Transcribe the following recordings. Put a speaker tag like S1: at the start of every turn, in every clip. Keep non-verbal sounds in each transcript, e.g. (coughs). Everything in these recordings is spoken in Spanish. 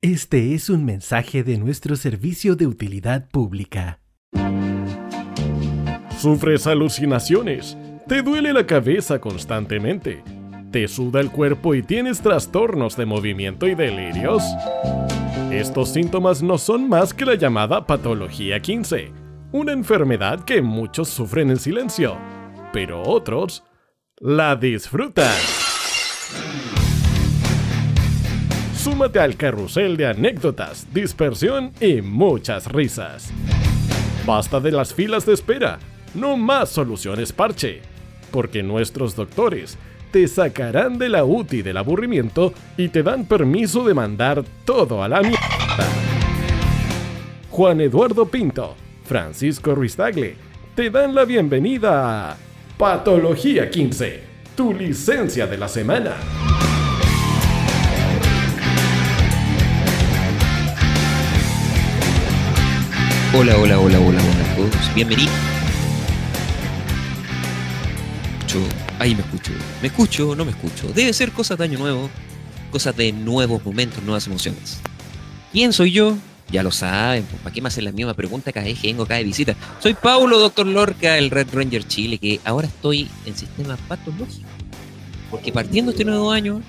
S1: Este es un mensaje de nuestro servicio de utilidad pública.
S2: ¿Sufres alucinaciones? ¿Te duele la cabeza constantemente? ¿Te suda el cuerpo y tienes trastornos de movimiento y delirios? Estos síntomas no son más que la llamada patología 15, una enfermedad que muchos sufren en silencio, pero otros la disfrutan. Súmate al carrusel de anécdotas, dispersión y muchas risas. Basta de las filas de espera, no más soluciones parche, porque nuestros doctores te sacarán de la UTI del aburrimiento y te dan permiso de mandar todo a la mierda. Juan Eduardo Pinto, Francisco Ruistagle, te dan la bienvenida a Patología 15, tu licencia de la semana.
S3: Hola, hola, hola, hola, hola a todos. Bienvenidos. Escucho, ahí me escucho. Me escucho, no me escucho. Debe ser cosas de año nuevo, cosas de nuevos momentos, nuevas emociones. ¿Quién soy yo? Ya lo saben, pues, ¿para qué me hacen la misma pregunta cada vez que vengo acá de visita? Soy Paulo, doctor Lorca, el Red Ranger Chile, que ahora estoy en sistema patológico. Porque partiendo este nuevo año,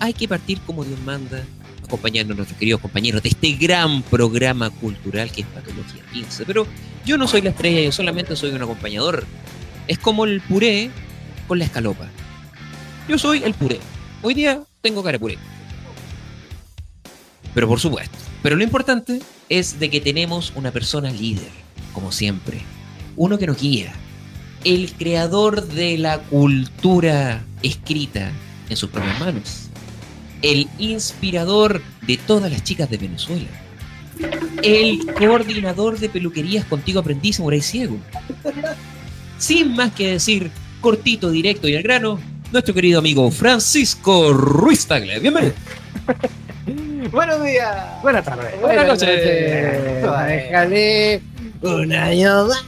S3: hay que partir como Dios manda, acompañando a nuestros queridos compañeros de este gran programa cultural que es Patología 15. Pero yo no soy la estrella, yo solamente soy un acompañador. Es como el puré con la escalopa. Yo soy el puré. Hoy día tengo cara de puré. Pero por supuesto. Pero lo importante es de que tenemos una persona líder, como siempre. Uno que nos guía. El creador de la cultura escrita en sus propias manos el inspirador de todas las chicas de Venezuela, el coordinador de peluquerías contigo aprendiz Moray Ciego. Sin más que decir, cortito, directo y al grano, nuestro querido amigo Francisco Ruiz Tagle. Bienvenido.
S4: Buenos días.
S5: Buenas tardes.
S4: Buenas noches.
S5: Déjale un año más.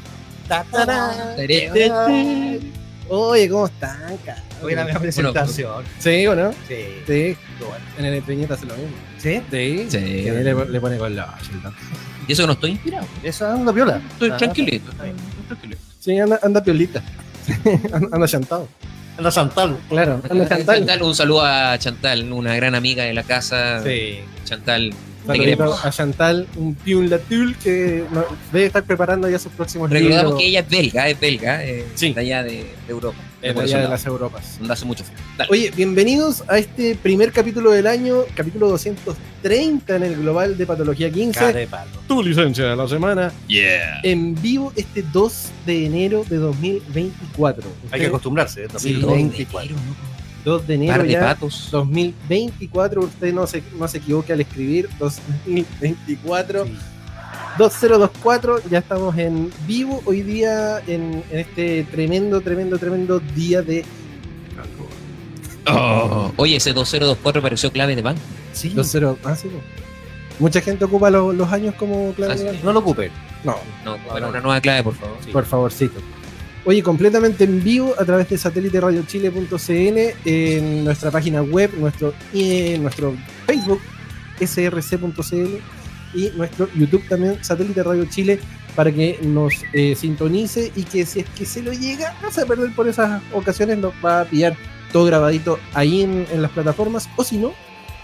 S5: Ta, ta, ra, tere, te, te. Oye, ¿cómo están? ca-
S4: Buena mi presentación.
S5: Sí, ¿o no?
S4: Sí.
S5: Sí. En el entreñeta hace lo mismo.
S4: ¿Sí?
S5: Sí.
S3: Sí.
S5: Que le, le pone con la chingada.
S3: Y eso que no estoy inspirado.
S5: Eso anda piola.
S3: Estoy
S4: Ah,
S3: tranquilito.
S4: está bien.
S5: Sí, anda, anda piolita. (laughs) Anda- anda chantado.
S4: Anda Santal.
S5: Claro, anda chantado.
S3: Chantal, un saludo a Chantal, una gran amiga de la casa.
S4: Sí.
S3: Chantal, te
S5: Saludito
S3: queremos.
S5: a Chantal, un piun latul que no- debe estar preparando ya sus próximos
S3: Recordamos
S5: libros
S3: que ella es belga, es belga, eh,
S5: Sí.
S3: de allá de, de Europa.
S5: en
S3: Por
S5: allá
S3: eso
S5: de
S3: no-
S5: las Europas.
S3: no hace mucho frío. Dale.
S5: Oye, bienvenidos a este primer capítulo del año, capítulo 230 en el global de Patología 15.
S4: Cara de palo.
S2: Tu licencia de la semana.
S3: Yeah.
S5: en vivo este 2 de enero de 2024.
S4: Hay que acostumbrarse. ¿eh?
S3: Sí,
S4: También.
S5: Sí,
S3: 24.
S5: 2 de enero
S3: Par de
S5: ya,
S3: patos.
S5: 2024, usted no se, no se equivoque al escribir 2024.
S4: Sí.
S5: 2024, ya estamos en vivo hoy día en, en este tremendo, tremendo, tremendo día de
S3: Oh, Oye, ese 2024 pareció clave de banco.
S4: Sí.
S5: 20. Ah, sí, no. Mucha gente ocupa lo- los años como clave.
S3: Ah, sí.
S5: legal.
S4: No lo ocupen.
S5: No,
S3: No, bueno, una nueva clave, por favor.
S4: Sí.
S5: por favorcito. Oye, completamente en vivo a través de satéliteradiochile.cl, en nuestra página web, nuestro, eh, nuestro Facebook, src.cl y nuestro YouTube también, Satélite Radio Chile, para que nos eh, sintonice y que si es que se lo llega a perder por esas ocasiones, nos va a pillar todo grabadito ahí en, en las plataformas o si no,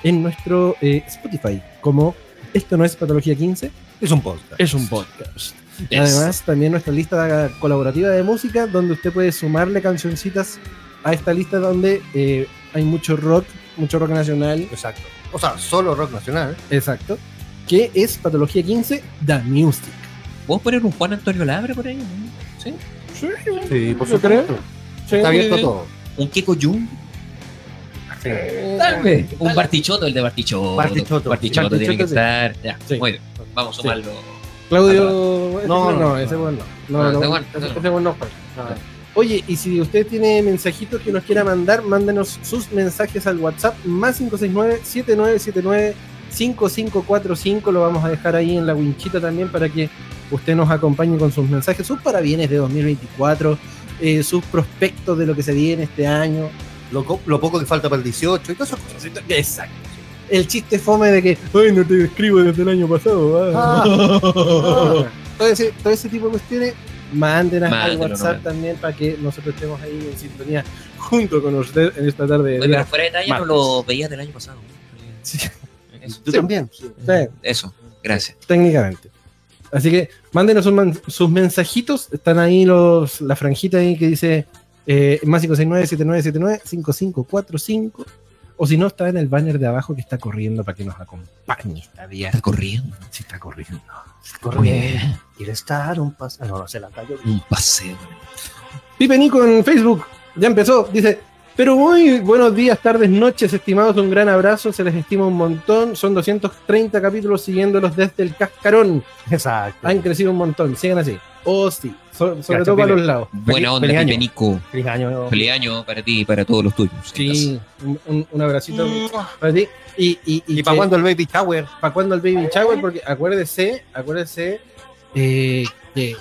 S5: en nuestro eh, Spotify, como esto no es Patología 15,
S4: Es un podcast.
S2: Es un podcast.
S3: Yes.
S5: Además, también nuestra lista colaborativa de música, donde usted puede sumarle cancioncitas a esta lista donde eh, hay mucho rock, mucho rock nacional,
S4: Exacto. O sea, solo rock nacional.
S5: exacto, que es Patología 15, The Music.
S3: ¿Podemos poner un Juan Antonio Labra por ahí? no?
S5: Sí,
S4: Sí, por
S5: Yo creo.
S4: supuesto. Está abierto todo.
S3: ¿Un Keko Jung?
S4: Sí.
S3: Tal vez. Un Bartichotto, el de Bartichotto.
S4: Bartichotto.
S3: Bartichotto
S5: Sí,
S3: tiene que
S5: Bartichotto,
S3: estar. Ya,
S5: Sí.
S3: muy bien. Vamos a
S5: Sí.
S3: sumarlo.
S5: Claudio. ese
S4: No,
S5: no,
S4: no, no.
S5: ese bueno no.
S3: No,
S5: No,
S3: ese
S5: no,
S3: bueno,
S5: ese-
S3: no.
S5: ese bueno no juega. Oye, y si usted tiene mensajitos que nos quiera mandar, mándenos sus mensajes al WhatsApp más 569-7979-5545. Lo vamos a dejar ahí en la winchita también para que usted nos acompañe con sus mensajes, sus parabienes de 2024, eh, sus prospectos de lo que se viene este año.
S4: Lo, co- lo poco que falta para el 18 y todas esas cosas.
S5: Exacto. el chiste fome de que, ay, no te escribo desde el año pasado.
S4: Ah,
S5: ah". todo, ese, todo ese tipo de cuestiones, mándenas al
S3: Mándelo,
S5: WhatsApp
S3: no.
S5: también para que nosotros estemos ahí en sintonía junto con usted en esta tarde. de
S3: Oye,
S5: día.
S3: pero fuera de talla no lo veías del año pasado.
S5: Sí.
S3: Eso.
S4: Tú también.
S5: Sí.
S3: Eso, gracias.
S5: técnicamente. Así que mándenos un man- sus mensajitos. Están ahí los, la franjita ahí que dice eh, más 569-7979-5545. O si no, está en el banner de abajo que está corriendo para que nos acompañe. Está bien,
S3: Está corriendo.
S5: sí está corriendo.
S4: Corre. Quiere estar un paso. Ah, no, no se la cayó.
S3: Un paseo.
S5: Pipe Nico en Facebook. Ya empezó. Dice, pero muy buenos días, tardes, noches, estimados. Un gran abrazo. Se les estima un montón. Son 230 capítulos siguiéndolos desde el cascarón.
S4: Exacto.
S5: Han crecido un montón. Sigan así. Oh, sí. So- sobre
S4: Gracias,
S5: todo para
S4: Pipe.
S5: los lados.
S3: Buena onda,
S4: feliz año.
S3: Pipe Nico.
S4: Feliz año.
S3: Feliz año para ti y para todos los tuyos. este
S5: Sí, un, un- un abracito para ti. Y, y,
S4: ¿Y para cuándo el baby shower?
S5: ¿Para cuándo el baby shower? Porque acuérdese, acuérdese eh, que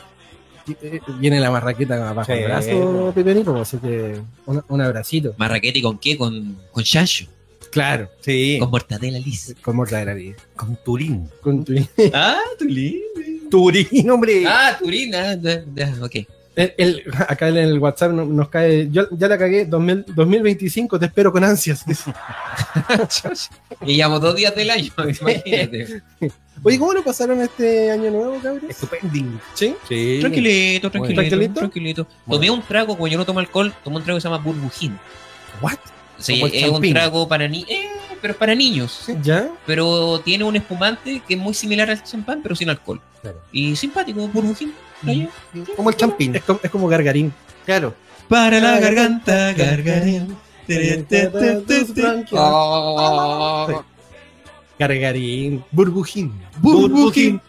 S5: que, eh, viene la marraqueta abajo
S4: Sí.
S5: el brazo, Pepe Nico, así que un, un abracito.
S3: Marraquete con qué? Con, con chancho.
S5: Claro,
S4: Sí.
S3: Con mortadela lisa.
S5: con mortadela Lee,
S4: Con Turín.
S5: con tu- (laughs)
S3: Ah, Turín.
S4: Turín, hombre.
S3: Ah, Turín. Ah, da- da- ok.
S5: el- el- acá en el WhatsApp no- nos cae, yo ya la cagué, 2000 2025 te espero con ansias.
S4: (laughs)
S3: y llevamos dos días del año, (laughs) imagínate.
S5: Oye, ¿cómo lo pasaron este año nuevo, cabrón?
S4: Estupendín.
S5: ¿Sí?
S4: Sí.
S3: Tranquilito, tranquilito,
S5: ¿Tranquilito?
S3: tranquilito. Tomé un trago, como yo no tomo alcohol, tomé un trago que se llama burbujín.
S4: What?
S3: Sí,
S4: Como el
S3: es un
S4: champín.
S3: trago para niños, pero es para niños.
S5: ¿Ya?
S3: Pero tiene un espumante que es muy similar al champán, pero sin alcohol.
S4: Claro. Mm.
S3: Y simpático, burbujín. ¿no?
S4: Como el champín.
S5: Es como, es como gargarín.
S4: Claro.
S3: Para
S5: la garganta,
S3: gargareo. Ah.
S5: Gargarín, burbujín. (laughs)
S4: Burbujín.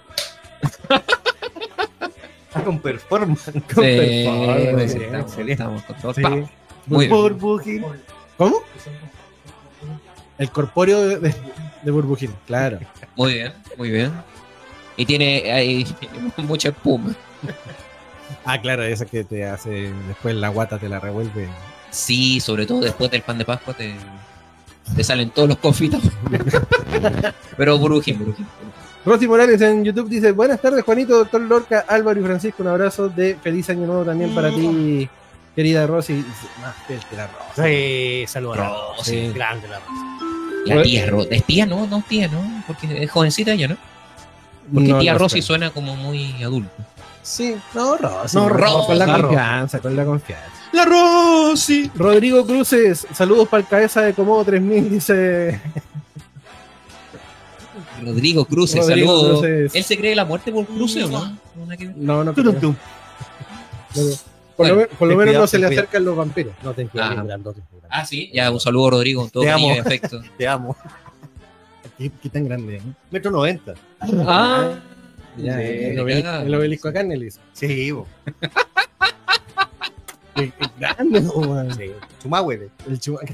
S4: Con performance.
S5: Con performance.
S3: estamos,
S4: excelente.
S3: estamos con todo.
S5: Sí.
S3: Pa. Muy bien.
S4: Burbujín.
S5: ¿Cómo? El corpóreo de, de- de burbujín, claro.
S3: Muy bien, muy bien. Y tiene ahí (laughs) mucha espuma.
S5: Ah, claro, esa que te hace después la guata te la revuelve.
S3: Sí, sobre todo después del pan de Pascua te, te salen todos los confitos. (laughs) Pero burbujín, burbujín.
S5: Rosy Morales en YouTube dice, buenas tardes Juanito, doctor Lorca, Álvaro y Francisco, un abrazo de feliz año nuevo también para
S4: Mm.
S5: ti, querida Rosy. Y dice, Más fiel que la Rosy.
S4: Sí, saludos. a la
S3: Rosy.
S4: Rosy. Grande la Rosy.
S3: La tía es Ro- ¿Es tía? No, no es tía, ¿no? Porque es jovencita ella, ¿no? Porque
S5: No,
S3: tía
S5: no
S3: Rosy
S5: sé.
S3: suena como muy adulto.
S5: Sí, no, Rosy.
S4: No, Rosy,
S5: Con la
S4: la Rosy.
S5: confianza, con la confianza.
S3: ¡La Rosy!
S5: Rodrigo Cruces, saludos para el cabeza de Comodo 3000, dice.
S3: Rodrigo Cruces,
S5: Rodrigo
S3: saludos.
S5: Cruces.
S3: ¿Él se cree la muerte por Cruces o no? Una que-
S5: No, no, creo.
S4: Tum, tum.
S5: Por, lo,
S3: Bueno,
S5: me- por lo
S4: ten
S5: menos
S4: cuidado,
S5: no se
S4: ten
S5: le
S4: cuidado.
S5: acercan los vampiros.
S4: No te
S3: Ah.
S4: entiendo, grandote.
S3: Ah, sí, ya un saludo Rodrigo con todo
S4: Te
S3: cariño
S4: amo.
S3: y
S5: (laughs)
S3: afecto.
S4: Te amo.
S5: Qué, qué tan grande, ¿eh?
S4: Metro 90.
S3: Ah,
S5: Ya,
S3: de
S5: el, obelisco,
S3: acá.
S5: el obelisco acá, Nelis.
S4: Sí, (laughs) bo.
S5: Qué- qué grande, po, weón.
S4: Sí. Chumahue.
S5: El
S4: (laughs)
S5: Chihuahua.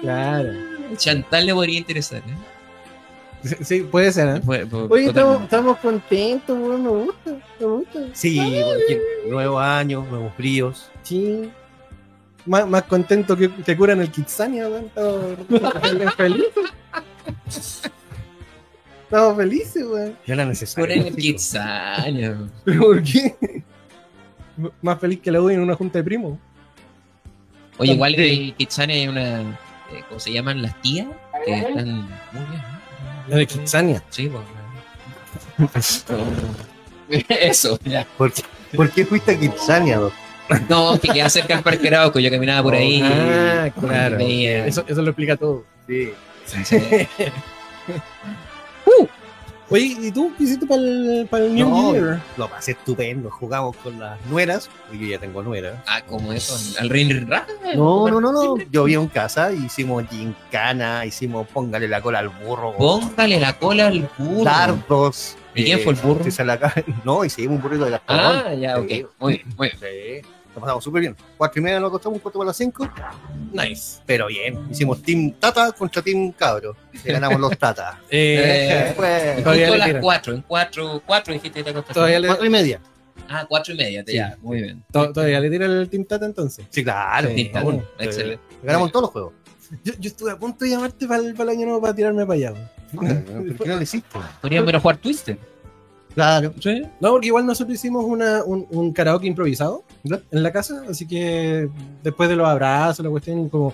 S5: Claro.
S3: Chantal le podría interesar, ¿eh?
S5: Sí, puede ser, ¿eh?
S3: Fue- fue-
S5: Oye, estamos,
S3: totalmente.
S5: estamos contentos, weón, me gusta, me gusta.
S4: Sí, bo, que- nuevo año, nuevos bríos.
S5: Sí. Más, más contento que, que curan el Kitsania, weón. Estamos (laughs) felices. Estamos felices, weón.
S4: Ya era
S3: Por
S4: necesario.
S3: el Kitsania.
S5: ¿Pero por qué? M- Más feliz que la U en una junta de primos.
S3: Oye, igual de Kitsania hay una. eh, ¿Cómo se llaman las tías? Que están muy bien. ¿no?
S5: Kitsania.
S3: Sí, pues. (laughs) Eso, ya.
S4: ¿Por qué, por qué fuiste a Kitsania, doc?
S3: No, que queda cerca del Parque Arauco. Yo caminaba por ahí.
S5: Ah, claro.
S3: y veía-
S5: Eso, eso lo explica todo.
S4: Sí.
S5: Oye, ¿y tú qué hiciste para el, para el New
S4: No,
S5: Year?
S4: Lo pasé estupendo. Jugamos con las nueras. Yo ya tengo nuera.
S3: Ah, como eso, al Rin Rin Ra.
S4: No, no, no, no. Yo vi en casa, hicimos gincana, hicimos póngale la cola al burro. bo.
S3: Póngale la cola al burro.
S4: Dardos. eh,
S3: ¿Y quién fue el burro?
S4: se sale acá. (laughs) No, hicimos un burrito de las
S3: Ah, ya, ok.
S4: Sí.
S3: Muy bien, muy bien.
S4: Sí, lo pasamos súper bien. Cuatro y media nos acostamos, cuatro para las cinco,
S5: Nice.
S4: pero bien. Hicimos Team Tata contra Team Cabro. Le ganamos los
S3: (laughs)
S4: Tata.
S3: Eh,
S4: Fue
S5: Todavía
S3: Justo a
S5: le
S3: las
S5: tiran.
S3: 4, en 4, 4 dijiste que te acostaste.
S5: (laughs) Todavía le,
S4: cuatro y media.
S3: Ah, 4 y media, te-
S5: Sí.
S3: ya, muy bien.
S5: to- todavía le tira el Team Tata entonces.
S4: Sí, claro.
S5: Sí,
S4: por favor.
S3: excelente.
S4: Le ganamos todos los juegos.
S5: Yo, yo estuve a punto de llamarte para el, para el año nuevo para tirarme para allá. weón.
S4: Puta, weón, ¿Por qué no lo hiciste?
S3: Podríamos ir a jugar Twister.
S4: Claro.
S3: Sí.
S5: No, porque igual nosotros hicimos una, un, un karaoke improvisado
S4: Ya.
S5: en la casa, así que después de los abrazos, la cuestión, como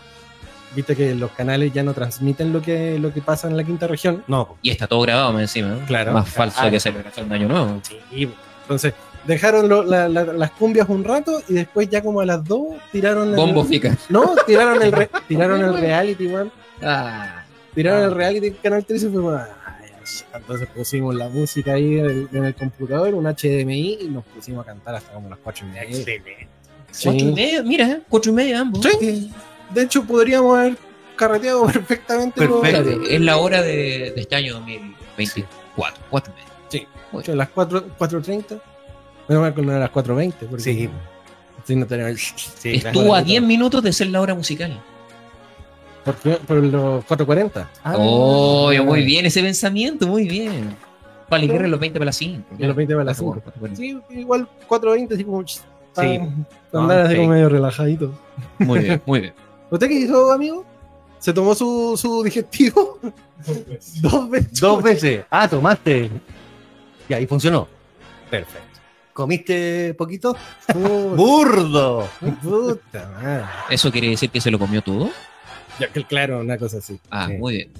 S5: viste que los canales ya no transmiten lo que, lo que pasa en la quinta región. No,
S3: Y está todo grabado más encima. ¿eh?
S5: Claro.
S3: Más falso
S5: Ah,
S3: que celebración de Año Nuevo.
S5: sí. pues, Entonces, dejaron lo- la- la- las cumbias un rato y después ya como a las dos tiraron el-
S3: Bombo fica.
S5: (laughs) No, tiraron el, re- tiraron el reality, weón.
S3: Ah,
S5: Tiraron el reality en Canal 13 y fue como, "Ay, ya". entonces pusimos la música ahí en el, en el computador, un HDMI, y nos pusimos a cantar hasta como las cuatro y media. Sí.
S3: Cuatro y media, mira, cuatro y media ambos.
S5: Sí. De hecho, podríamos haber carreteado (laughs) perfectamente. con-
S4: Perfecto.
S3: Claro, Es la hora de, de este año 2024. Cuatro y media.
S5: Ocho, a las 4, 4.30. Menos mal que no era a las 4.20. Porque
S4: Sí.
S5: Si no tenemos el...
S4: Sí, claro.
S3: Estuvo a 10 minutos de ser la hora musical.
S5: Por, por los 4.40. Ah,
S3: Oh, muy bien ese pensamiento, muy bien. Vale, guerra en los 20 para las 5.
S5: De los 20 para las 5. Sí, igual 4.20, así como... Sí. andar así
S3: sí.
S5: como medio relajadito.
S3: Muy bien, muy bien.
S5: (laughs) ¿Usted qué hizo, amigo? ¿Se tomó su, su
S3: (laughs)
S5: digestivo? Dos veces.
S4: Dos veces. Ah, tomaste. Y ahí funcionó. Perfecto. ¿Comiste poquito?
S5: Puta,
S4: ¡Burdo!
S5: puta madre.
S3: ¿Eso quiere decir que se lo comió todo?
S5: Ya que Claro, una cosa así.
S3: Ah,
S5: Sí.
S3: muy bien.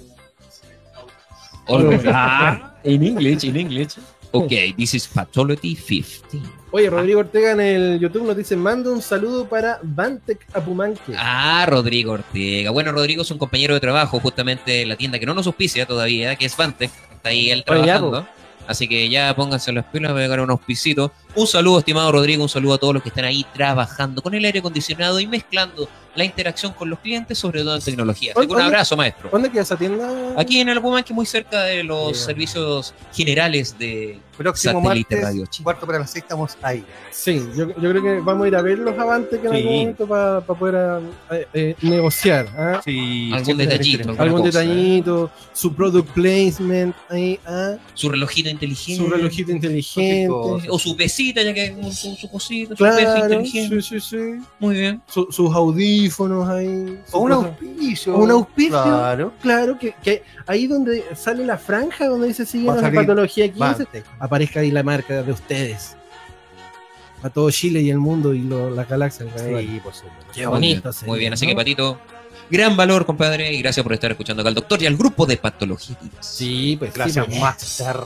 S3: Always. Ah, in English, in English. Ok, this is Pathology 15.
S5: Oye, Rodrigo Ortega en el YouTube nos dice: mando un saludo para Bantec Apumanque.
S3: Ah, Rodrigo Ortega. Bueno, Rodrigo es un compañero de trabajo justamente en la tienda que no nos auspicia todavía, que es Fantec. Está ahí él
S5: Oye, ya,
S3: trabajando. Así que ya pónganse las pilas, voy a ganar unos pisitos. Un saludo, estimado Rodrigo, un saludo a todos los que están ahí trabajando con el aire acondicionado y mezclando la interacción con los clientes, sobre todo en tecnología. Así que un
S5: Oye,
S3: abrazo, maestro.
S5: ¿Dónde queda esa tienda?
S3: Aquí en Albuquerque, muy cerca de los
S5: Bien.
S3: servicios generales de
S4: Próximo
S3: Satélite
S4: martes,
S3: Radio Chile.
S4: cuarto para las seis, estamos ahí.
S5: Sí, yo, yo creo que vamos a ir a ver los avantes que en
S4: Sí.
S5: algún momento para poder ah, eh, eh, negociar. ¿ah?
S4: Sí,
S3: Algún
S4: siempre
S3: detallito,
S4: tenemos-
S3: Alguna
S5: Algún
S3: cosa,
S4: ¿eh?
S5: detallito, su product placement, ahí, ah,
S3: su relojito inteligente.
S5: su relojito inteligente.
S4: Cualquier
S3: O su pesita, ya que con su, su cosita, su peso
S5: Claro,
S3: inteligente.
S5: sí, sí, sí.
S3: Muy bien.
S5: Su- sus audífonos ahí. su
S4: O un
S5: cosa-
S4: auspicio.
S5: O un auspicio.
S4: Claro.
S5: Claro, que, que ahí donde sale la franja donde dice
S4: Va
S5: siguiendo
S4: a
S5: la
S4: salir
S5: patología 15,
S4: Bante.
S5: aparezca ahí la marca de ustedes. A todo Chile y el mundo y lo- la galaxia. alrededor.
S4: Sí, por supuesto.
S5: Qué
S3: Bonito.
S5: sería,
S3: Muy bien, así
S5: ¿no?
S3: que Patito, gran valor, compadre, y gracias por estar escuchando acá al doctor y al grupo de patología.
S5: Sí, pues sí,
S4: Gracias,
S5: pues.
S4: Master.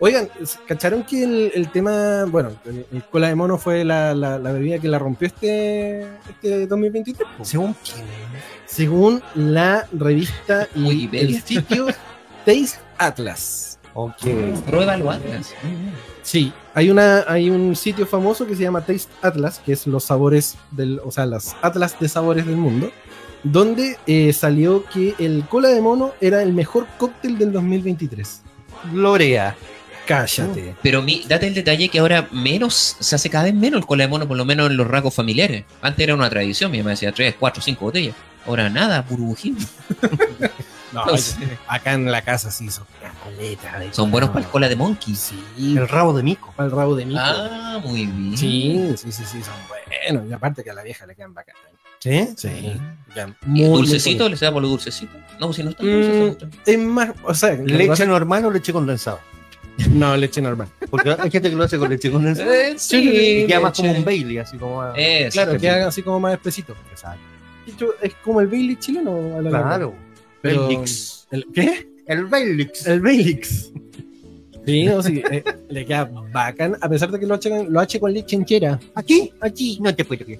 S5: Oigan, ¿cacharon que el, el tema, bueno, el, el cola de mono fue la, la- la bebida que la rompió este, este 2023? po?
S4: Según quién.
S5: Según la revista y
S3: Wikipedia.
S5: el sitio Taste Atlas. Oh,
S4: Ok.
S3: Pruébalo antes.
S5: Sí, hay, una, hay un sitio famoso que se llama Taste Atlas, que es los sabores del, o sea, las atlas de sabores del mundo, donde eh, salió que el cola de mono era el mejor cóctel del 2023.
S4: Gloria.
S5: Cállate.
S3: Pero mi- date el detalle que ahora menos, se hace cada vez menos el cola de mono, por lo menos en los rasgos familiares. Antes era una tradición, mi mamá decía 3, 4, 5 botellas. Ahora nada, burbujín.
S5: No, acá en la casa se hizo caleta de Ah,
S3: Son buenos para el cola de monkey.
S5: Sí,
S4: El rabo de Mico.
S5: para el rabo de mico.
S3: Ah, muy bien.
S5: Sí, sí, sí, sí, son buenos. Y aparte que a la vieja le quedan bacán.
S4: ¿Sí?
S5: Sí.
S3: ¿Y el ¿Dulcecito? ¿Le se da por lo dulcecito? No, pues si no está dulce,
S5: Mm.
S3: se gusta.
S5: Es más, o sea,
S4: ¿Leche normal o leche condensado?
S5: no, leche normal.
S4: Porque hay gente que lo hace con leche condensada.
S3: Eh,
S4: y
S3: sí,
S4: queda más
S3: leche.
S4: como un Bailey, así como. a-
S3: Eh,
S5: Claro,
S3: sí,
S5: que hagan así como más espesito.
S4: Exacto.
S5: De hecho, Es como el Bailey chileno. a la larga.
S4: Claro.
S5: Pero-
S4: Bailix.
S5: ¿El qué?
S4: El Bailix.
S5: El Bailix. Sí, no, sí, eh, le queda bacán, a pesar de que lo hace, con- lo hace con leche entera.
S4: Aquí, aquí. No te puedo creer.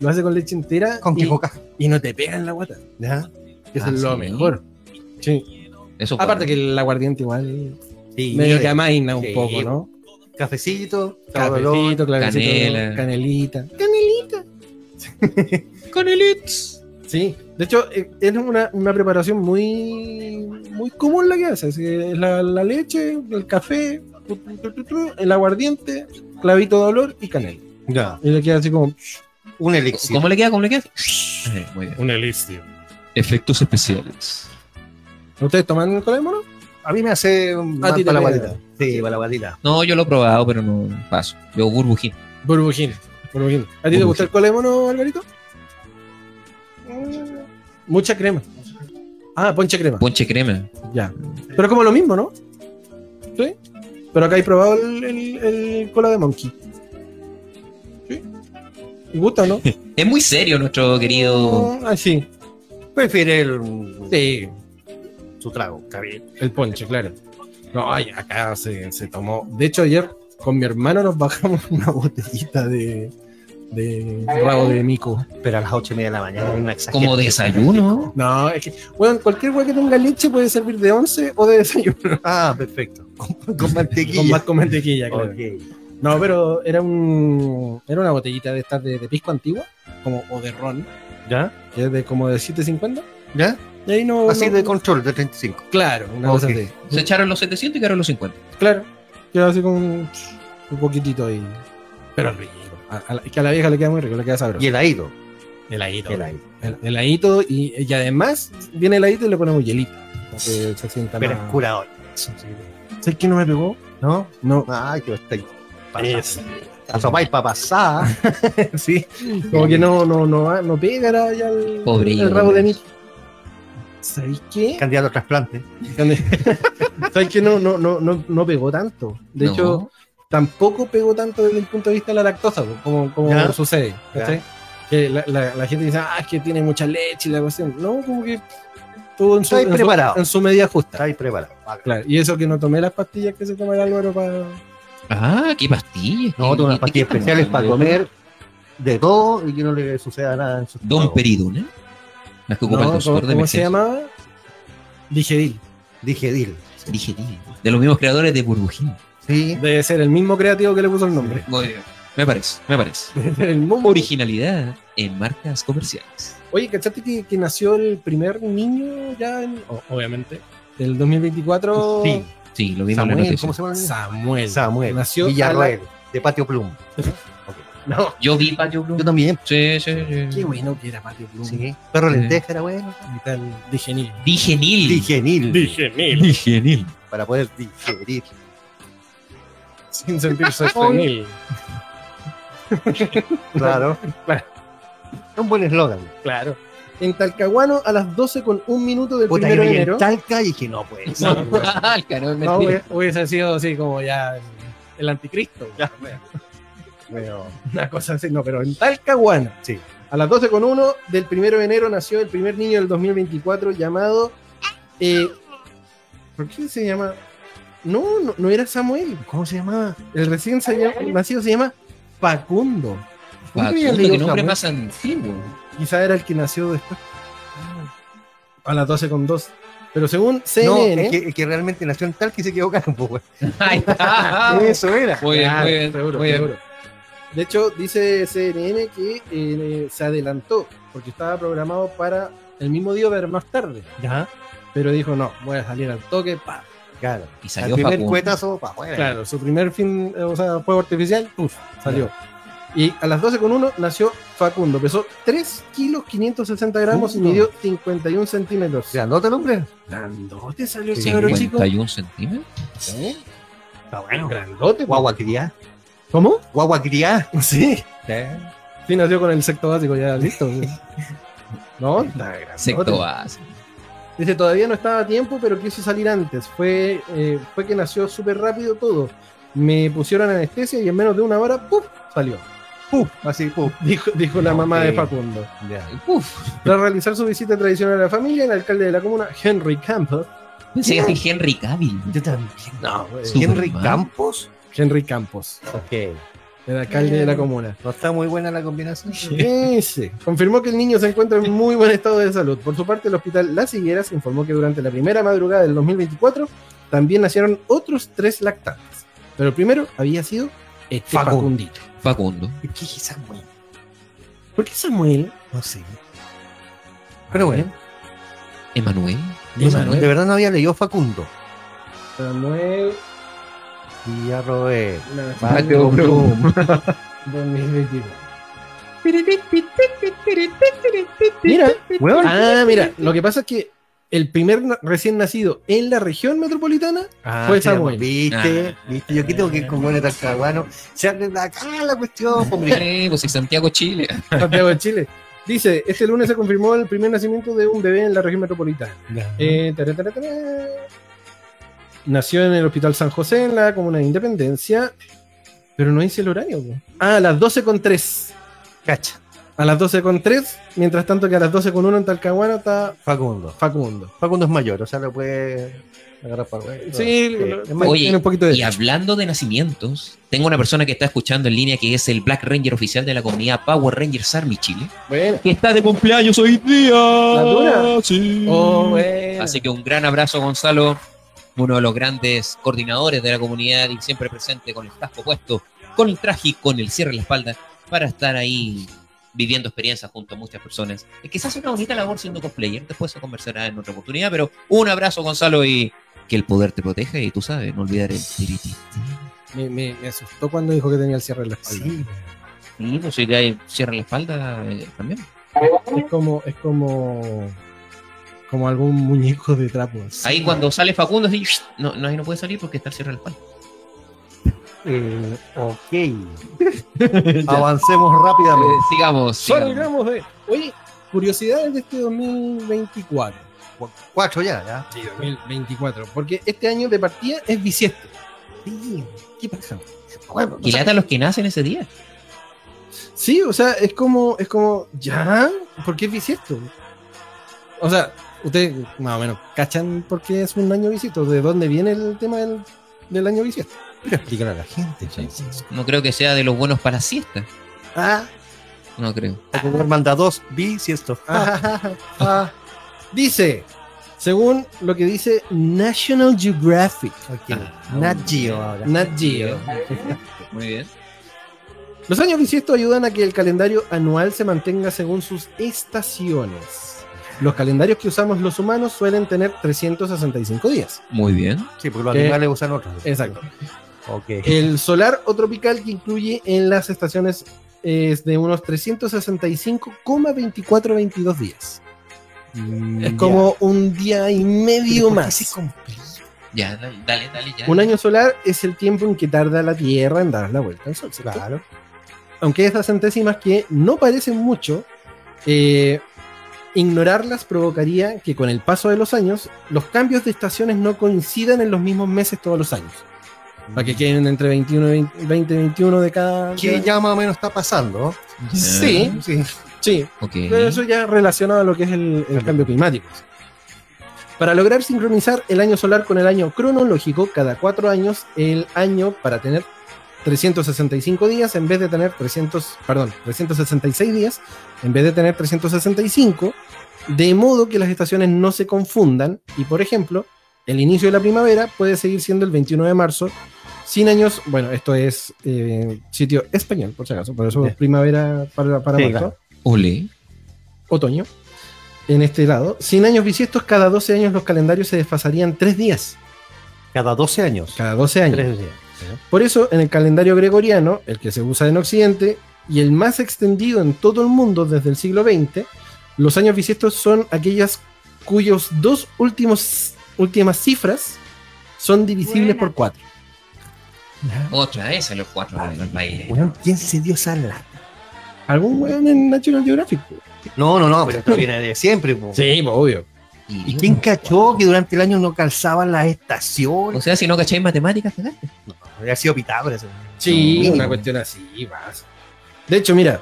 S5: Lo hace con leche entera
S4: Con
S5: y,
S4: qué coca.
S5: y no te pegan la guata.
S4: ¿Ya?
S5: Que eso
S3: Ah,
S5: es lo
S3: sí.
S5: mejor. Sí.
S3: Eso
S5: Aparte
S3: fue.
S5: que el aguardiente igual
S4: Sí.
S5: medio que amaina un
S4: Sí.
S5: poco, ¿no?
S4: Cafecito, sabor.
S5: Cafecito, clavecito,
S3: Canela.
S5: canelita. Canelita. Canelits. Sí, de hecho eh, es una, una preparación muy, muy común la que hace. así que es la, la leche, el café, tu, tu, tu, tu, tu, el aguardiente, clavito de olor y canela.
S4: Ya.
S5: Y le queda así como...
S4: Un elixir.
S3: pues. ¿Cómo le queda? ¿Cómo le queda? Eh, Muy bien.
S2: Un elixir.
S3: Efectos especiales.
S5: ¿Ustedes toman el cola de mono?
S4: A mí me hace más
S5: ti te
S4: para la
S5: pega.
S4: guatita. Sí, para la guatita.
S3: No, yo lo he probado, pero no paso. Yo burbujín.
S5: Burbujín. Burbujín. ¿A ti te
S3: Burbujín.
S5: gusta el cola de mono, Alvarito? Mucha crema. Ah, ponche crema.
S3: Ponche crema.
S5: Ya. Pero como lo mismo, ¿no? Sí. Pero acá he probado el, el- el cola de monkey. Sí. ¿Te gusta, no?
S3: Es muy serio nuestro querido.
S5: Ah, sí.
S4: Prefiere el,
S5: Sí.
S4: su trago, está bien.
S5: El ponche, claro. No, ay, acá se, se tomó. De hecho, ayer con mi hermano nos bajamos (laughs) una botellita de, de rabo de mico.
S4: Pero a las ocho y media de la mañana, una exageración.
S3: Como desayuno.
S5: No, es que, bueno, cualquier hueá que tenga leche puede servir de once o de desayuno.
S4: Ah, perfecto. (laughs) Con, con mantequilla.
S5: Con más con mantequilla, claro.
S4: Ok.
S5: No, pero era un era una botellita de estas de, de pisco antigua, como o de ron,
S4: ¿Ya?
S5: que es de como de 7.50.
S4: ¿Ya?
S5: Y ahí no
S4: Así
S5: no-
S4: Ah, de control, de 35.
S5: claro, una cosa
S4: Ok.
S5: así.
S3: Se echaron los 700 y quedaron los 50.
S5: Claro. Queda así con un, un poquitito ahí. Pero rico. A- a la- es que a la vieja le queda muy rico, le queda sabroso.
S4: Y el aído.
S5: heladito.
S4: El aído.
S5: El heladito y, y además viene heladito y le ponemos hielito. Para que se sienta
S4: Pero es
S5: más.
S4: curador.
S5: ¿Sabes qué no me pegó?
S4: ¿No?
S5: No.
S4: Ay, que estoy. Asopáis Ah, para pasar.
S5: (laughs) sí. Como que no, no, no, no pega la- ya el,
S3: Pobre
S5: el
S3: Igor.
S5: rabo de mí. ¿Sabéis qué?
S4: Candidato a trasplante.
S3: (laughs)
S5: ¿Sabes que no, no, no, no, no pegó tanto? De
S3: No.
S5: hecho, tampoco pegó tanto desde el punto de vista de la lactosa, po, como, como
S4: Ya.
S5: sucede.
S4: Ya.
S5: ¿cachai? Que la, la- la gente dice, ah, es que tiene mucha leche y la cuestión. No, como que estuvo en su,
S4: Estáis
S5: en su-
S4: preparado.
S5: en su medida justa.
S4: Estáis preparados. Vale.
S5: Claro, y eso que no tomé las pastillas que se toma el Álvaro para.
S3: Ah, qué pastillas.
S4: No,
S3: ¿Qué-
S4: tengo unas
S3: qué-
S4: pastillas
S3: qué-
S4: especiales para comer de todo y que no le suceda nada en su
S3: Don
S4: estómago.
S3: Peridona. Las que ocupa el
S5: No, ¿Cómo,
S3: consultor de
S5: cómo se
S3: emergencia.
S5: llamaba? Digeril.
S4: Digeril.
S3: Dije, tío, de los mismos creadores de Burbujín.
S4: Sí.
S5: Debe ser el mismo creativo que le puso el nombre.
S3: Muy bien. Me parece, me parece.
S5: Debe ser (laughs) el mismo
S3: Originalidad en marcas comerciales.
S5: Oye, ¿cachaste que, que nació el primer niño ya en, o- obviamente, el 2024?
S4: Sí.
S3: Sí, lo vimos en la
S4: Samuel,
S3: noticia.
S4: ¿cómo se llama? el niño?
S5: Samuel.
S4: Samuel.
S5: Nació
S4: Villarroel, de Patio Plum.
S5: No,
S3: Yo vi Patio Blue.
S4: Yo también.
S3: Sí, sí, sí.
S5: qué bueno que era Patio Blum.
S4: Sí. Perro
S3: Sí.
S4: lenteja era bueno.
S5: Y tal, de genil.
S3: Dije Nil.
S4: Digenil.
S2: Dije mil.
S3: Dije Nil.
S4: Para poder digerir.
S5: Sin
S4: (laughs)
S5: sentirse genil.
S4: Claro.
S5: Claro.
S4: Un buen eslogan.
S5: Claro. En Talcahuano a las 12 con un minuto del
S4: Puta, yo
S5: primero de
S4: vi
S5: enero.
S4: en Talca y dije, no, pues.
S5: No,
S3: Alca, no, Ah,
S5: No,
S3: mentira.
S5: hubiese- hubiese sido así como ya el anticristo.
S4: Pero,
S5: Una cosa así, no, pero en Talcahuano.
S4: Sí.
S5: A las 12 con uno del primero de enero nació el primer niño del 2024 llamado. eh, ¿Por qué se llama? No, no, no era Samuel.
S4: ¿Cómo se llamaba?
S5: El recién se llama- nacido se llama Facundo.
S3: Facundo,
S5: ¿Por qué le
S3: qué
S5: digo
S3: nombre
S5: Samuel?
S3: más antiguo.
S5: Quizá era el que nació después. Ah, A las 12 con dos. Pero
S4: (laughs)
S5: según
S4: No,
S5: CNN.
S4: el que, el que realmente nació en Talca y se equivocaron, pues.
S3: Ahí
S5: Ah,
S3: está.
S4: Eso era.
S3: Muy bien, muy bien,
S5: seguro,
S3: muy bien.
S5: seguro. De hecho, dice CNN que eh, se adelantó porque estaba programado para el mismo día, pero más tarde.
S4: Ya.
S5: Pero dijo, no, voy a salir al toque. pa.
S4: Claro.
S3: Y
S4: Al
S3: salió
S4: primer
S3: Facundo.
S4: cuetazo, pa' afuera.
S5: Claro, su primer fin, eh, o sea, fuego artificial, uf, salió. Y a las 12 con 1 nació Facundo. Pesó 3 kilos 560 gramos y
S4: Uno.
S5: midió 51 centímetros.
S4: Grandote el hombre.
S5: Grandote salió ese
S4: Sí,
S5: cabrón chico.
S3: 51 centímetros.
S4: Está Ah, bueno.
S5: Grandote. po.
S4: Guagua criá.
S5: ¿Cómo?
S4: Guagua criá.
S5: Sí. Sí, nació con el sexto básico ya (laughs) listo. sí. No, está grandote.
S3: Secto base.
S5: Dice, todavía no estaba a tiempo, pero quiso salir antes. Fue, eh, fue que nació súper rápido todo. Me pusieron anestesia y en menos de una hora, ¡puf! salió.
S4: Puf, así, puf.
S5: (laughs) Dijo, dijo la mamá
S4: Ok.
S5: de Facundo.
S4: Ya.
S3: Uf.
S5: Tras realizar su visita tradicional a la familia, el alcalde de la comuna, Henry Campos.
S3: Pensé que es Henry Cavill.
S4: Yo también. No, güey.
S3: Superman.
S4: Henry Campos.
S5: Henry Campos,
S4: Ok.
S5: el alcalde de la comuna.
S4: No está muy buena la combinación.
S5: Ese. Confirmó que el niño se encuentra en muy buen estado de salud. Por su parte, el hospital Las Higueras informó que durante la primera madrugada del 2024 también nacieron otros tres lactantes. Pero el primero había sido este
S4: Facundo.
S5: Facundito.
S3: Facundo.
S4: ¿Qué es Samuel?
S5: ¿Por qué Samuel?
S4: No sé. Pero bueno,
S3: Emanuel.
S4: no sé,
S5: Emanuel.
S4: de verdad no había leído Facundo.
S5: Samuel
S4: Villarroel.
S5: nació
S4: Patio
S5: en
S4: Blum.
S5: 2021. Mira, ah, mira, lo que pasa es que el primer na- recién nacido en la región metropolitana
S4: Ah,
S5: Fue
S4: sí,
S5: Samuel.
S4: Viste,
S5: Ah.
S4: viste. Yo aquí tengo que ir con buena (laughs) talcahuano. Se abre la cara la cuestión, hombre.
S3: Eh, pues en Santiago, Chile.
S5: Santiago de Chile. Dice, este lunes se confirmó el primer nacimiento de un bebé en la región metropolitana.
S4: Ya.
S5: Eh, tará, tará, tará. Nació en el Hospital San José, en la Comuna de Independencia, pero no dice el horario. po. Ah, a las 12.3
S4: Cacha.
S5: A las 12.3 mientras tanto que a las 12.1 en Talcahuano está
S4: Facundo.
S5: Facundo.
S4: Facundo es mayor, o sea, lo puede agarrar para
S5: Sí,
S4: Ok.
S5: lo-
S4: Es mayor.
S3: Oye,
S5: tiene un poquito de...
S3: Y hablando de nacimientos, tengo una persona que está escuchando en línea que es el Black Ranger oficial de la comunidad Power Rangers Army Chile,
S5: Bueno.
S3: que está de cumpleaños hoy día.
S5: ¿La dura?
S3: Sí.
S4: Mm.
S5: Oh, bueno.
S3: Así que un gran abrazo, Gonzalo, uno de los grandes coordinadores de la comunidad y siempre presente con el casco puesto, con el traje y con el cierre en la espalda, para estar ahí viviendo experiencias junto a muchas personas. Es que se hace una bonita labor siendo cosplayer, después se conversará en otra oportunidad, pero un abrazo, Gonzalo, y que el poder te proteja y tú sabes, no olvidar el tiriti.
S5: Me, me- me asustó cuando dijo que tenía el cierre en la espalda.
S3: Y no sé que pues, hay cierre en la espalda eh, también.
S5: Es como, es como, como algún muñeco de trapo.
S3: Ahí cuando sale Facundo, así, no, no, ahí no puede salir porque está el cierre en la espalda.
S4: Eh, ok. (laughs) Avancemos rápidamente.
S3: Eh, sigamos, sigamos.
S5: Salgamos de. Oye, eh, curiosidades de este 2024.
S4: Cu- Cuatro ya, ya.
S5: Sí, 2024. Porque este año de partida es bisiesto. ¿Qué pasa?
S4: Bueno,
S3: Y lata a los que nacen ese día.
S5: Sí, o sea, es como, es como, ¿ya? ¿Por qué es bisiesto? O sea, ustedes más o menos cachan por qué es un año bisiesto, de dónde viene el tema del, del año bisiesto.
S4: pero explicar a la gente. Francisco.
S3: No creo que sea de los buenos para la siesta.
S4: Ah,
S3: No creo.
S4: manda dos, vi si esto.
S5: Ah, (laughs) dice, según lo que dice National Geographic, Ah,
S4: Ok. Nat Geo ahora.
S5: Nat Geo,
S3: (laughs) Muy bien.
S5: los años bisiestos ayudan a que el calendario anual se mantenga según sus estaciones. Los calendarios que usamos los humanos suelen tener 365 días.
S3: Muy bien.
S4: Sí, porque los
S5: Eh,
S4: animales usan otros.
S5: Exacto.
S4: Ok.
S5: El solar o tropical que incluye en las estaciones es de unos 365,2422 días. Es como un día y medio más.
S3: Ya, dale, dale, dale, ya.
S5: Un año solar es el tiempo en que tarda la Tierra en dar la vuelta al Sol. ¿cierto?
S4: Claro.
S5: Aunque estas centésimas que no parecen mucho, eh, ignorarlas provocaría que con el paso de los años los cambios de estaciones no coincidan en los mismos meses todos los años. Para que queden entre 21 y 20, 20, 21 de cada.
S4: Mm. Que ya Eh. más o menos está pasando.
S3: Ya.
S5: Sí,
S4: Sí.
S5: sí.
S3: Ok.
S5: Pero eso ya relacionado a lo que es el, el cambio climático. Para lograr sincronizar el año solar con el año cronológico, cada cuatro años el año para tener 365 días en vez de tener 300, perdón, 366 días en vez de tener 365, de modo que las estaciones no se confundan y, por ejemplo, el inicio de la primavera puede seguir siendo el 21 de marzo, sin años, bueno, esto es eh, sitio español, por si acaso, por eso
S4: Ya.
S5: primavera para, para
S4: Sí,
S5: marzo
S4: claro.
S3: Ole.
S5: otoño, en este lado, 100 años bisiestos, cada 12 años los calendarios se desfasarían 3 días.
S4: Cada 12 años.
S5: Cada 12 años.
S4: Tres días.
S5: Por eso, en el calendario gregoriano, el que se usa en Occidente y el más extendido en todo el mundo desde el siglo XX, los años bisiestos son aquellas cuyos dos últimos, últimas cifras son divisibles
S6: Buena.
S5: por 4.
S3: Otra vez a los cuatro en el baile.
S4: Weón, ¿Quién se dio esa lata?
S5: ¿Algún weón en National Geographic?
S4: No, no, no, pero esto viene de siempre. po.
S5: Sí, pues, obvio.
S4: ¿Y quién cachó que durante el año no calzaban
S3: O
S4: las estaciones?
S3: sea, si no cacháis matemáticas, cagaste.
S4: Habría sido Pitágoras. ¿no?
S5: Sí,
S3: Sí.
S5: una cuestión así, vas. De hecho, mira,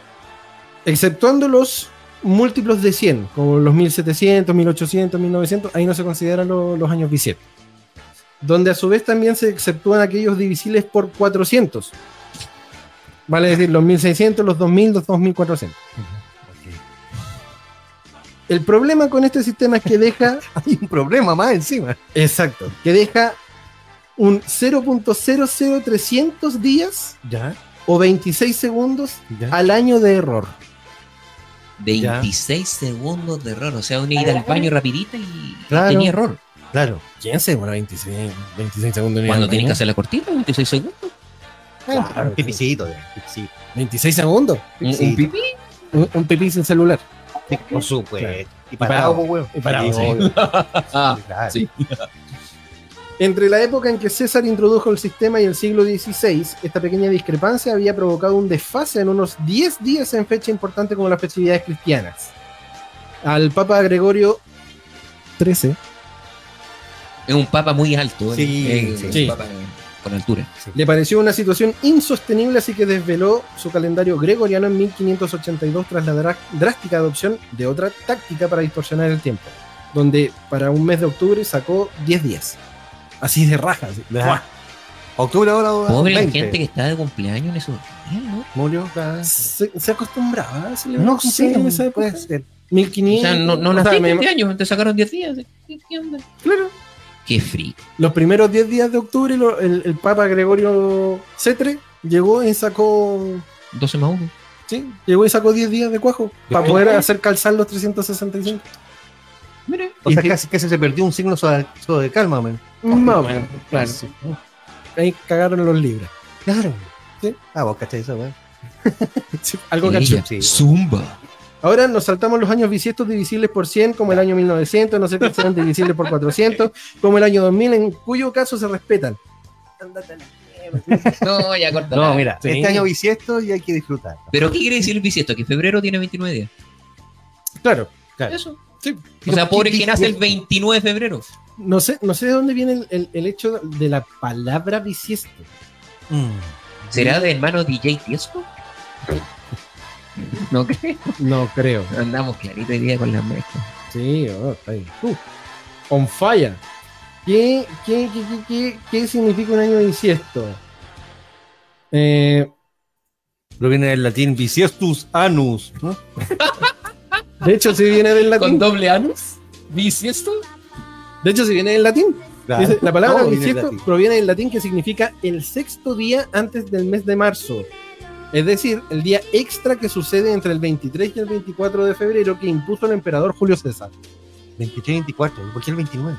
S5: exceptuando los múltiplos de 100, como los 1700, 1800, 1900, ahí no se consideran lo- los años bisietos. Donde a su vez también se exceptúan aquellos divisibles por 400. Vale decir, los 1600, los 2000, los 2400. El problema con este sistema es que deja
S4: (laughs) Hay un problema más encima.
S5: Exacto. Que deja un 0.00300 días
S4: Ya,
S5: o 26 segundos
S4: ya.
S5: al año de error.
S3: 26 segundos de error. O sea, una ida al baño rapidita y
S4: Claro.
S3: tenía error.
S4: Claro.
S5: ¿Quién se demora 26, 26 segundos?
S3: Cuando tenés que hacer la cortina, 26 segundos.
S4: Claro, un pipicito, ya, un pipicito.
S5: 26 segundos.
S3: Un, un
S4: Sí.
S3: pipí.
S5: Un, un pipí sin celular.
S4: Sí, Por supuesto.
S5: Claro.
S4: Y parado,
S5: parado.
S4: po, weón.
S5: Y parado,
S4: Sí,
S5: sí.
S4: obvio.
S3: Ah,
S4: Sí, claro.
S3: sí.
S5: Entre la época en que César introdujo el sistema y el siglo XVI, esta pequeña discrepancia había provocado un desfase en unos 10 días en fecha importante como las festividades cristianas. Al Papa Gregorio XIII
S3: (laughs) Es un papa muy alto. ¿eh?
S4: Sí,
S3: Es
S4: sí.
S3: un
S5: Sí.
S3: papa con altura.
S5: le pareció una situación insostenible, así que desveló su calendario gregoriano en 1582 tras la drá- drástica adopción de otra táctica para distorsionar el tiempo, donde para un mes de octubre sacó 10 días. Así de rajas.
S4: Ajá. Octubre ahora.
S3: Pobre la
S4: 20.
S3: gente que está de cumpleaños en esos días, ¿no?
S4: Murió. ah.
S5: Se, se acostumbraba a celebrar
S4: No sé,
S5: cumpleaños en esa época.
S4: puede ser.
S5: 1500.
S3: O sea, no, no
S5: o sea,
S3: naciste
S5: me-
S3: este año, te sacaron 10 días. ¿Qué, qué onda?
S5: Claro.
S3: Qué frío.
S5: Los primeros 10 días de octubre, lo- el, el Papa Gregorio Cetre llegó y sacó.
S3: 12 más 1.
S5: Sí, llegó y sacó 10 días de cuajo para
S3: octubre?
S5: poder hacer calzar los 365.
S3: Mire.
S4: O sea, casi, casi se perdió un signo soda- soda de calma, man.
S3: Oh,
S5: Más o menos, claro. Ahí cagaron los libras.
S4: Claro.
S5: Sí.
S4: Ah, vos cachai eso, weón.
S5: Sí, algo
S4: Sí.
S5: cacho.
S4: cacho,
S3: Zumba.
S5: Ahora nos saltamos los años bisiestos divisibles por 100, como el año 1900, no sé qué sean divisibles por 400, como el año 2000, en cuyo caso se respetan.
S3: No, ya corta.
S4: No, mira,
S5: Sí.
S4: este año bisiesto y hay que disfrutar.
S3: Pero ¿qué quiere decir el bisiesto? Que febrero tiene 29 días.
S5: Claro.
S3: Eso.
S5: Sí.
S3: O sea, pobre que nace el 29 de febrero.
S5: No sé, no sé de dónde viene el, el- el hecho de la palabra bisiesto.
S4: Mm.
S3: ¿Será de hermano DJ Tiesco? No creo.
S5: No creo.
S3: Andamos clarito hoy día con las mezclas.
S5: Sí, oh, está bien. Uh, on fire. ¿Qué, qué, qué, qué, qué- qué significa un año bisiesto? Eh,
S4: Lo viene del latín bisiestus anus, ¿no?
S5: de hecho, si viene del latín.
S3: ¿Con doble anus? ¿Bisiesto?
S5: De hecho, si viene del latín. Dice, la palabra
S4: Todo viene del
S5: bisiesto
S4: latín.
S5: proviene del latín que significa el sexto día antes del mes de marzo. Es decir, el día extra que sucede entre el 23 y el 24 de febrero que impuso el emperador Julio César.
S4: 23 24. ¿y ¿Por qué el 29?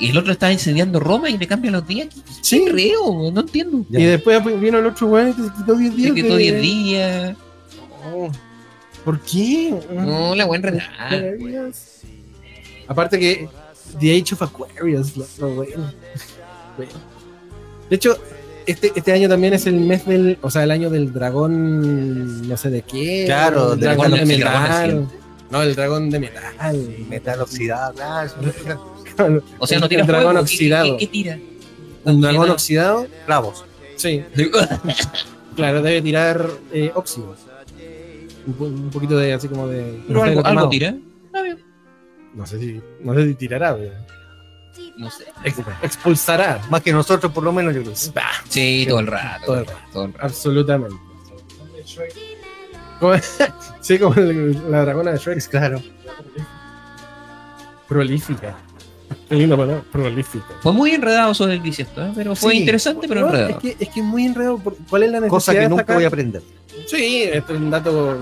S3: Y el otro está incendiando Roma y le cambian los días. ¿Qué, qué
S5: Sí.
S3: creo? No entiendo.
S4: Ya.
S5: Y después vino el otro weón y te quitó 10 días.
S3: Se quitó
S5: de-
S3: 10 días.
S5: No. ¿Por qué?
S3: No, Ah. la buena redada.
S5: Aquarius. Aparte que The Age of Aquarius, lo- lo bueno. (laughs) Bueno. De hecho, este, este año también es el mes del, o sea, el año del dragón, no sé de qué.
S4: Claro, del
S5: el dragón de
S3: dragón
S5: metal.
S3: oxidado.
S5: no, el dragón de metal. (laughs)
S4: Metal oxidado. Ah, eso no es
S3: O sea,
S5: El-
S3: no tira
S5: el dragón
S3: fuego. ¿Qué-
S5: oxidado.
S3: ¿Qué, qué, qué tira?
S5: Un dragón
S3: Metal.
S5: oxidado,
S4: clavos.
S5: sí, claro, debe tirar eh, óxido. Un, po- un poquito de así como de.
S3: Pero
S5: de
S3: algo, algo
S5: quemado.
S3: tira. Ah, bien.
S5: No sé si, no sé si tirará, pero
S3: No sé.
S5: ex- expulsará.
S4: Más que nosotros, por lo menos, yo creo.
S3: Sí, todo el rato.
S5: Todo el
S3: Todo el rato.
S5: Absolutamente. Como- (laughs) sí, como el- la dragona de Shrek,
S4: Claro.
S5: prolífica. Qué linda palabra, prolífica.
S3: Fue muy enredado sobre el bisiesto, ¿eh? pero fue
S4: Sí.
S3: interesante, pero
S5: No, es,
S3: enredado.
S5: que, es que es muy enredado. por- ¿Cuál es la necesidad
S4: Cosa que
S5: de
S4: nunca
S5: sacar?
S4: voy a aprender.
S5: Sí, esto es un dato,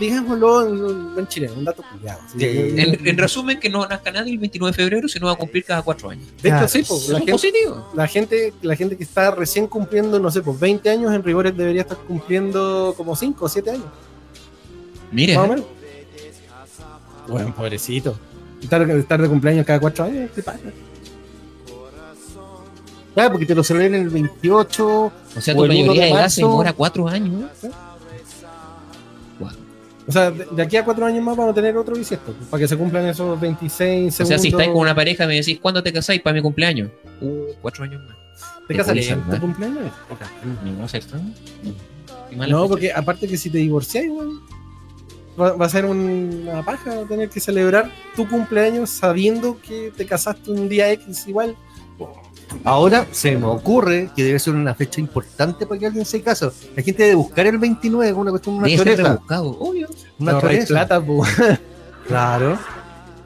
S5: digámoslo en, en chileno, un dato cuidado.
S4: Sí.
S3: En, en resumen, que no nazca nadie el 29 de febrero, sino va a cumplir cada cuatro años.
S5: de hecho,
S4: Claro.
S5: sí, po,
S3: Eso
S5: la,
S3: es
S5: gente,
S3: positivo.
S5: la, gente, la gente que está recién cumpliendo, no sé, pues 20 años en rigores debería estar cumpliendo como 5 o 7 años.
S3: Mira,
S5: Más o menos. Bueno, pobrecito. Estar, estar de cumpleaños cada cuatro años, ¿qué pasa?
S4: Claro, porque te lo celebran el 28.
S3: o sea,
S4: o
S3: tu
S4: el uno
S3: mayoría
S4: de
S3: de edad
S4: marzo.
S3: se demora cuatro años. ¿eh?
S5: O sea, de, de aquí a cuatro años más vamos a tener otro bisiesto, pues, para que se cumplan esos 26 segundos.
S3: O sea, si estáis con una pareja, me decís, ¿cuándo te casáis para mi cumpleaños? Uh, cuatro años más.
S5: ¿Te casarías
S3: te
S5: en tu
S3: pulsan,
S5: cumpleaños?
S3: No, ¿cierto? Qué mala
S5: No,
S3: fecha.
S5: porque aparte que si te divorciáis, weón, va, va a ser una paja tener que celebrar tu cumpleaños sabiendo que te casaste un día X igual.
S4: Ahora se me ocurre que debe ser una fecha importante para que alguien se case. La gente debe buscar el 29, una cuestión, una
S3: Debe ser
S4: choreza.
S3: rebuscado, obvio.
S4: Una
S5: Te ahorráis
S4: choreza.
S5: plata, po.
S4: Claro.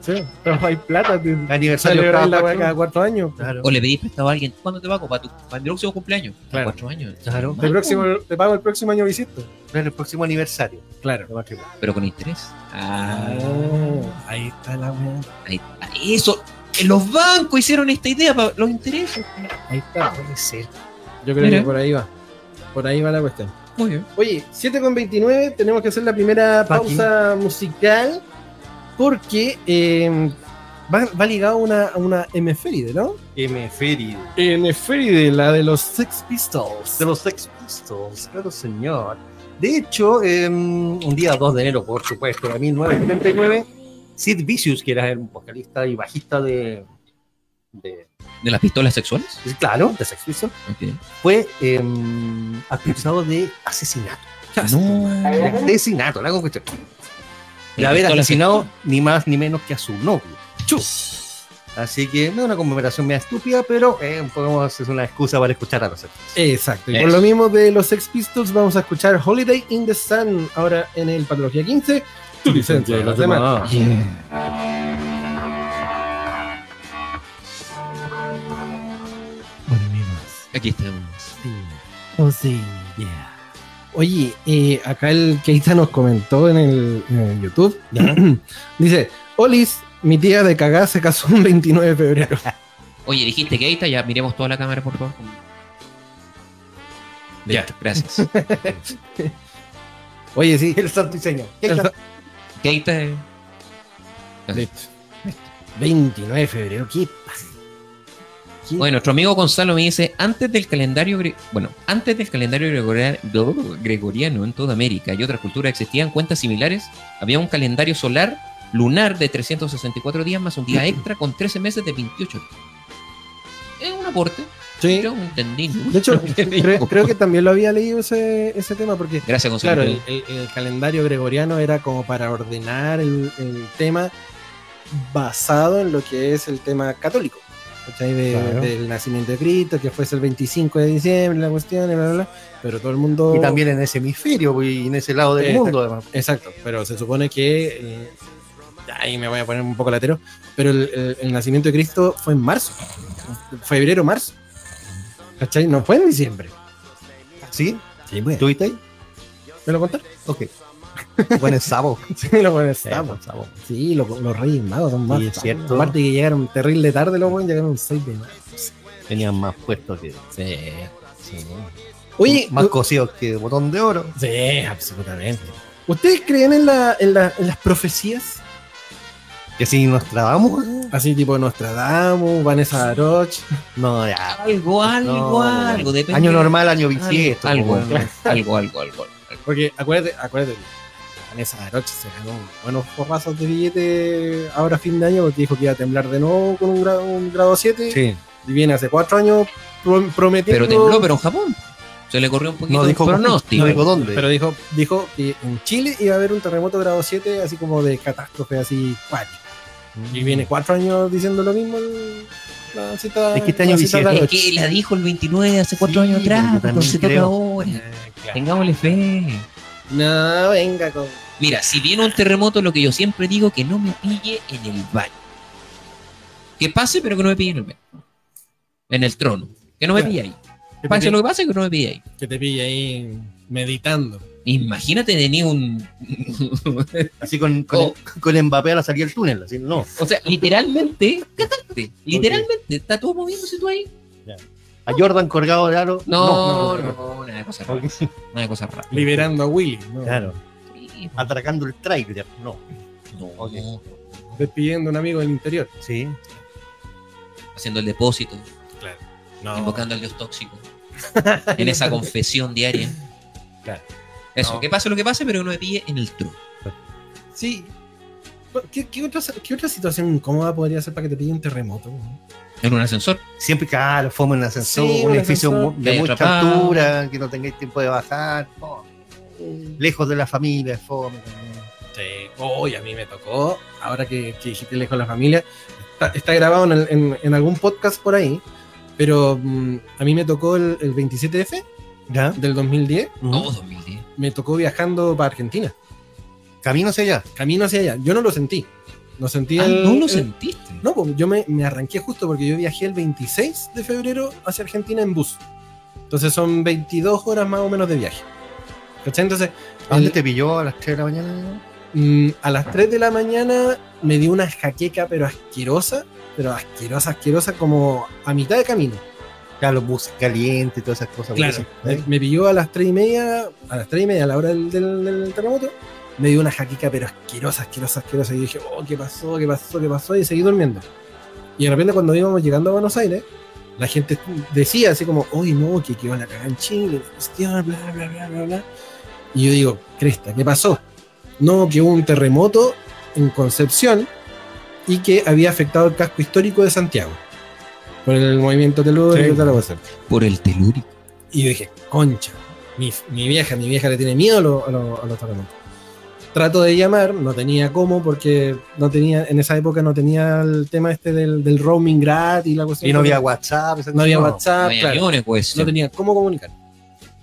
S5: Sí, te ahorráis plata. te-
S4: Aniversario
S5: Celebrar la
S4: cada
S5: weá cada
S4: cuatro.
S5: cuatro años.
S4: Claro.
S3: O le pedís prestado a alguien, ¿cuándo te va para, tu, para mi próximo cumpleaños?
S5: Claro.
S3: Cuatro años.
S4: Claro.
S5: Te, próximo, te pago el próximo año bisiesto.
S4: Claro, el próximo aniversario.
S5: Claro.
S4: de matrimonio.
S3: Pero con interés. Ah,
S5: ahí está la weá.
S3: ahí- ahí- eso. Los bancos hicieron esta idea para los intereses.
S5: Ahí está.
S4: Puede ser.
S5: Yo creo
S3: Mira.
S5: que por ahí va. Por ahí va la cuestión.
S3: Muy bien.
S5: Oye, 7 con 29, tenemos que hacer la primera
S4: Pa' aquí.
S5: pausa musical porque eh, Va, va ligado a una, a una E hemisféride, ¿no?
S4: Hemeferid.
S5: Hemisféride, la de los Sex Pistols.
S4: De los Sex Pistols, claro señor. De hecho, eh, un día 2 de enero, por supuesto, de 1979, Sid Vicious, que era un vocalista y bajista de... de
S3: ¿De las pistolas sexuales?
S4: claro, de Sex Pistols,
S3: Ok.
S4: fue eh, acusado de asesinato.
S3: No.
S4: De asesinato, la cuestión. De haber
S3: Pistolas
S4: asesinado ni más ni menos que a su novio. Así que no es una conmemoración media estúpida, pero eh, podemos, es una excusa para escuchar a los Sex Pistols.
S5: Exacto. Y
S3: Eso.
S5: por lo mismo de los Sex Pistols, vamos a escuchar Holiday in the Sun ahora en el Patología 15. Tu licencia de los demás.
S1: Bueno, amigos.
S3: Aquí estamos.
S5: Oh, sí, yeah. Oye, eh, acá el Keita nos comentó en el, en el YouTube. (clears throat) Dice, Olis, mi tía de cagá se casó un 29 de febrero.
S3: Oye, dijiste que ahí está, ya miremos toda la cámara, por favor.
S4: Ya.
S3: Listo, gracias.
S5: (laughs) Oye, sí.
S4: El santo y señor.
S3: Keita eh,
S5: 29 de febrero, ¿qué pasa? ¿Qué-
S3: Bueno, nuestro amigo Gonzalo me dice, antes del calendario, gre- bueno, antes del calendario gregoria- gregoriano en toda América y otras culturas existían cuentas similares, había un calendario solar lunar de 364 días más un
S4: (clears throat)
S3: día extra con 13 meses de 28 días. Es un aporte,
S5: Sí.
S3: yo entendí. ¿no?
S5: De (laughs) hecho, creo, creo que también lo había leído ese, ese tema porque
S3: Gracias, Gonzalo.
S5: Claro, el, el- el calendario gregoriano era como para ordenar el, el tema basado en lo que es el tema católico. ¿cachai? De-
S4: Claro.
S5: Del nacimiento de Cristo, que fuese el 25 de diciembre, la cuestión, y bla, bla, bla. Pero todo el mundo.
S4: Y también en ese hemisferio y en ese lado del
S5: Exacto.
S4: mundo, además.
S5: Exacto, pero se supone que. eh, ahí me voy a poner un poco latero. Pero el, el- el nacimiento de Cristo fue en marzo. Febrero, marzo. ¿Cachai? No fue en diciembre.
S4: ¿Sí?
S5: Sí, pues.
S4: ¿Tuviste ahí?
S5: ¿Me lo contaron?
S4: Ok. Buen sabo.
S5: (laughs)
S4: (laughs)
S5: Sí, lo
S4: Sabo,
S5: conectamos.
S4: sabo.
S5: Sí, lo- los Reyes Magos son más.
S4: Sí, es cierto.
S5: Aparte que llegaron terrible tarde, los buenos llegaron 6 de mayo.
S4: Tenían más puestos que.
S5: Sí.
S4: Oye,
S5: Oye,
S4: más
S5: u-
S4: cosidos que botón de oro.
S5: sí, absolutamente. ¿Ustedes creen en, la, en, la- en las profecías?
S4: Que si nos trabamos. ¿eh?
S5: Así tipo Nostradamus, Vanessa Aroch.
S4: No, ya.
S3: algo, algo,
S4: No,
S3: algo. Depende.
S4: Año normal, año
S3: Algo,
S4: bisiesto.
S3: Algo,
S4: como-
S3: algo, algo,
S4: (laughs)
S3: algo. algo.
S5: Porque acuérdate, acuérdate, Vanessa Aroch se ganó buenos forrazos de billete ahora a fin de año porque dijo que iba a temblar de nuevo con un grado, un grado 7.
S4: Sí.
S5: Y viene hace 4 años prom- prometiendo.
S3: Pero tembló, pero en Japón. Se le corrió un poquito
S4: No dijo,
S3: el
S4: no
S3: pronóstico.
S4: dijo dónde.
S5: Pero dijo, dijo que en Chile iba a haber un terremoto grado 7, así como de catástrofe, así cuática.
S4: Mm.
S5: Y viene cuatro años diciendo lo mismo. el- la cita-
S4: Es que este año
S5: la
S4: bisiesto.
S5: cita de
S3: Es
S5: Aroch.
S3: que la dijo el 29 de hace cuatro
S4: Sí,
S3: años
S4: yo
S3: atrás,
S4: también
S3: no se toca
S4: creo.
S3: ahora.
S4: Eh,
S3: Tengámosle fe.
S5: No, venga con.
S3: Mira, si viene un terremoto, lo que yo siempre digo, que no me pille en el baño. Que pase, pero que no me pille en el baño. En el trono. Que no me
S5: Claro.
S3: pille ahí.
S5: Que te,
S3: Pase
S5: pille,
S3: lo que pase, que no me pille ahí.
S5: que te pille ahí meditando.
S3: Imagínate tenía un... (laughs)
S4: Así con, con,
S3: Oh.
S4: con Mbappé a la salida del túnel. Así, no.
S3: o sea, literalmente, cataste. Literalmente, está todo moviéndose tú ahí.
S4: A Jordan colgado de aro.
S3: No, no, una cosa rara. Una cosa rara.
S5: Liberando a Willy. ¿no?
S4: Claro.
S3: Sí,
S4: Atracando el trailer. No.
S3: no.
S4: Ok.
S5: Despidiendo a un amigo del interior.
S4: Sí.
S3: Haciendo el depósito. invocando al Dios tóxico. en esa confesión diaria.
S4: Claro.
S3: Eso,
S4: No.
S3: que pase lo que pase, pero que no me pille en el truco.
S5: Sí. ¿Qué, qué otra, qué otra situación incómoda podría ser para que te pille un terremoto?
S3: En un ascensor.
S4: Siempre, claro, fomos en ascensor,
S5: Sí,
S4: un
S5: un
S4: edificio
S5: ascensor.
S4: mu- de
S3: Que
S4: mucha
S3: atrapado.
S4: altura, que no tengáis tiempo de bajar. no. Lejos de la familia, fome. también.
S5: Sí, Este, hoy a mí me tocó, ahora que, que dijiste lejos la familia, está, está grabado en, el- en- en algún podcast por ahí, pero mm, a mí me tocó el, el 27F
S4: ¿Ya?
S5: del 2010,
S3: No, 2010.
S5: me tocó viajando para Argentina,
S4: Camino hacia allá.
S5: camino hacia allá, yo no lo sentí, no sentí
S3: Ah,
S5: el-
S3: no lo
S5: el-
S3: sentiste.
S5: No, pues, yo me, me arranqué justo porque yo viajé el 26 de febrero hacia Argentina en bus, entonces son 22 horas más o menos de viaje. ¿Cachai? Entonces,
S4: ¿A dónde
S5: el-
S4: te pilló a las 3 de la mañana?
S5: Mm, a las 3 de la mañana me dio una jaqueca, pero asquerosa, pero asquerosa, asquerosa, como a mitad de camino.
S4: Ya los buses calientes y
S5: Eh,
S4: todas esas cosas. ¿eh?
S5: Me, me pilló a las 3 y media, a las 3 y media, a la hora del, del- del terremoto, me dio una jaquica, pero asquerosa, asquerosa, asquerosa. Y dije, oh, ¿qué pasó? ¿Qué pasó? ¿Qué pasó? Y seguí durmiendo. Y de repente, cuando íbamos llegando a Buenos Aires, la gente decía así como, uy, no, que quedó la cagada en Chile, la cuestión, bla, bla, bla, bla, bla. Y yo digo, cresta, ¿qué pasó? No, que hubo un terremoto en Concepción y que había afectado el casco histórico de Santiago por el movimiento telúrico
S2: Sí.
S5: y tal la cosa.
S3: Por el telúrico.
S5: Y yo dije, concha, mi, mi vieja, mi vieja le tiene miedo a, lo- a lo- a los terremotos. Trato de llamar, no tenía cómo, porque no tenía, en esa época no tenía el tema este del, del roaming gratis y la cuestión.
S4: Y no había WhatsApp.
S5: No había WhatsApp,
S3: no hay
S5: Ah, claro,
S3: aviones, pues.
S5: no tenía cómo comunicar.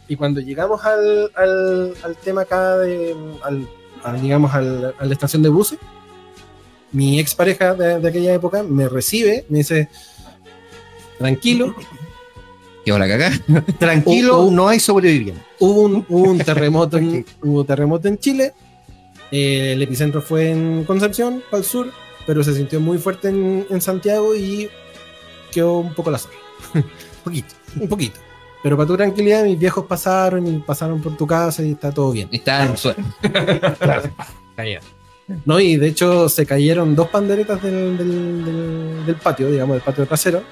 S5: Y cuando llegamos al, al- al tema acá de, al, al- digamos, al- a la estación de buses, mi expareja de, de aquella época me recibe, me dice, tranquilo,
S3: Quedó la cagada. (laughs)
S4: Tranquilo,
S5: O- o-
S4: no hay sobreviviente.
S5: hubo un, hubo (laughs) un terremoto en, hubo terremoto en Chile. eh, el epicentro fue en Concepción, para el sur, pero se sintió muy fuerte en, en Santiago y quedó un poco la zona.
S4: Un poquito.
S5: Un (laughs) poquito. Pero para tu tranquilidad, mis viejos pasaron y pasaron por tu casa y está todo bien.
S3: Está en Ah. suerte.
S5: No, y de hecho se cayeron dos panderetas del, del- del- del patio, digamos, del patio trasero,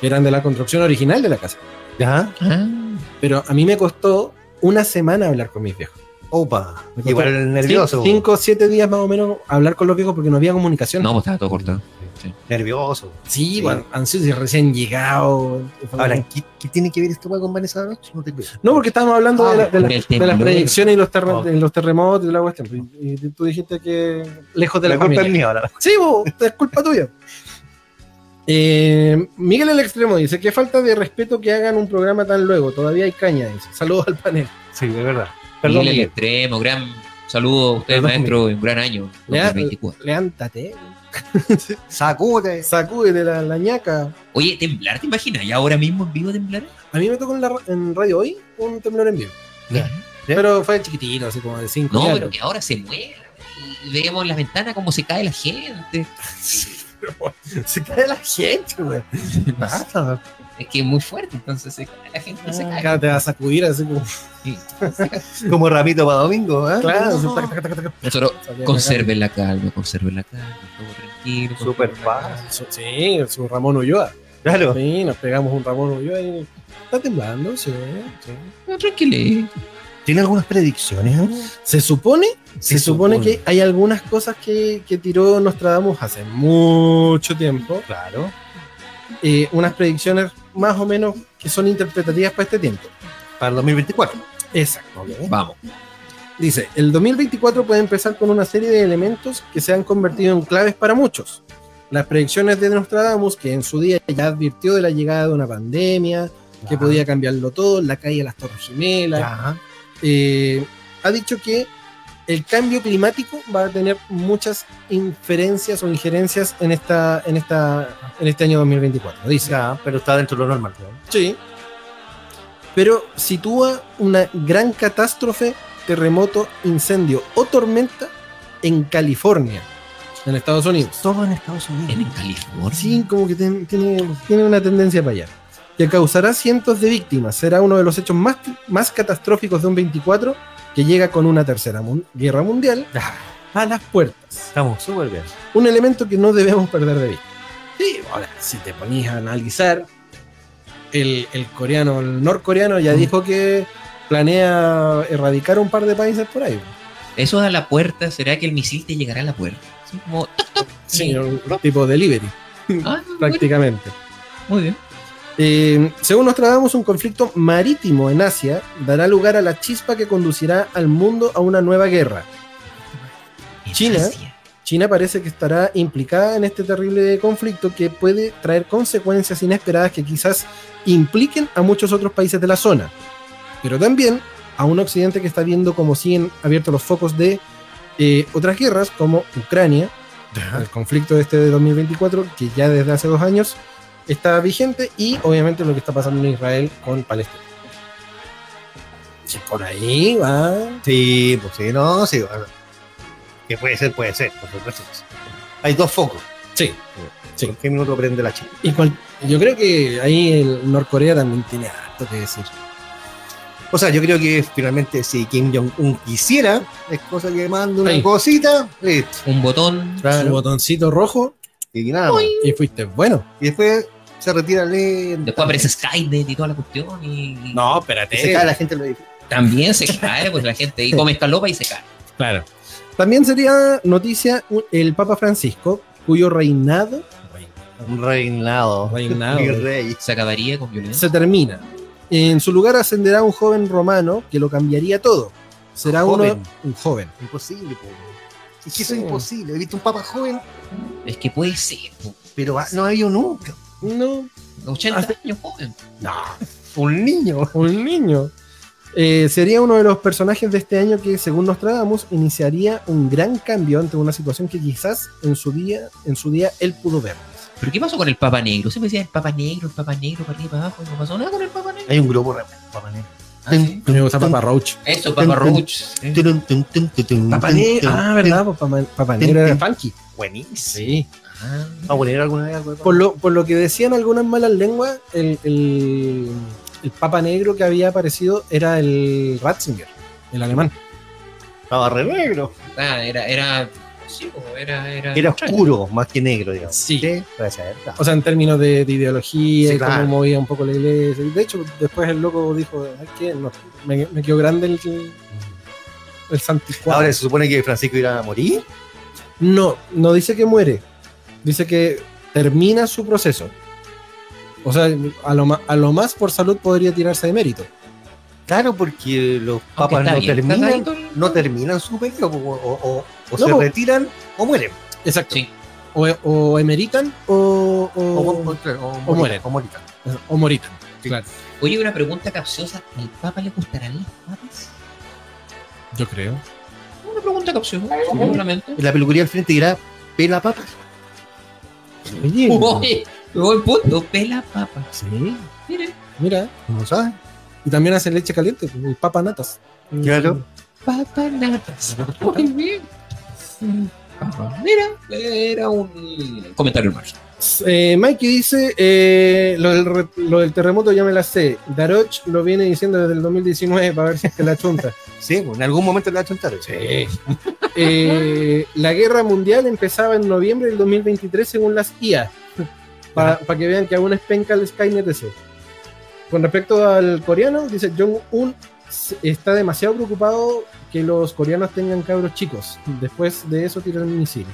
S5: que eran de la construcción original de la casa.
S4: ¿Ya?
S3: Ah,
S5: Pero a mí me costó una semana hablar con mis viejos.
S4: Opa.
S5: Me
S4: Igual el nervioso.
S5: Cinco, siete días más o menos hablar con los viejos porque no había comunicación.
S3: No, pues estaba todo cortado. Sí.
S4: Nervioso.
S5: Sí,
S4: Sí.
S5: bueno, ansiosos y recién llegado.
S4: Ahora, ¿qué, qué tiene que ver esto con Vanessa Roche? No te creo.
S5: no, porque estábamos hablando
S4: Ah, Oh.
S5: de, la- de
S3: del
S5: la- de las
S3: temblor.
S5: predicciones y los, terre-
S4: Ok.
S5: de los terremotos y la cuestión. Y, y tú dijiste que lejos de la,
S4: la culpa es
S5: familia.
S4: mía ahora.
S5: Sí, bo, es culpa tuya. Eh, Miguel el Extremo dice, qué falta de respeto que hagan un programa tan luego. Todavía hay caña, dice. Saludos al panel.
S4: Sí, de verdad.
S3: Miguel
S4: Perdón,
S3: el
S4: Miguel.
S3: extremo, gran saludo a ustedes,
S4: Perdón,
S3: maestro, en un gran año.
S5: Ya.
S3: 2024.
S5: Levántate.
S4: Sacude.
S5: Sacúdete la, la ñaca.
S3: Oye, temblar, ¿te imaginas? ¿Y ahora mismo en vivo temblar?
S5: A mí me tocó en, la ra- en radio hoy un temblor en vivo.
S4: Ya.
S5: Pero fue chiquitito, así como de 5
S3: No, pero que ahora se muera. Y vemos en las ventanas cómo se cae la gente.
S5: Se cae la gente, güey.
S4: Nada.
S3: Es que es muy fuerte, entonces se cae la gente, se cae.
S5: Acá te va a sacudir así como.
S4: Como ramito para domingo, ¿eh?
S5: Claro,
S4: No.
S5: así, tac, tac, tac, tac, tac.
S3: Nosotros,
S5: Salía
S3: conserven la calma, conserven la calma, todo tranquilo.
S4: Súper
S3: conserven la
S4: fácil.
S5: acá. Su- Sí, es un Ramón Ulloa.
S4: Claro.
S5: Sí, nos pegamos un Ramón Ulloa y. Está temblando, sí. sí.
S3: calma. No, tranquilo. eh.
S4: ¿Tiene algunas predicciones? eh?
S5: Se supone,
S4: Se
S5: se, supone,
S4: supone.
S5: que hay algunas cosas que, que tiró Nostradamus hace mucho tiempo.
S4: Claro.
S5: eh, unas predicciones más o menos que son interpretativas para este tiempo.
S4: Para el 2024.
S5: Exacto.
S3: Vamos.
S5: Dice, el 2024 puede empezar con una serie de elementos que se han convertido en claves para muchos. Las predicciones de Nostradamus, que en su día ya advirtió de la llegada de una pandemia, que podía cambiarlo todo, la caída de las Torres Gemelas,
S4: Ya.
S5: eh, ha dicho que el cambio climático va a tener muchas inferencias o injerencias en, esta, en, esta, en este año 2024. Dice,
S4: Ya, pero está dentro de lo normal. ¿no?
S5: Sí. Pero sitúa una gran catástrofe, terremoto, incendio o tormenta en California, en Estados Unidos.
S4: Todo en Estados
S3: En
S4: Unidos.
S3: el California.
S5: Sí, como que ten- tiene, tiene una tendencia para allá. Que causará cientos de víctimas. Será uno de los hechos más, más catastróficos de un 24 que llega con una tercera mun- guerra mundial a las puertas.
S4: Estamos súper bien.
S5: Un elemento que no debemos perder de vista. Sí, ahora, si te ponías a analizar, el, el coreano, el norcoreano ya dijo que planea erradicar un par de países por ahí.
S3: Eso a la puerta, ¿será que el misil te llegará a la puerta? Sí, como,
S5: Sí, un tipo delivery,
S3: ah, bueno,
S5: prácticamente.
S3: muy bien.
S5: Eh, según Nostradamus, un conflicto marítimo en Asia dará lugar a la chispa que conducirá al mundo a una nueva guerra.
S3: En
S4: ¿eh?
S5: China.
S3: Asia.
S5: China parece que estará implicada en este terrible conflicto que puede traer consecuencias inesperadas que quizás impliquen a muchos otros países de la zona, pero también a un occidente que está viendo como siguen abiertos los focos de eh, otras guerras como Ucrania, el conflicto este de 2024 que ya desde hace dos años está vigente y obviamente lo que está pasando en Israel con Palestina. Sí, Por ahí va.
S4: Sí, pues sí, no, sí. bueno. Que puede ser, puede ser, por supuesto. que sí. Hay dos focos.
S5: Sí. Sí.
S4: ¿Por qué minuto prende la chica?
S5: Y cual- yo creo que ahí el Norcorea también tiene harto que decir.
S4: O sea, yo creo que finalmente si Kim Jong-un quisiera, es cosa que manda una
S3: Ahí.
S4: cosita, listo.
S3: Un botón.
S5: Su
S4: Claro.
S5: botoncito rojo
S4: Y nada. más.
S5: y fuiste bueno.
S4: Y después se retira lento.
S3: Después aparece Skynet y toda la cuestión. Y, y
S5: No,
S4: Y
S5: espérate.
S4: se cae la gente en el edificio.
S3: También se cae, pues la gente
S4: (laughs)
S3: y come escalopa y se cae.
S5: Claro. También sería noticia u- el Papa Francisco, cuyo reinado
S4: Un reinado.
S5: Reinado.
S4: Mi rey.
S3: Se acabaría con violencia.
S5: se termina. En su lugar ascenderá un joven romano que lo cambiaría todo. Será
S4: Joven.
S5: uno un joven.
S4: Imposible, po. Es que eso es imposible. He visto un papa joven,
S3: Es que puede ser. po.
S4: pero ah, no ha habido nunca.
S5: No,
S3: 80 años joven.
S4: Un niño.
S5: un niño. Eh, sería uno de los personajes de este año que, según Nostradamus, iniciaría un gran cambio ante una situación que quizás en su día, en su día él pudo ver.
S3: ¿Pero qué pasó con el Papa Negro? Siempre decía el Papa Negro, el Papa Negro, para arriba, para abajo. y No pasó nada con el Papa Negro.
S4: Hay un grupo re- Papa Negro.
S3: Ah, sí.
S5: Me gusta Papa Roach.
S3: Eso, Papa Roach. eh.
S4: Turun, tun, tun, tun, tun,
S5: Papa
S4: tun,
S5: Negro.
S4: tun.
S5: Ah, ¿verdad? Pues Papa, Papa Negro era
S4: Tin, tin.
S5: funky.
S4: Buenísimo.
S5: Sí.
S3: Ah,
S4: ¿Vamos a poner alguna vez algo de
S5: Por lo, por lo que decían algunas malas lenguas, el, el- el Papa Negro que había aparecido era el Ratzinger, el alemán.
S4: Estaba re negro.
S3: ah, era, era. Sí, po, era, era.
S4: Era oscuro, más que negro, digamos.
S5: Sí.
S4: Gracias, ¿verdad?
S5: O sea, en términos de, de ideología,
S4: Sí,
S5: y cómo
S4: claro.
S5: movía un poco la iglesia. Y De hecho, después el loco dijo, "Ay, ¿qué? No, me, me quedó grande el, el santicuado".
S4: Ahora se supone que Francisco irá a morir.
S5: No, no dice que muere. Dice que termina su proceso. O sea, a lo, ma- a lo más por salud podría tirarse de mérito.
S4: Claro, porque los
S3: Aunque
S4: papas
S3: está
S4: no
S3: bien, está
S4: terminan,
S3: clarito el-
S4: no terminan su periodo, o, o- o- o
S5: No,
S4: se
S5: po.
S4: retiran o mueren.
S5: Exacto.
S3: Sí.
S5: O, o emeritan o,
S4: O,
S5: o,
S4: o- claro, o
S5: mueren.
S4: O morirán.
S5: o moritan. Claro,
S3: Oye, una pregunta capciosa. ¿Al Papa le gustarán las papas?
S5: yo creo.
S3: Una pregunta capciosa, seguramente.
S4: En la peluquería al frente dirá, pela papas.
S5: Oye,
S3: Oye, me voy punto. Pela papa.
S5: sí,
S3: Miren.
S5: mira.
S4: ¿No sabes?
S5: Y también hacen leche caliente, pues, el papa natas.
S4: Claro.
S3: Papanatas. Muy bien. Mira, era un comentario en marzo.
S5: Eh, Mikey dice, eh, lo, del re- lo del terremoto ya me la sé. Daroch lo viene diciendo desde el 2019 para ver si es que la chunta.
S4: Sí, pues, en algún momento le va a chuntar. Sí.
S5: Eh, la guerra mundial empezaba en noviembre del 2023 según las IA. (laughs) Para que vean que aún es penca el Skynet ese. Con respecto al coreano, dice Jong-un s- está demasiado preocupado que los coreanos tengan cabros chicos. Después de eso tiran un misil.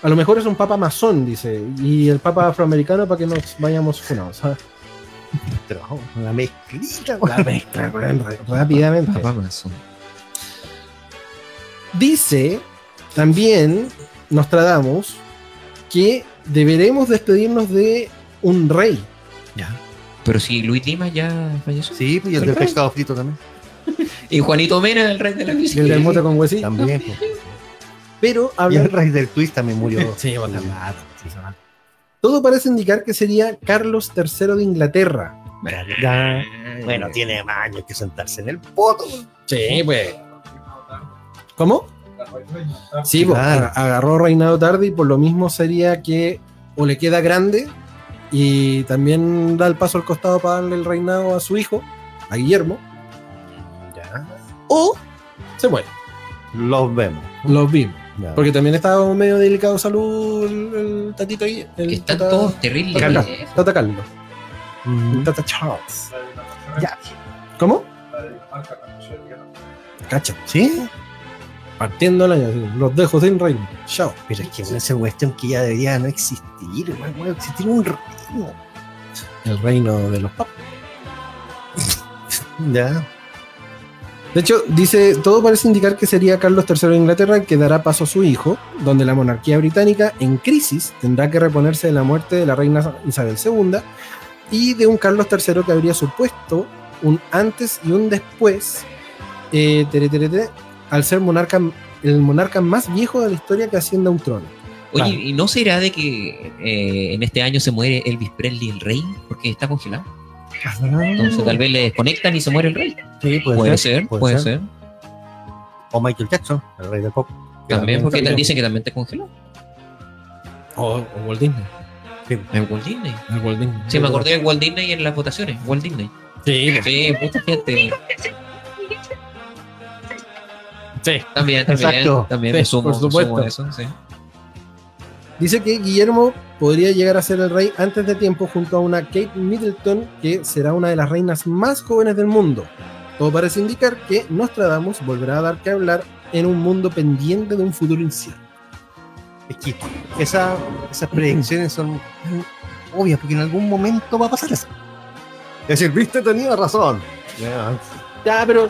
S5: A lo mejor es un papa masón, dice. Y el papa afroamericano para que nos vayamos funados. Ah,
S4: Trabajo, una mezclita.
S5: Rápidamente. Dice también Nostradamus que deberemos despedirnos de un rey.
S3: Pero si Luis Dimas ya falleció.
S4: Sí, pues, y el del pescado frito también.
S3: Y Juanito Mena, el rey de la
S5: El
S3: música.
S5: del mote con huesito.
S4: También. pues.
S5: Pero
S4: Y el
S5: hablan-
S4: rey del twist también murió.
S5: (laughs) Sí, bueno, todo parece indicar que sería Carlos III de Inglaterra.
S4: Ya, Bueno, tiene más años que sentarse en el poto.
S5: Sí, pues. ¿Cómo? Sí, pues,
S4: Claro.
S5: ag- agarró reinado tarde y por lo mismo sería que o le queda grande y también da el paso al costado para darle el reinado a su hijo, a Guillermo,
S4: Ya.
S5: o se muere.
S4: Los vemos.
S5: Los vimos.
S4: Ya.
S5: Porque también estaba medio delicado de salud el, el tatito ahí. El
S3: Que están
S5: tata-
S3: todos terribles.
S5: Carlos.
S3: eh.
S5: Tata Carlos. El
S4: Mm.
S5: tata Charles. Ya. ¿Cómo? Cacha.
S4: ¿Sí?
S5: Partiendo el año. así, Los dejo sin reino. Chao.
S4: Pero es que bueno, esa cuestión que ya debería no existir, hermano. bueno, existir un reino.
S5: El reino de los (laughs) papas.
S4: Ya.
S5: De hecho, dice, todo parece indicar que sería Carlos III de Inglaterra el que dará paso a su hijo, donde la monarquía británica en crisis tendrá que reponerse de la muerte de la reina Isabel II y de un Carlos III que habría supuesto un antes y un después, eh, tere, tere, tere, al ser monarca, el monarca más viejo de la historia que ascienda a un trono.
S3: Oye,
S5: Claro.
S3: ¿y no será de que eh, en este año se muere Elvis Presley, el rey? Porque está congelado. Entonces tal vez le desconectan y se muere el rey.
S4: Sí, puede,
S3: Puede ser,
S4: ser.
S3: puede ser.
S4: O Michael Jackson, el rey del pop. que
S3: También, porque
S4: también-
S3: dicen que también te congeló.
S5: O, Walt Disney.
S3: En Walt Disney.
S5: Walt Disney.
S3: Sí, me acordé de Walt Disney en las votaciones. Walt Disney.
S4: Sí,
S3: Sí, mucha gente.
S4: sí.
S3: También, también.
S4: Exacto.
S3: También
S4: Sí,
S3: me sumo,
S5: por
S3: me sumo
S5: supuesto.
S3: a eso, sí.
S5: Dice que Guillermo podría llegar a ser el rey antes de tiempo junto a una Kate Middleton que será una de las reinas más jóvenes del mundo. Todo parece indicar que Nostradamus volverá a dar que hablar en un mundo pendiente de un futuro incierto.
S4: Es que esa- esas predicciones son tan obvias porque en algún momento va a pasar eso. Es decir, viste, tenía razón. Ya.
S5: Ya, pero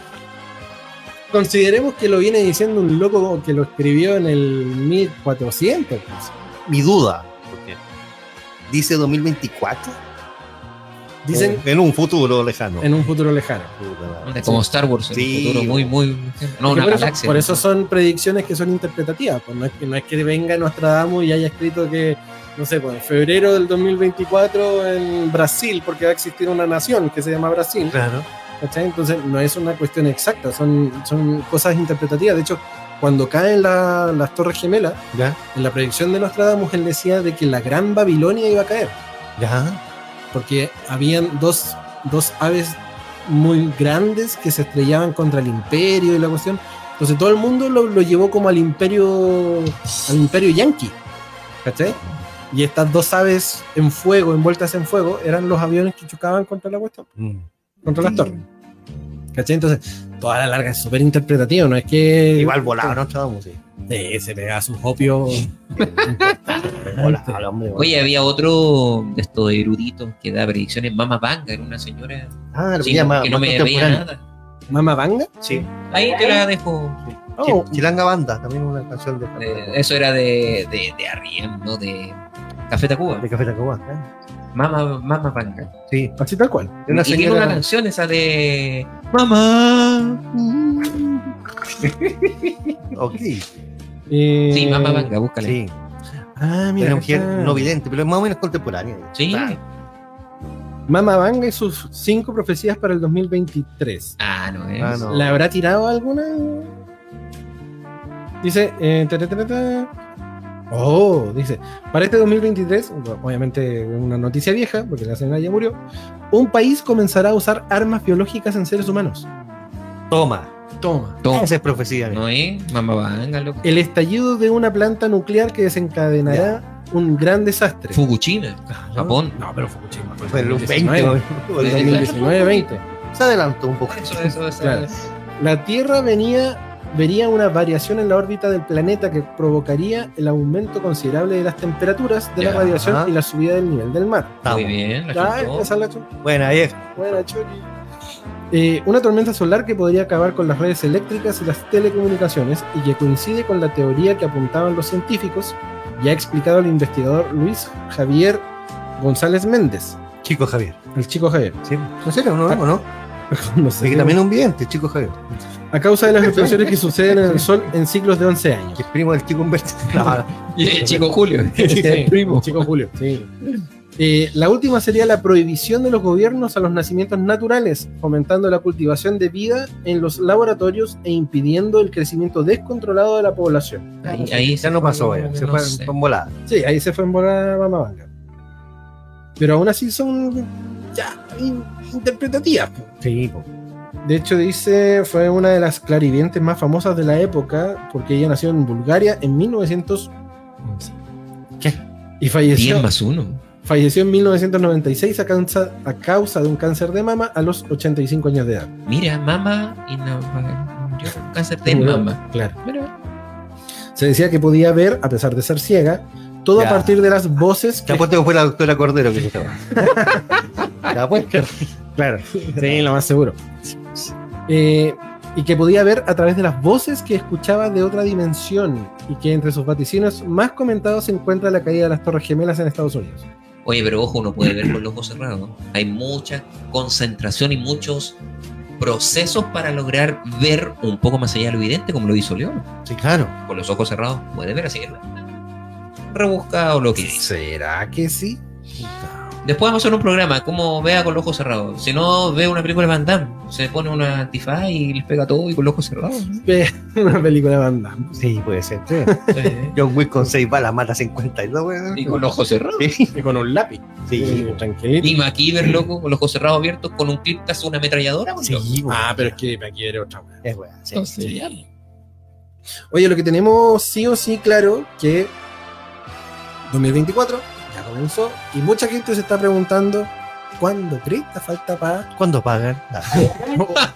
S5: consideremos que lo viene diciendo un loco que lo escribió en el 1400. pues.
S4: Mi duda. porque Dice 2024.
S5: Dicen
S4: en un futuro lejano.
S5: en un futuro lejano.
S3: Como Star Wars, en
S4: Sí.
S3: un futuro muy, muy. No,
S5: Porque
S3: una
S5: por, eso,
S3: galaxia.
S5: por eso son predicciones que son interpretativas. pues, no, es que, no es que venga Nostradamus y haya escrito que, no sé, pues, en febrero del 2024 en Brasil, porque va a existir una nación que se llama Brasil.
S4: Claro.
S5: ¿cachai? Entonces no es una cuestión exacta, son, son cosas interpretativas. De hecho, cuando caen la- las Torres Gemelas,
S4: Ya.
S5: en la predicción de Nostradamus él decía de que la gran Babilonia iba a caer,
S4: Ya.
S5: porque habían dos, dos aves muy grandes que se estrellaban contra el imperio y la cuestión. Entonces todo el mundo lo, lo llevó como al imperio, al imperio yanqui, ¿cachai? Y estas dos aves en fuego, envueltas en fuego, eran los aviones que chocaban contra la cuestión contra las torres. ¿Cachai? Entonces, toda la larga es súper interpretativa, no es que.
S4: Igual volaba, ¿no? Estábamos, sí.
S5: Sí, se pega sus opios.
S4: Volaba, hombre.
S3: Oye, había otro de estos eruditos que da predicciones. Mama Banga era una señora
S4: Ah,
S3: sí, que no me veía nada.
S5: ¿Mama Banga?
S4: Sí.
S3: Ahí te la dejo.
S5: Oh,
S4: Chilanga Banda, también una canción de,
S3: Eh, eso era de, de, de Arriem, ¿no? De Café Tacuba.
S4: de Café Tacuba. ¿eh?
S3: Mama, Mama Banga.
S4: Sí.
S5: así tal cual.
S4: De una
S3: y tiene
S4: señora-
S3: una canción esa de (laughs) Mamá.
S4: Ok.
S5: Eh,
S3: Sí, Mama Banga, búscala. Sí.
S4: Sí.
S5: Ah,
S4: Era
S5: mira.
S4: una mujer
S5: acá.
S4: no vidente, pero es más o menos contemporánea. Ah,
S3: Ah,
S5: Mama Banga y sus cinco profecías para el 2023.
S3: no es.
S4: Ah, no.
S5: ¿La habrá tirado alguna? Dice. eh, ta, ta, ta, ta, ta. Oh, dice. Para este 2023, bueno, obviamente una noticia vieja, porque la señora ya murió. Un país comenzará a usar armas biológicas en seres humanos.
S4: Toma.
S5: Toma.
S3: Tom,
S4: Esa es profecía.
S3: no es. Mama Banga, loco.
S5: El estallido de una planta nuclear que desencadenará un gran desastre.
S3: Fukushima,
S4: Ah,
S3: Japón.
S5: No, pero Fukushima. fue
S4: Fue
S5: el
S4: el
S3: (laughs)
S5: 2019,
S4: 20.
S3: Sí, sí,
S5: 2019-20.
S4: Se adelantó un poco.
S3: Eso, eso, eso.
S5: Claro. La Tierra venía, vería una variación en la órbita del planeta que provocaría el aumento considerable de las temperaturas, de la
S3: Ya.
S5: radiación y la subida del nivel del mar.
S3: Muy
S4: Estamos.
S3: bien. la oh.
S5: Ya,
S3: chutó.
S5: esa la chu-
S4: Buena, vieja.
S5: buena, Chori. Eh, una tormenta solar que podría acabar con las redes eléctricas y las telecomunicaciones y que coincide con la teoría que apuntaban los científicos, ya ha explicado el investigador Luis Javier González Méndez,
S4: Chico Javier.
S5: el chico Javier. (laughs)
S4: Sí. No sé, no, no, no.
S3: Ah,
S5: No
S4: Es
S5: sé.
S4: que también es un vidente, Chico Javier.
S5: A causa de las explosiones que suceden en el Sol en ciclos de 11 años.
S4: Que es primo del Chico Humberto. No,
S3: Y el chico Julio.
S5: Sí, Chico Julio, sí. Eh, la última sería la prohibición de los gobiernos a los nacimientos naturales, fomentando la cultivación de vida en los laboratorios e impidiendo el crecimiento descontrolado de la población.
S3: Ahí, (laughs) ahí
S4: ya no pasó, ya. Se
S3: No
S4: fue
S3: sé.
S4: con volada.
S5: Sí, ahí se fue en volar Mamá Vanga. Pero aún así son ya in- interpretativas. po.
S4: Sí,
S5: De hecho, dice, fue una de las clarivientes más famosas de la época, porque ella nació en Bulgaria en 1911.
S4: ¿Qué?
S5: Y falleció.
S3: 10 más 1.
S5: Falleció en 1996 a causa, a causa de un cáncer de mama a los 85 años de edad.
S3: Mira, mamá y no, murió con cáncer de mama.
S5: Claro.
S3: Mira,
S5: Se decía que podía ver, a pesar de ser ciega, todo
S4: Ya.
S5: a partir de las voces
S4: Te
S5: que...
S4: apuesto que fue la doctora Cordero que se (laughs) estaba. Te apuesto.
S5: Claro, sí, lo más seguro. Eh, y que podía ver a través de las voces que escuchaba de otra dimensión y que entre sus vaticinios más comentados se encuentra la caída de las Torres Gemelas en Estados Unidos. (laughs)
S3: Oye, pero ojo, uno puede ver con los ojos cerrados. ¿no? Hay mucha concentración y muchos procesos para lograr ver un poco más allá de lo evidente, como lo hizo León.
S4: Sí, claro.
S3: Con los ojos cerrados puede ver así. que, Rebuscado lo que dice.
S5: ¿Será que sí?
S3: Después vamos a hacer un programa, como vea con los ojos cerrados. Si no, ve una película de Van Damme, se pone una antifaz y les pega todo y con los ojos cerrados. ¿no?
S5: Una película de Van Damme.
S4: Sí, puede ser. sí.
S3: Sí.
S4: John Wick con 6 balas mata 52, weón.
S3: y con los ojos cerrados.
S2: Y con un lápiz.
S4: Sí,
S5: Eh, tranquilito.
S3: Y MacGyver, loco, con los ojos cerrados abiertos, con un clip casi una ametralladora.
S4: sí,
S3: loco.
S4: weón.
S5: Ah, pero es que me quiere otra weá.
S4: Es weón, sí.
S3: Entonces, ya.
S5: Oye, lo que tenemos sí o sí claro que 2024 ya comenzó y mucha gente se está preguntando ¿cuándo presta falta para
S4: ¿Cuándo pagan? Ah.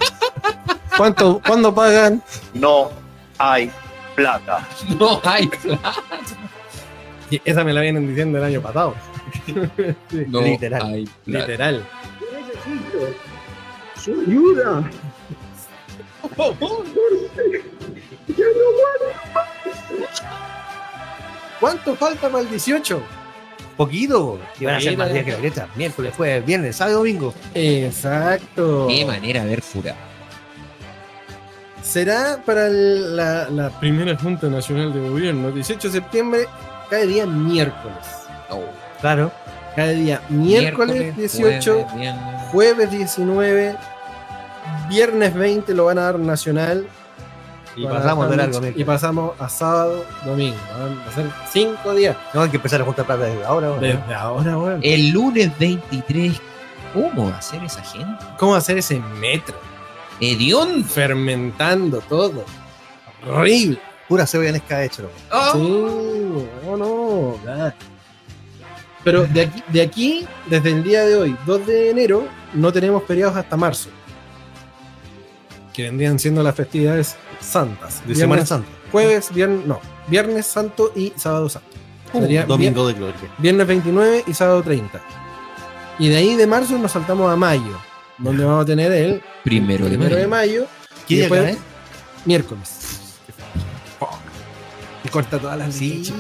S5: cuánto cuándo pagan?
S6: No hay plata.
S3: No hay
S5: Y esa me la vienen diciendo el año pasado,
S3: No
S4: Literal.
S3: hay plata.
S5: literal. ¿Cuánto falta para el 18?
S4: (laughs) Poquito, weón. Y van a ser
S5: Poquito,
S4: más días que la grieta. Miércoles, jueves, viernes, sábado, domingo.
S5: Exacto.
S3: Qué manera de ver furado.
S5: Será para el- la, la primera Junta Nacional de Gobierno, 18 de septiembre, cada día miércoles.
S4: Claro.
S5: Cada día miércoles 18
S3: jueves, viernes.
S5: jueves 19, viernes 20 lo van a dar nacional.
S4: Y
S5: Van a
S4: pasamos de
S5: dar
S4: largo,
S5: sándwich
S4: miércoles.
S5: Y pasamos a sábado, domingo. Van a ser 5 días.
S4: No hay que empezar a juntar plata desde ahora, weón.
S5: Desde ahora, weón.
S3: El lunes 23, ¿cómo va a ser esa gente?
S5: ¿Cómo hacer ese metro?
S3: Edión.
S5: Fermentando todo. Horrible.
S4: Pura cebolla en escabeche, loco.
S3: Oh.
S5: Sí, no, no. nada. Pero de aquí, de aquí, desde el día de hoy, 2 de enero, no tenemos periodos hasta marzo. Que vendrían siendo las festividades santas.
S4: De
S5: Viernes-
S4: Semana Santa.
S5: jueves, viernes, no, viernes santo y sábado santo.
S4: Uh,
S5: Sería
S4: domingo de gloria.
S5: Viernes 29 y sábado 30. Y de ahí de marzo nos saltamos a mayo, donde vamos a tener el
S3: Primero de
S5: primero de
S3: mayo.
S5: mayo,
S4: ¿Qué
S5: Y
S4: día
S5: después-
S4: cae?
S5: miércoles. Y corta todas las
S4: Sí,
S5: leches.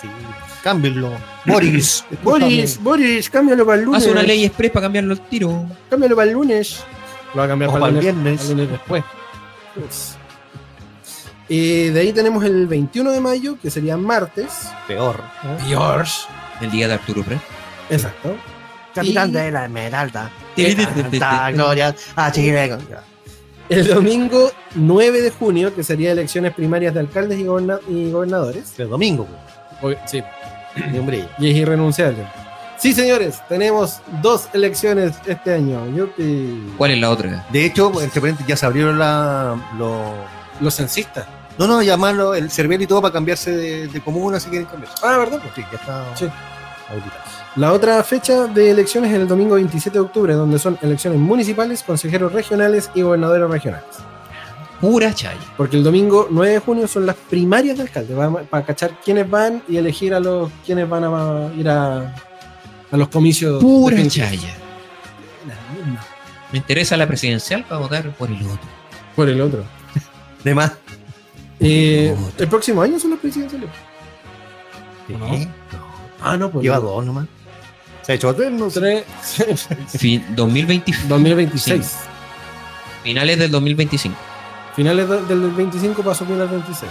S4: sí. (coughs) Cámbienlo. Boris.
S5: Boris, Boris, cámbialo para el lunes.
S3: Hace una ley express para cambiarlo el tiro.
S5: Cámbialo para el lunes. Lo va a cambiar
S4: O
S5: para el lunes,
S4: viernes.
S5: al lunes después. Eh, de ahí tenemos el 21 de mayo, que sería martes.
S4: Peor.
S5: George.
S3: El día de Arturo Prat.
S5: Exacto.
S4: Capitán
S5: Y-
S4: de la Esmeralda.
S3: Te- te- te- te-
S4: Santa Ah, Gloria. A Chile.
S5: El domingo 9 de junio, que sería elecciones primarias de alcaldes y, goberna- y gobernadores.
S4: El domingo,
S5: Sí.
S4: de hombre.
S5: Y es irrenunciable. Sí, señores, tenemos dos elecciones este año. Yupi.
S3: ¿Cuál es la otra?
S4: De hecho, entre paréntesis, ya se abrieron la, los.
S5: Los censistas.
S4: No, no, llamarlo el cervel y todo para cambiarse de, de comuna si quieren cambiarse.
S5: Ah, ¿verdad?
S4: Pues sí, ya está
S5: Sí.
S4: habilitado.
S5: La otra fecha de elecciones es el domingo 27 de octubre, donde son elecciones municipales, consejeros regionales y gobernadores regionales.
S3: Pura chaya.
S5: Porque el domingo 9 de junio son las primarias de alcalde, para, cachar quiénes van y elegir a los quienes van a ir a, a los comicios. (laughs)
S3: Pura
S5: definitivos.
S3: chaya. Me interesa la presidencial para votar por el otro.
S5: Por el otro.
S4: De más.
S5: Eh,
S3: Puta.
S5: el próximo año son las presidenciales.
S4: Sí.
S5: Ah, no, pues.
S4: Lleva dos nomás. Se ha hecho tres, no sé.
S5: Tres- (laughs)
S3: Fin 2025.
S5: 2026.
S3: Finales del 2025.
S5: Finales do- del 25 pasó bien al 26.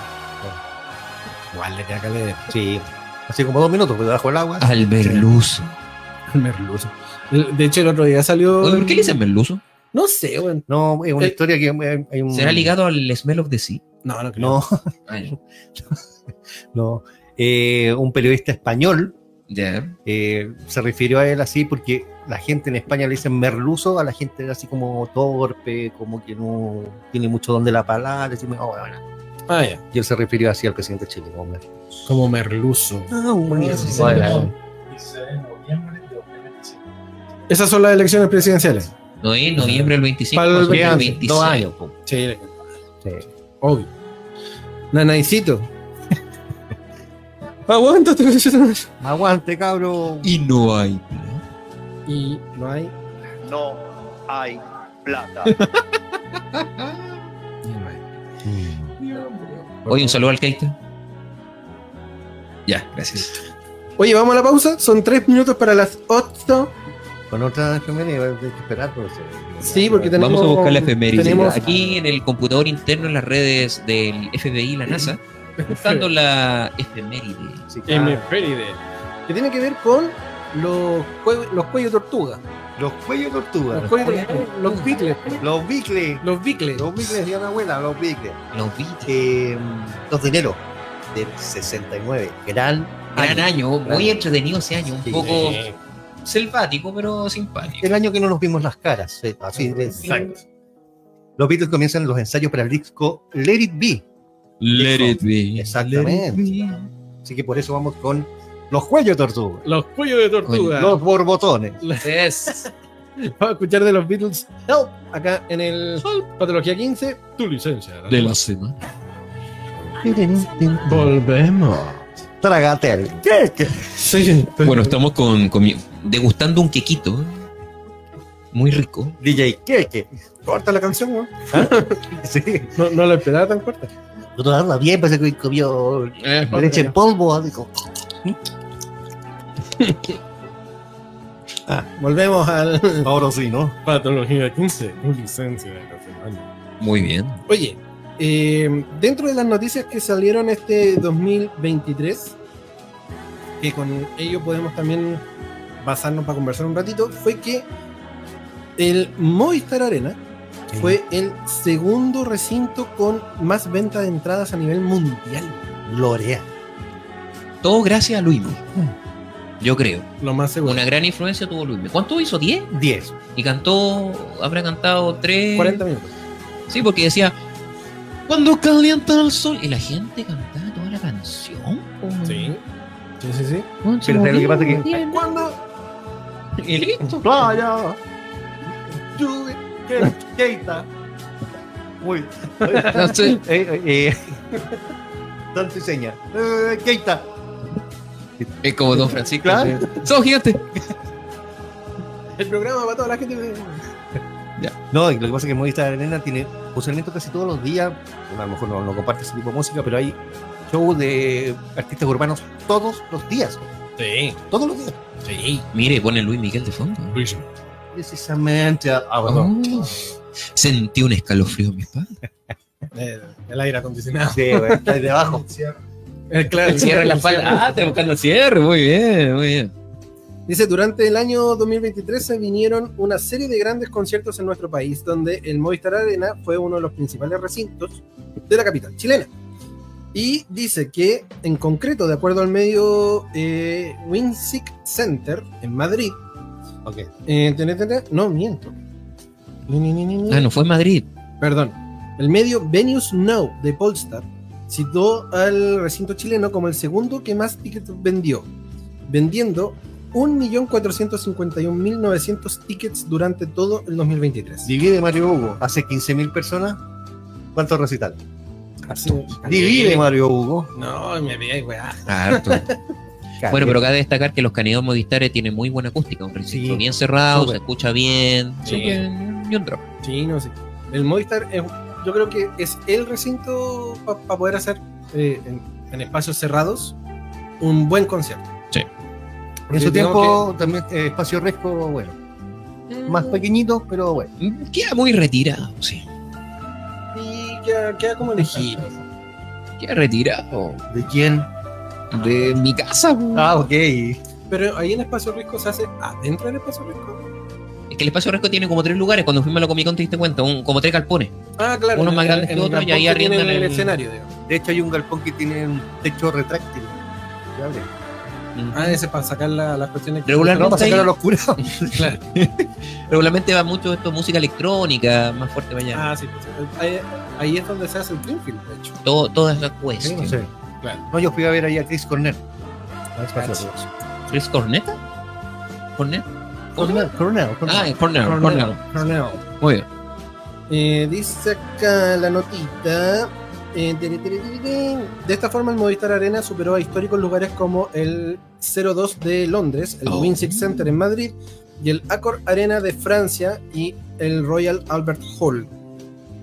S3: (laughs)
S5: Igual le queda caleta.
S4: Sí. Así como dos minutos, pero debajo del agua.
S3: Al merluzo.
S5: El merluzo. El- De hecho, el otro día salió.
S3: Oye, ¿Por qué le dicen merluzo?
S5: No sé, weón.
S4: No, es una
S5: Eh,
S4: historia que eh, hay un.
S3: ¿Será ligado al smell of the sea?
S5: No, no creo.
S4: No,
S3: Ay,
S4: no. Eh, un periodista español
S3: Ya.
S4: eh, se refirió a él así porque la gente en España le dicen merluzo a la gente así como torpe, como que no tiene mucho don de la palabra. decimos, "Oh, bueno".
S5: Ah, ya.
S4: Y él se refirió así al presidente de Chile. como merluzo.
S5: Como merluzo.
S4: Bueno,
S5: Esas son las elecciones presidenciales.
S3: No es noviembre del 25.
S5: Para el
S3: son del
S5: vean,
S3: 26.
S4: Dos años, po.
S5: Sí,
S4: Sí.
S5: obvio. Nanaicito. Aguántate.
S4: Aguante, cabrón.
S3: Y no hay.
S5: Y no hay.
S6: No hay plata.
S3: Oye, un saludo al Keita. Ya, gracias.
S5: Oye, vamos a la pausa. Son tres minutos para las 8.
S4: Con otra efeméride va a tener que esperar. pues, eh, pero se-
S5: Sí, porque tenemos-
S3: Vamos a buscar la efeméride.
S5: tenemos-
S3: Aquí en el computador interno, en las redes del FBI y la NASA,
S5: (laughs)
S3: buscando la efeméride.
S4: Sí, claro.
S2: Hemerféride.
S5: Que tiene que ver con los, cue- los cuellos tortuga,
S4: Los cuellos tortugas.
S5: los cuellos tortuga, los bicles,
S4: Los bicles.
S5: los bicles.
S4: Los bicles de mi abuela, los bicles.
S3: Los vi.
S4: Eh, 2 de enero del 69. Gran
S3: Gran
S4: año.
S3: año, muy
S4: Gran-
S3: entretenido ese año, un
S4: Sí.
S3: poco
S5: Eh,
S3: selvático, pero simpático.
S4: El año que no nos vimos las caras. eh, Así de exacto. Los Beatles comienzan los ensayos para el disco Let It Be. Let it
S3: be.
S4: Exactamente. Así que por eso vamos con los cuellos tortugas.
S5: Los cuellos de tortuga.
S4: Los borbotones.
S3: Es.
S5: (laughs) Vamos a escuchar de los Beatles Help acá en el Patología 15, tu licencia.
S3: la semana.
S2: Volvemos.
S4: Tragatel.
S3: Bueno, estamos con, con mi- degustando un quequito. Muy rico.
S4: DJ Keke.
S5: Corta la canción, ¿no?
S4: Sí.
S5: No, no la esperaba tan corta.
S4: Tratarla bien, parece que comió leche en polvo. Dijo,
S5: Volvemos al.
S4: Ahora sí, ¿no?
S2: Patología 15, tu licencia de la semana.
S3: Muy bien.
S5: Oye, eh, dentro de las noticias que salieron este 2023, que con ello podemos también basarnos para conversar un ratito, fue que el Movistar Arena fue el segundo recinto con más venta de entradas a nivel mundial.
S4: Lorea.
S3: Todo gracias a Luis. Yo creo.
S5: Lo más seguro.
S3: Una gran influencia tuvo Luis. ¿Cuánto hizo? ¿10?
S4: 10.
S3: Y cantó, habrá cantado 3.
S5: 40 minutos.
S3: Sí, porque decía, cuando calienta el sol. Y la gente cantaba toda la canción. po.
S5: Sí, sí, sí.
S3: Bueno, se
S4: Pero ¿sabes lo que pasa?
S3: movía,
S4: Que-
S3: bien.
S5: ¿Cuándo?
S3: Y listo.
S4: Playa. Lluve. que- Keita. Muy.
S3: No sé.
S4: Eh, eh, Tanto y seña. Eh, Keita.
S3: Es como Don Francisco.
S4: Claro.
S3: Son gigantes.
S5: El programa para toda la gente. de-
S4: No, y lo que pasa es que Movistar Arena tiene usualmente casi todos los días, bueno, a lo mejor no, no comparte ese tipo de música, pero hay shows de artistas urbanos todos los días.
S2: Sí,
S4: Todos los días.
S2: sí.
S3: Mire, pone Luis Miguel de fondo.
S2: Luis.
S4: Precisamente. Ah, ah, perdón.
S3: Oh. Sentí un escalofrío en mi espalda.
S5: eh, El aire acondicionado.
S4: Sí, güey, está ahí (laughs) debajo.
S5: Eh, claro, (laughs)
S3: Ah, está buscando el cierre. Muy bien, muy bien.
S5: Dice, durante el año 2023 se vinieron una serie de grandes conciertos en nuestro país, donde el Movistar Arena fue uno de los principales recintos de la capital chilena. Y dice que, en concreto, de acuerdo al medio eh, Winsic Center en Madrid,
S4: Ok.
S5: eh, tené, tené, no miento. Ni, ni, ni, ni, ni.
S3: Ah, no fue en Madrid.
S5: Perdón. El medio Venus Now de Polestar citó al recinto chileno como el segundo que más tickets vendió, vendiendo 1.451.900 tickets durante todo el 2023.
S4: Divide Mario Hugo. Hace 15.000 personas. ¿Cuántos recitales?
S5: Así-
S4: Divide Mario Hugo.
S5: No, me ah, veía, weá.
S3: Harto. bueno, pero cabe destacar que los caneados Movistares tienen muy buena acústica. Un recinto
S4: Sí.
S3: bien cerrado,
S5: Súper.
S3: se escucha bien.
S5: Sí.
S3: Así que, ni un drop.
S5: Sí, no sé. El Movistar, es- yo creo que es el recinto para poder hacer eh, en, en espacios cerrados un buen concierto.
S4: En su
S5: Yo tengo
S4: tiempo también eh, espacio resco, bueno.
S3: Mm.
S4: Más pequeñito, pero bueno.
S3: Queda muy retirado, sí.
S5: Y queda, queda como elegido.
S3: Queda
S5: Oh,
S3: retirado.
S4: ¿De quién?
S3: De mi casa. po.
S4: Ah, ok.
S5: Pero ahí en Espacio Risco se hace adentro del Espacio Risco.
S3: Es que el espacio Resco tiene como tres lugares. Cuando fuimos a la Comic Con te diste cuenta, un- como tres calpones.
S5: Ah, claro.
S3: Uno más grande que
S5: el
S3: otro y
S5: galpón
S3: ahí arriendan
S5: tienen el,
S3: el-
S5: escenario, digamos.
S4: De hecho, hay un galpón que tiene un techo retráctil. Se abre.
S3: (laughs)
S5: Ah, ese es para sacar la- las cuestiones que
S3: Regularmente
S4: No, para sacar
S3: ahí-
S4: a los curados.
S5: Claro.
S3: Regularmente va mucho esto, música electrónica, más fuerte mañana.
S5: Ah, sí. pues, ahí, ahí es donde se hace el Greenfield, de hecho.
S3: Todo, todas las
S4: Sí,
S3: cuestiones.
S4: no sé.
S5: Claro.
S4: No, yo fui a ver ahí a Chris Cornell. A Espacio
S5: Ah,
S4: Resco.
S3: ¿Es corneta? ¿Cornet?
S4: Cornell, Cornell, Cornell.
S3: Ah, es corneo, corneo.
S5: Cornell.
S3: Muy bien.
S5: Eh, dice acá la notita. eh, tere, tere, tere, tere. De esta forma, el Movistar Arena superó a históricos lugares como el 02 de Londres, el
S3: Oh.
S5: Winsick Center en Madrid y el Accor Arena de Francia y el Royal Albert Hall.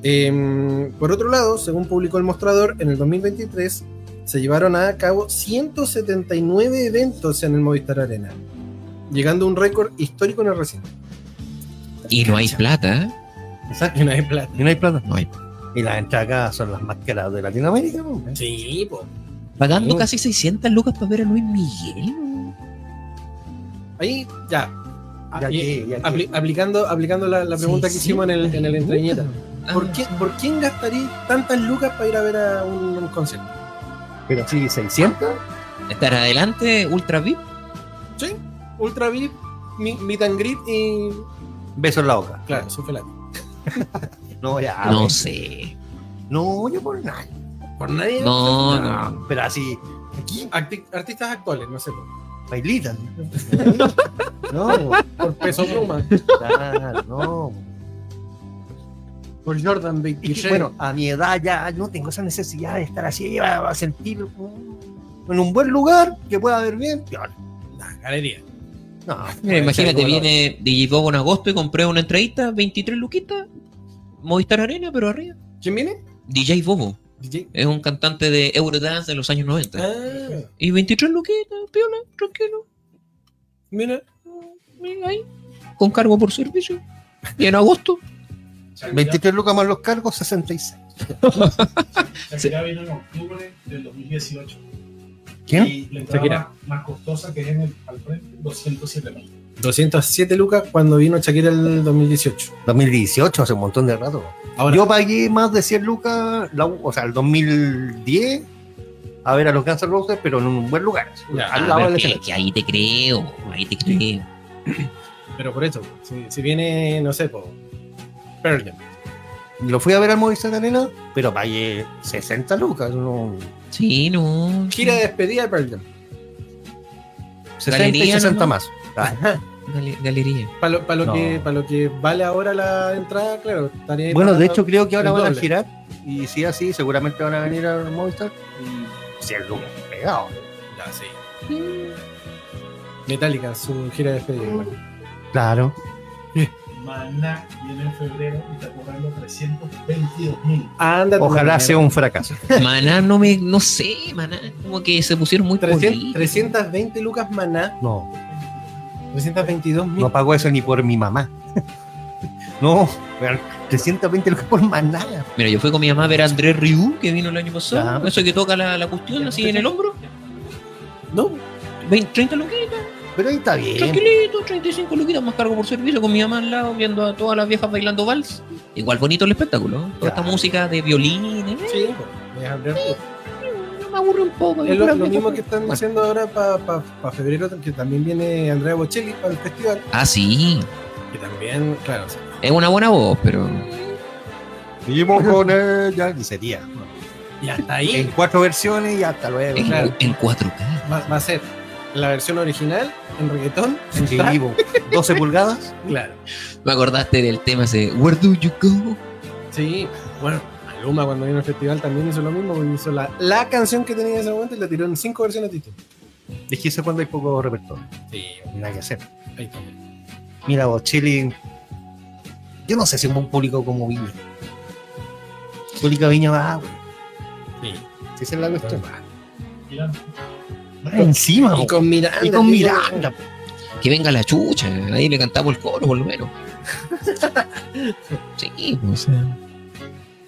S5: Em, por otro lado, según publicó el mostrador, en el 2023 se llevaron a cabo 179 eventos en el Movistar Arena, llegando a un récord histórico en el (laughs) recinto.
S3: Y no hay plata, ¿eh?
S4: Exacto.
S5: Y no hay plata.
S4: Y no hay plata.
S3: No hay.
S4: Y las entradas son las más caras de Latinoamérica. ¿no?
S5: Sí, po.
S3: Pagando
S4: Sí.
S3: casi 600 lucas para ver a Luis Miguel.
S5: Ahí,
S4: Ya
S5: ya. Ah,
S4: qué, ya
S5: apli- aplicando aplicando la, la pregunta
S3: Sí,
S5: que
S3: sí,
S5: hicimos en el, (laughs) en el entreñeta.
S3: Ah,
S5: ¿Por, qué, ¿Por quién gastaría tantas lucas para ir a ver a un, un concierto?
S4: Pero sí, 600.
S3: Estar adelante, Ultra VIP.
S5: ¿Sí? Ultra VIP, mi- meet and greet y.
S4: Besos en la boca.
S5: Claro, su felate.
S4: No, ya.
S3: no
S4: pues.
S3: sé.
S4: No, yo por nada.
S5: Por nadie.
S3: No, no.
S4: Pero así, aquí,
S5: Arti- artistas actuales, no sé.
S4: bailitan. (laughs) No,
S5: Por (laughs) peso pluma.
S4: claro, no.
S5: Por Jordan
S4: Y
S5: 26.
S4: bueno, a mi edad ya no tengo esa necesidad de estar así, a, a sentir un- en un buen lugar que pueda ver bien. Peor.
S5: la galería.
S4: No,
S3: Mira, imagínate,
S4: Bueno,
S3: viene Digipogo en agosto y compré una entradita, 23 luquitas, Movistar Arena, pero arriba.
S5: ¿Quién viene?
S3: DJ Bobo,
S5: DJ.
S3: es un cantante de Eurodance de los años 90.
S5: Ah,
S3: Y 23 luquitas, piola, tranquilo,
S5: mira.
S3: mira ahí, con cargo por servicio. Y en agosto,
S4: 23 lucas más los cargos, 66.
S7: Shakira vino en octubre del 2018.
S4: ¿Quién?
S7: Y la entrada
S5: Shakira.
S7: más, más costosa que es en el, al frente, 207 mil.
S5: 207 lucas cuando vino Shakira el 2018.
S4: 2018, hace un montón de rato.
S5: Ahora,
S4: Yo pagué más de 100 lucas, la u- o sea, el 2010, a ver a los Guns N' Roses, pero en un buen lugar.
S5: Ya,
S4: al
S3: Ah,
S4: lado
S3: pero
S4: del
S3: que,
S4: escenario.
S3: que ahí te creo, ahí te creo.
S5: pero por eso, si, si viene, no sé, por Pearl Jam.
S4: Lo fui a ver al Movistar Arena, pero pagué 60 lucas. No,
S3: Sí, no.
S5: Gira de despedida de Pearl Jam.
S4: 60 y
S3: Galería
S4: 60
S3: nomás.
S4: más. Ah,
S3: Gale- galería.
S5: Para lo, pa' lo
S4: No.
S5: que, pa' lo que vale ahora la entrada, claro. estaría-
S4: Bueno, de hecho, creo que ahora
S5: El
S4: van a
S5: doble.
S4: girar. Y si así, seguramente van a venir al Movistar. Y 100 lucas pegado.
S5: Ya, sí. Metallica, su gira de despedida. igual.
S4: Claro.
S7: Maná viene en febrero y está cobrando 322 mil.
S5: Ándate,
S4: Ojalá
S5: Ah, mierda.
S4: sea un fracaso.
S3: Maná no me, no sé, Maná, como que se pusieron muy
S5: 300
S3: políticos.
S5: 320 lucas maná,
S4: No,
S5: 322 mil.
S4: no pago eso ni por mi mamá. (laughs) no, weón, 320 lucas por más nada.
S3: Mira, yo fui con mi mamá a ver a Andrés Riu, que vino el año pasado.
S4: Ya.
S3: Eso que toca la, la cuestión así en el hombro.
S5: no,
S3: 20, 30 luquitas,
S4: Pero ahí está bien.
S3: tranquilito, 35 luquitas más cargo por servicio con mi mamá al lado, viendo a todas las viejas bailando vals. Igual bonito el espectáculo. ¿no? Toda
S4: Ya.
S3: esta música de violín, eh,
S5: sí, pues, es Andrés Rieu.
S3: no me aburre un poco.
S5: Es lo,
S3: puras
S5: lo
S3: viejas.
S5: mismo que están haciendo ahora para febrero, que también viene Andrea Bocelli para el festival.
S3: Ah, sí.
S5: Que también, claro, o sea,
S3: Es una buena voz, pero.
S4: Seguimos con ella. Y sería.
S5: y hasta
S4: En cuatro versiones y hasta luego.
S3: En,
S5: Claro.
S3: en 4K.
S5: va, va a ser la versión original en reggaetón. en
S4: Sí,
S5: trap,
S4: vivo. 12 pulgadas.
S5: claro.
S3: Me acordaste del tema ese. Where do you go?
S5: Sí, bueno, Maluma cuando vino al festival también hizo lo mismo, porque hizo la, la canción que tenía en ese momento y la tiró en cinco versiones distintas.
S4: Es que eso es cuando hay poco repertorio.
S5: Sí,
S4: Nada que hacer.
S5: ahí también.
S4: Mira vos, Chile. Yo no sé si es un público como Viña. Público Viña va, ah, güey.
S5: Sí.
S4: Si esa es la cuestión.
S7: Mira,
S4: Va Encima, po.
S5: Y con Miranda.
S4: y con
S5: que-
S4: Miranda. po.
S3: Que venga la chucha. Ahí le cantamos el coro, por lo menos. sí, pues. o sea,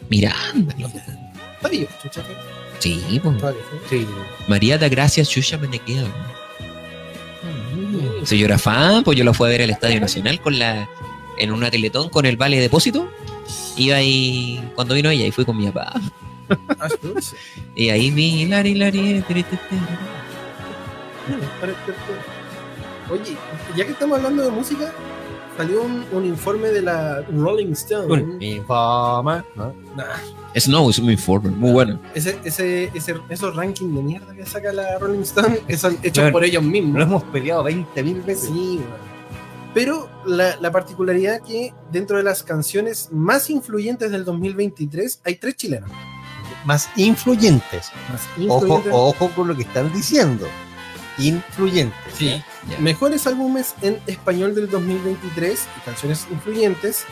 S3: Miranda. loco.
S5: Está vivo, chucha, que-
S3: Sí, pues.
S5: está vivo, ¿eh?
S4: Sí.
S3: María da gracias, Chucha Menequeo. Si yo era fan, pues yo la fui a ver al Estadio Nacional con la, en una teletón con el Vale Depósito. Iba ahí, cuando vino ella, y fui con mi papá.
S5: Ah, chucha.
S3: Y ahí mi lari lari. tiri, tiri, tiri.
S5: este Oye, ya que estamos hablando de música, salió un, un informe de la Rolling Stone.
S4: Infama. ¿no?
S3: Snow Eh, es muy informe, muy bueno.
S5: Ese, ese, ese, esos rankings de mierda que saca la Rolling Stone que son hechos
S4: Claro.
S5: por ellos mismos.
S4: Lo hemos peleado 20.000 veces.
S5: Sí, weón. Pero la, la particularidad que dentro de las canciones más influyentes del 2023 hay tres chilenas.
S4: Más influyentes.
S5: Más
S4: Ojo,
S5: influyentes.
S4: ojo con lo que están diciendo. Influyentes.
S5: Sí. Mejores álbumes en español del 2023 y canciones influyentes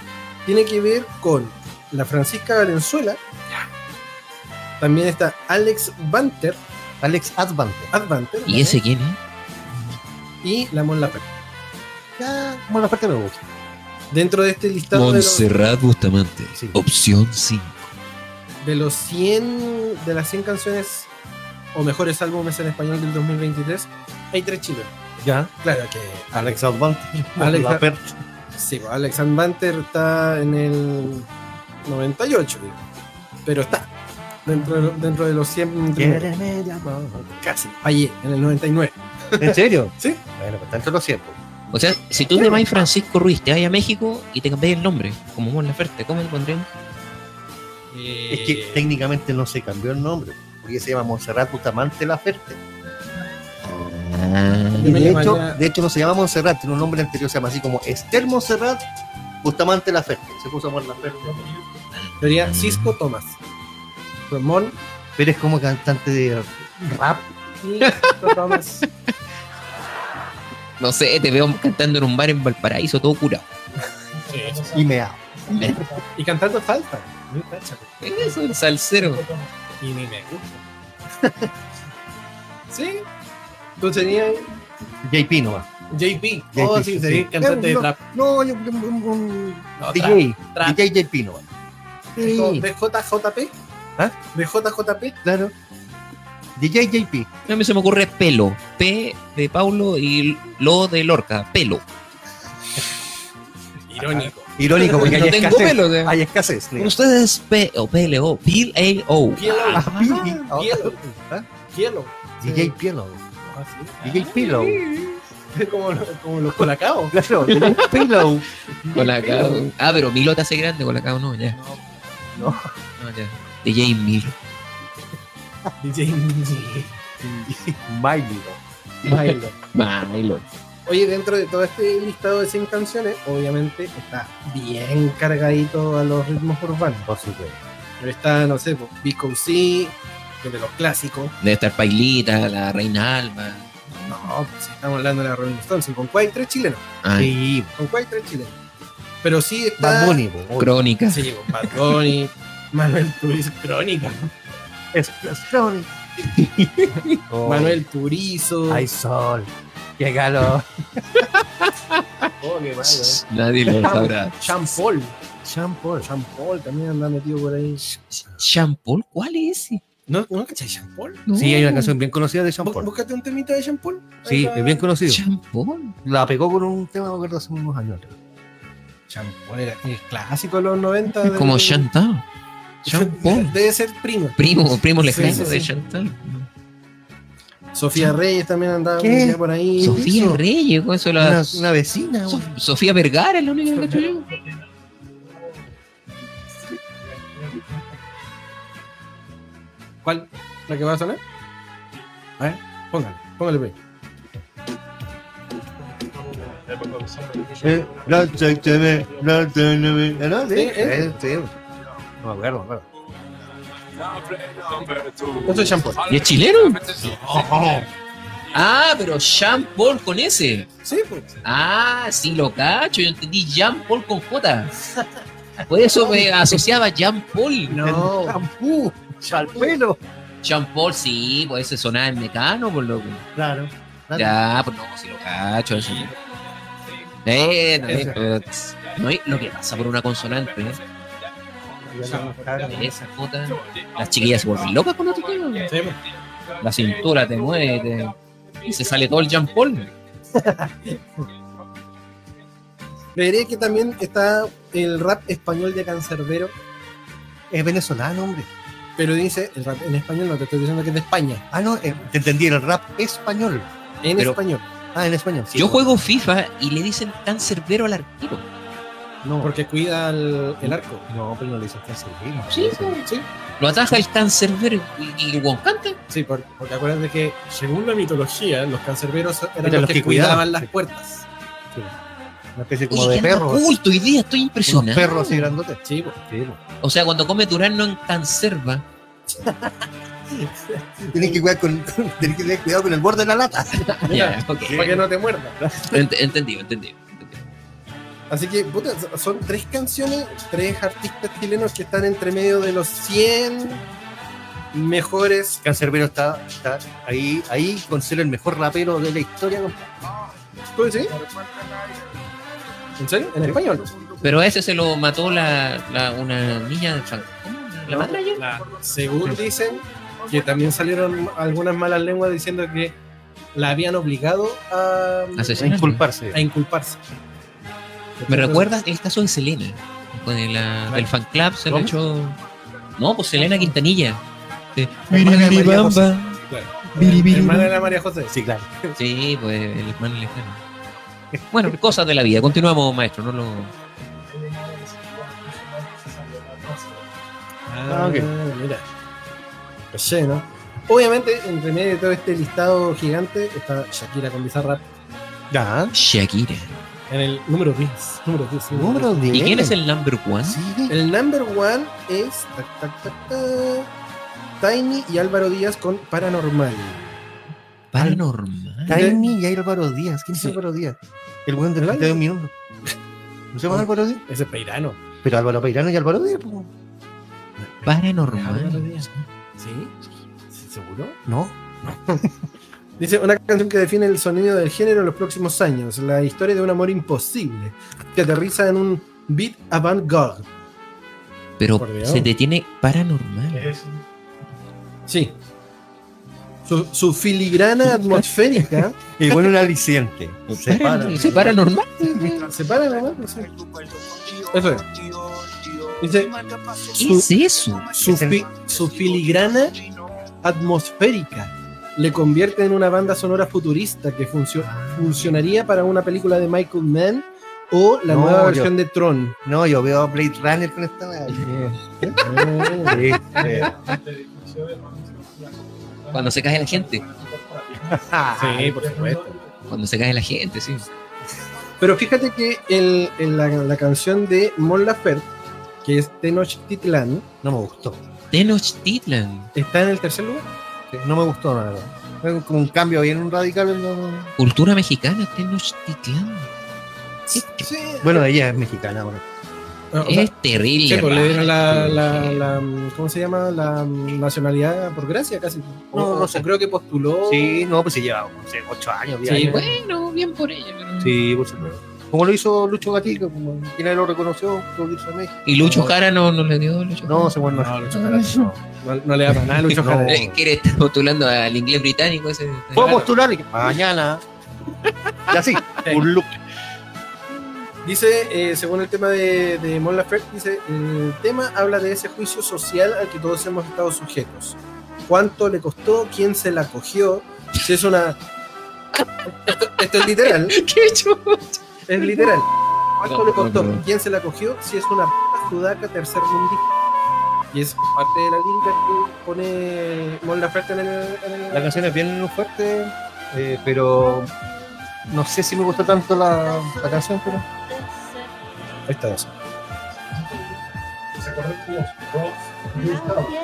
S5: tiene que ver con la Francisca Valenzuela. También está Alex Banter,
S4: Alex Advante.
S5: Advanter,
S3: ¿Y ese quién es?
S5: y la Mon Laferte.
S4: Ya, como la parte me gusta.
S5: Dentro de este listado de los,
S3: Montserrat Bustamante.
S4: Sí.
S3: Opción 5.
S5: de los 100 de las 100 canciones o mejores álbumes en español del 2023 hay tres chilenos.
S4: Ya.
S5: Claro que
S4: Alex (laughs) Advantage.
S5: Alex-
S4: La per-
S5: sí, pues Alex and Banter está en el 98, digo. pero está dentro de, lo- dentro de los 100.
S4: Quiéreme
S5: Casi, allí, en el 99.
S4: ¿En serio?
S5: Sí.
S4: Bueno, pues tanto lo siento.
S3: O sea, si tú te vas Francisco Ruiz, te vas a México y te cambias el nombre, como Mon Laferte, ¿cómo le pondríamos?
S4: Es que
S5: Eh,
S4: técnicamente no se cambió el nombre, porque se llama Montserrat Bustamante Laferte.
S5: Yo
S6: Ah.
S4: Y
S5: me
S4: de, hecho,
S5: llamaría-
S4: de hecho no se llama Montserrat, tiene un nombre anterior, se llama así como Esther Montserrat Bustamante Laferte. Se puso por Laferte.
S5: Sería Cisco Tomás. Ramón
S4: Pero es como cantante de rap. (laughs)
S5: Cisco Tomás.
S3: No sé, te veo cantando en un bar en Valparaíso, todo curado.
S4: Y me hago.
S5: Y cantando salsa. Muy facha,
S3: Eso, el salsero.
S5: Y ni me gusta. (laughs) sí. Tú serías
S4: JP nomás.
S5: JP.
S4: JP,
S5: oh, sí, sería
S4: sí.
S5: cantante de
S4: No,
S5: trap.
S4: No, yo, yo- un, un
S5: No, trap.
S4: DJ.
S5: trap.
S4: DJ JP nomás. Sí,
S5: De JJP.
S4: ¿Ah?
S5: De JJP.
S4: claro. DJ JP.
S3: A mí se me ocurre pelo. P de Paulo y lo de Lorca. Pelo.
S5: Irónico.
S4: Irónico,
S3: Porque
S4: porque
S3: no
S4: hay
S3: tengo
S4: escasez.
S3: pelo. o sea.
S4: Hay escasez.
S3: Con ustedes P o PLO. PLO.
S5: Pielo.
S4: Ah, Pili.
S5: Ah, Pielo.
S4: ¿Ah?
S5: Pielo.
S4: DJ Pielo. DJ Pillow.
S5: Ah, (laughs) Como, como los colacao.
S4: (laughs) Claro, DJ Pillow.
S3: Colacao. Ah, pero Milo te hace grande, Colacao no, ya.
S4: No.
S3: No, ya. DJ Milo.
S5: DJ
S4: Miley.
S5: Milo.
S3: Milo.
S5: Oye, dentro de todo este listado de 100 canciones, obviamente está bien cargadito a los ritmos urbanos.
S4: Por supuesto.
S5: Pero está, no sé, pues, Vico C, que de los clásicos.
S3: Debe estar Pailita, la Reina Alba.
S5: No, pues si estamos hablando de la Rolling Stones, con cuál hay tres chilenos.
S3: Ay,
S4: Sí,
S5: Con cuál hay tres chilenos. Pero sí está.
S4: Bad Bunny, po. Oye,
S3: Crónica.
S5: Sí, con Bad Bunny, (laughs) Manuel Turizo, Crónica.
S4: Es Clone.
S5: (laughs) Manuel Turizo.
S4: Ay, sol. Qué calor.
S5: oh, qué malo, eh.
S3: Nadie lo sabrá.
S5: Sean Paul.
S4: Sean Paul.
S5: Sean Paul también anda metido por ahí.
S3: ¿Sean Paul? ¿Cuál es ese?
S5: ¿No, no cachai Sean Paul?
S3: No.
S4: Sí, hay una canción bien conocida de Sean
S5: Mm. Bú-
S4: Paul.
S5: Búscate un temita de Sean Paul.
S4: Sí, es bien conocido.
S3: Sean Paul.
S4: La pegó con un tema, me acuerdo, hace unos años atrás.
S5: Sean Paul era el clásico de los 90. del-
S3: Como Chantal.
S5: (laughs)
S3: Sean Paul.
S5: Debe ser primo.
S3: Primo, primo lejano
S5: Sí, sí,
S3: de
S5: sí.
S3: Chantal.
S5: Sofía Reyes también andaba
S4: ¿Qué?
S5: un día por ahí.
S3: Sofía
S5: Eso.
S3: Reyes, con eso la.
S4: Una, una vecina.
S3: Sof-
S4: güey.
S3: Sofía Vergara es la única que cacho yo.
S5: ¿Cuál? ¿La que va a sonar? A ver, póngale, póngale play.
S4: Eh, la TV, la TV. Eh, ¿No? Sí,
S5: Sí,
S4: eh, sí. No me acuerdo, me acuerdo.
S5: Eso es Sean Paul.
S3: ¿Y es chileno? Ah, pero Jean Paul con S.
S5: Sí, pues.
S3: Ah, sí, lo cacho. Yo entendí Jean Paul con J. Por eso me asociaba a Jean Paul.
S5: No.
S4: Champú, chalpelo.
S3: Jean Paul, sí, pues ese sonaba en mecano, por loco.
S4: Claro. claro.
S3: Ya, pues no, sí lo cacho. Eso. Eh, no, eh, pero, tss, no, eh, lo que pasa por una consonante, ¿eh? Esa J. Las chiquillas se vuelven locas con otro tema.
S5: Sí, pues.
S3: La cintura te mueve te- y se sale todo el Jean Paul.
S5: Creería que también está el rap español de Cancerbero,
S4: Es venezolano, hombre.
S5: pero dice, el rap en español, no te estoy diciendo que es de España,
S4: Ah, no, eh, te entendí, el rap español.
S5: en
S3: Pero-
S5: español.
S4: Ah, en español. sí.
S3: Yo juego FIFA y le dicen tan cerbero al arquero.
S4: No,
S5: Porque cuida el, el arco.
S4: no, pero no le dicen que hace bien.
S3: Sí,
S5: Sí,
S3: Lo ataja el tan cerbero y, y el guancante.
S5: sí por- porque acuérdate que según la mitología, los cancerberos eran
S4: Eran
S5: los,
S4: los
S5: que,
S4: que
S5: cuidaban,
S4: cuidaban,
S5: las
S4: sí.
S5: puertas.
S4: Una especie como
S3: Oye,
S4: de
S3: qué anda
S4: perro.
S3: culto, hoy día estoy
S4: Unos
S3: impresionado.
S4: perros así grandotes.
S5: Sí, pues.
S3: O sea, cuando come Durano en cancerva,
S4: Tienes que, cuidar con, (laughs) tienes que tener cuidado con el borde de la lata.
S3: ya, ok.
S5: para que no te muerda.
S3: Ent- entendido, entendido. entendido.
S5: Así que, puta, son tres canciones, tres artistas chilenos que están entre medio de los 100 mejores.
S4: Cancerbero está, está ahí, ahí con ser el mejor rapero de la historia.
S5: ¿Tú decís? ¿En serio? ¿En español?
S3: Pero a ese se lo mató la, la- una niña de Fran- ¿cómo? ¿La madre ayer?
S5: La- según dicen, que también salieron algunas malas lenguas diciendo que la habían obligado a,
S4: A
S3: Asesinato.
S4: inculparse.
S5: a inculparse.
S3: Me recuerda el caso de Selena, con el, ah, del fan club se le
S4: ¿Cómo?
S3: echó. No, pues Selena Quintanilla. Sí.
S5: Hermana de María
S3: Biribiribamba.
S5: José. Claro. Hermana de la María José.
S4: Sí, claro.
S3: Sí, pues el hermano lejano. Bueno, cosas de la vida. Continuamos, maestro. No lo...
S5: Ah,
S4: ok.
S5: mira. Caché, ¿no? Obviamente, entre medio de todo este listado gigante está Shakira con Bizarrap
S4: Ya.
S3: Shakira.
S5: en el número 10. Número 10.
S4: Número 10.
S3: ¿Y quién es el number one?
S4: Sí.
S5: El number one es tac, tac, tac, tac, Tiny y Álvaro Díaz con Paranormal.
S3: Paranormal.
S4: Tiny y Álvaro Díaz. ¿Quién es
S5: Sí.
S4: Álvaro Díaz? El buen del
S5: ¿El
S4: 32 minutos. ¿No se llama Álvaro Díaz?
S5: Ese es Peirano.
S4: Pero Álvaro Peirano y Álvaro Díaz. po.
S3: Paranormal.
S5: ¿Sí? ¿Sí, ¿Seguro?
S4: No.
S5: Dice una canción que define el sonido del género en los próximos años, la historia de un amor imposible, que aterriza en un beat avant-garde.
S3: Pero
S5: Por Dios.
S3: se detiene paranormal.
S7: Es eso.
S5: Sí. Su, su (laughs) filigrana atmosférica
S4: El buen un aliciente. Se para.
S3: ¿Se paranormal?
S5: se para la mano, sí. Eso es. Dice,
S3: ¿Qué es eso?
S5: su, fi- su filigrana atmosférica le convierte en una banda sonora futurista que funcio- funcionaría para una película de Michael Mann o la
S4: No,
S5: nueva
S4: yo-
S5: versión de Tron.
S4: No, yo veo a Blade Runner con esta. weá. Sí, sí.
S3: Cuando se cae la gente.
S5: Ah, Sí, por supuesto.
S3: Cuando se cae la gente, sí.
S5: Pero fíjate que el, el- la, la canción de Mon Laferte, que es Tenochtitlan,
S4: No me gustó.
S3: Tenochtitlan.
S5: está en el tercer lugar.
S4: No me gustó, la verdad. Fue como un cambio bien radical. en lo-
S3: Cultura mexicana, Tenochtitlan. Sí,
S5: Sí.
S4: Bueno, ella es mexicana. Bueno.
S5: Ah, O sea,
S3: Es terrible.
S5: sí, pues, le dieron la,
S3: hermano.
S5: la- la, mm, ¿cómo se llama? La mm, nacionalidad por gracia casi.
S4: No,
S5: O-
S4: no sé.
S5: o Creo que postuló.
S4: Sí, no, pues se lleva no sé, ocho años, diez
S5: Sí,
S4: años.
S3: Bueno, bien por ella. pero-
S4: Sí, por supuesto. Como lo hizo Lucho Gatica, como quien él lo reconoció, lo hizo en México.
S3: Y Lucho Jara no, no le dio Lucho
S4: No,
S3: Jara.
S4: se bueno.
S5: No, Lucho Jara, no. No, no le da para nada a Lucho
S4: (laughs) No.
S5: Jara.
S3: Eh, Quiere estar postulando al inglés británico ese.
S4: Fue a postular y que mañana. Y (laughs) así, Ah. un look.
S5: Dice, eh, según el tema de, de Mon Laferte, dice, el tema habla de ese juicio social al que todos hemos estado sujetos. ¿Cuánto le costó? ¿Quién se la cogió? Si es una... (laughs) Esto, esto es literal,
S3: ¿Qué chulo?
S5: es literal. ¿Cuánto
S3: No,
S5: le
S3: no,
S5: costó?
S3: no.
S5: ¿Quién se la cogió? Si es una p- sudaca tercer mundista. Y es parte de la lírica que pone Mon Laferte en el... en el-
S4: La canción es bien fuerte, eh, pero no sé si me gustó tanto la, la canción, pero.
S5: Ahí está eso.
S7: ¿Se acuerdan que los Ross Yourself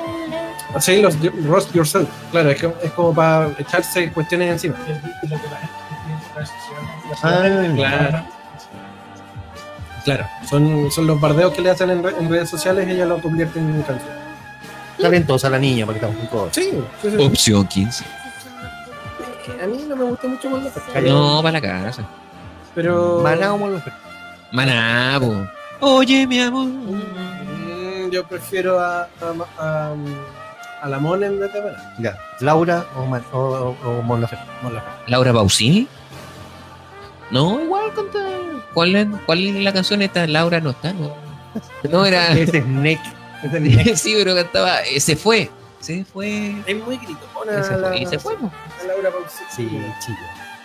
S5: Sí, los Roast Yourself. Claro, es, que, es como para echarse cuestiones encima.
S7: es lo que la gente piensa que es social?
S4: Ah,
S5: claro. Claro, son, son los bardeos que le hacen en, re- en redes sociales, ella lo convierte en canción.
S4: Talentosa la niña, porque estamos con
S5: Sí, sí, sí.
S3: Opción 15.
S5: Eh, A mí no me gusta mucho Mon Laferte,
S3: No, para la casa.
S5: pero
S3: Manabo. Oye, mi amor.
S5: Mm, yo prefiero a, a, a, a la Mon en vez de a Maná.
S4: Ya, Laura o, Man- o, o- o Mon Laferte.
S3: Laura Pausini. No, igual canta. ¿Cuál es, ¿Cuál es la canción esta? Laura no está, no. No era.
S5: (laughs)
S4: Ese es Nick. Ese es
S3: (laughs)
S4: Nick.
S3: sí, pero cantaba. eh, Se fue. Se fue.
S5: Es muy gritona
S3: Se fue.
S5: Ah, la,
S3: Y se fue. po.
S5: la Laura Pausini.
S4: Sí, chico.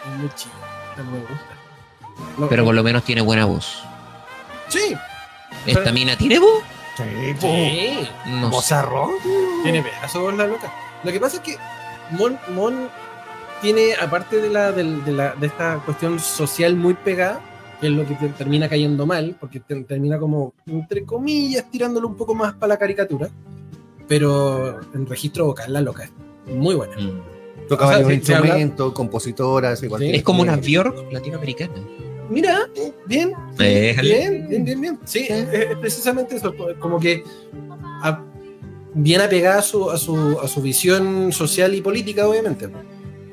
S5: Es muy chida, no me gusta. No,
S3: Pero por lo menos tiene buena voz.
S5: Sí,
S3: ¿Esta
S5: Pero-
S3: mina tiene voz?
S5: sí.
S3: No sé.
S4: Mozarrón.
S5: Tiene pedazo voz la loca. Lo que pasa es que Mon, Mon tiene, aparte de, la, del- de, la- de esta cuestión social muy pegada, que es lo que te- termina cayendo mal, porque te- termina como, entre comillas, tirándolo un poco más para la caricatura, pero en registro vocal la loca es muy buena.
S3: Mm.
S4: Tocaba
S5: O sea,
S4: un
S5: se- se habla-
S4: instrumento, compositora, así cualquier-
S3: Es como una Björk latinoamericana.
S5: Mira, eh, bien,
S3: Déjale.
S5: bien, bien, bien, bien. Sí, es, es precisamente eso, como que a- bien apegada a su, a, su, a su visión social y política, obviamente.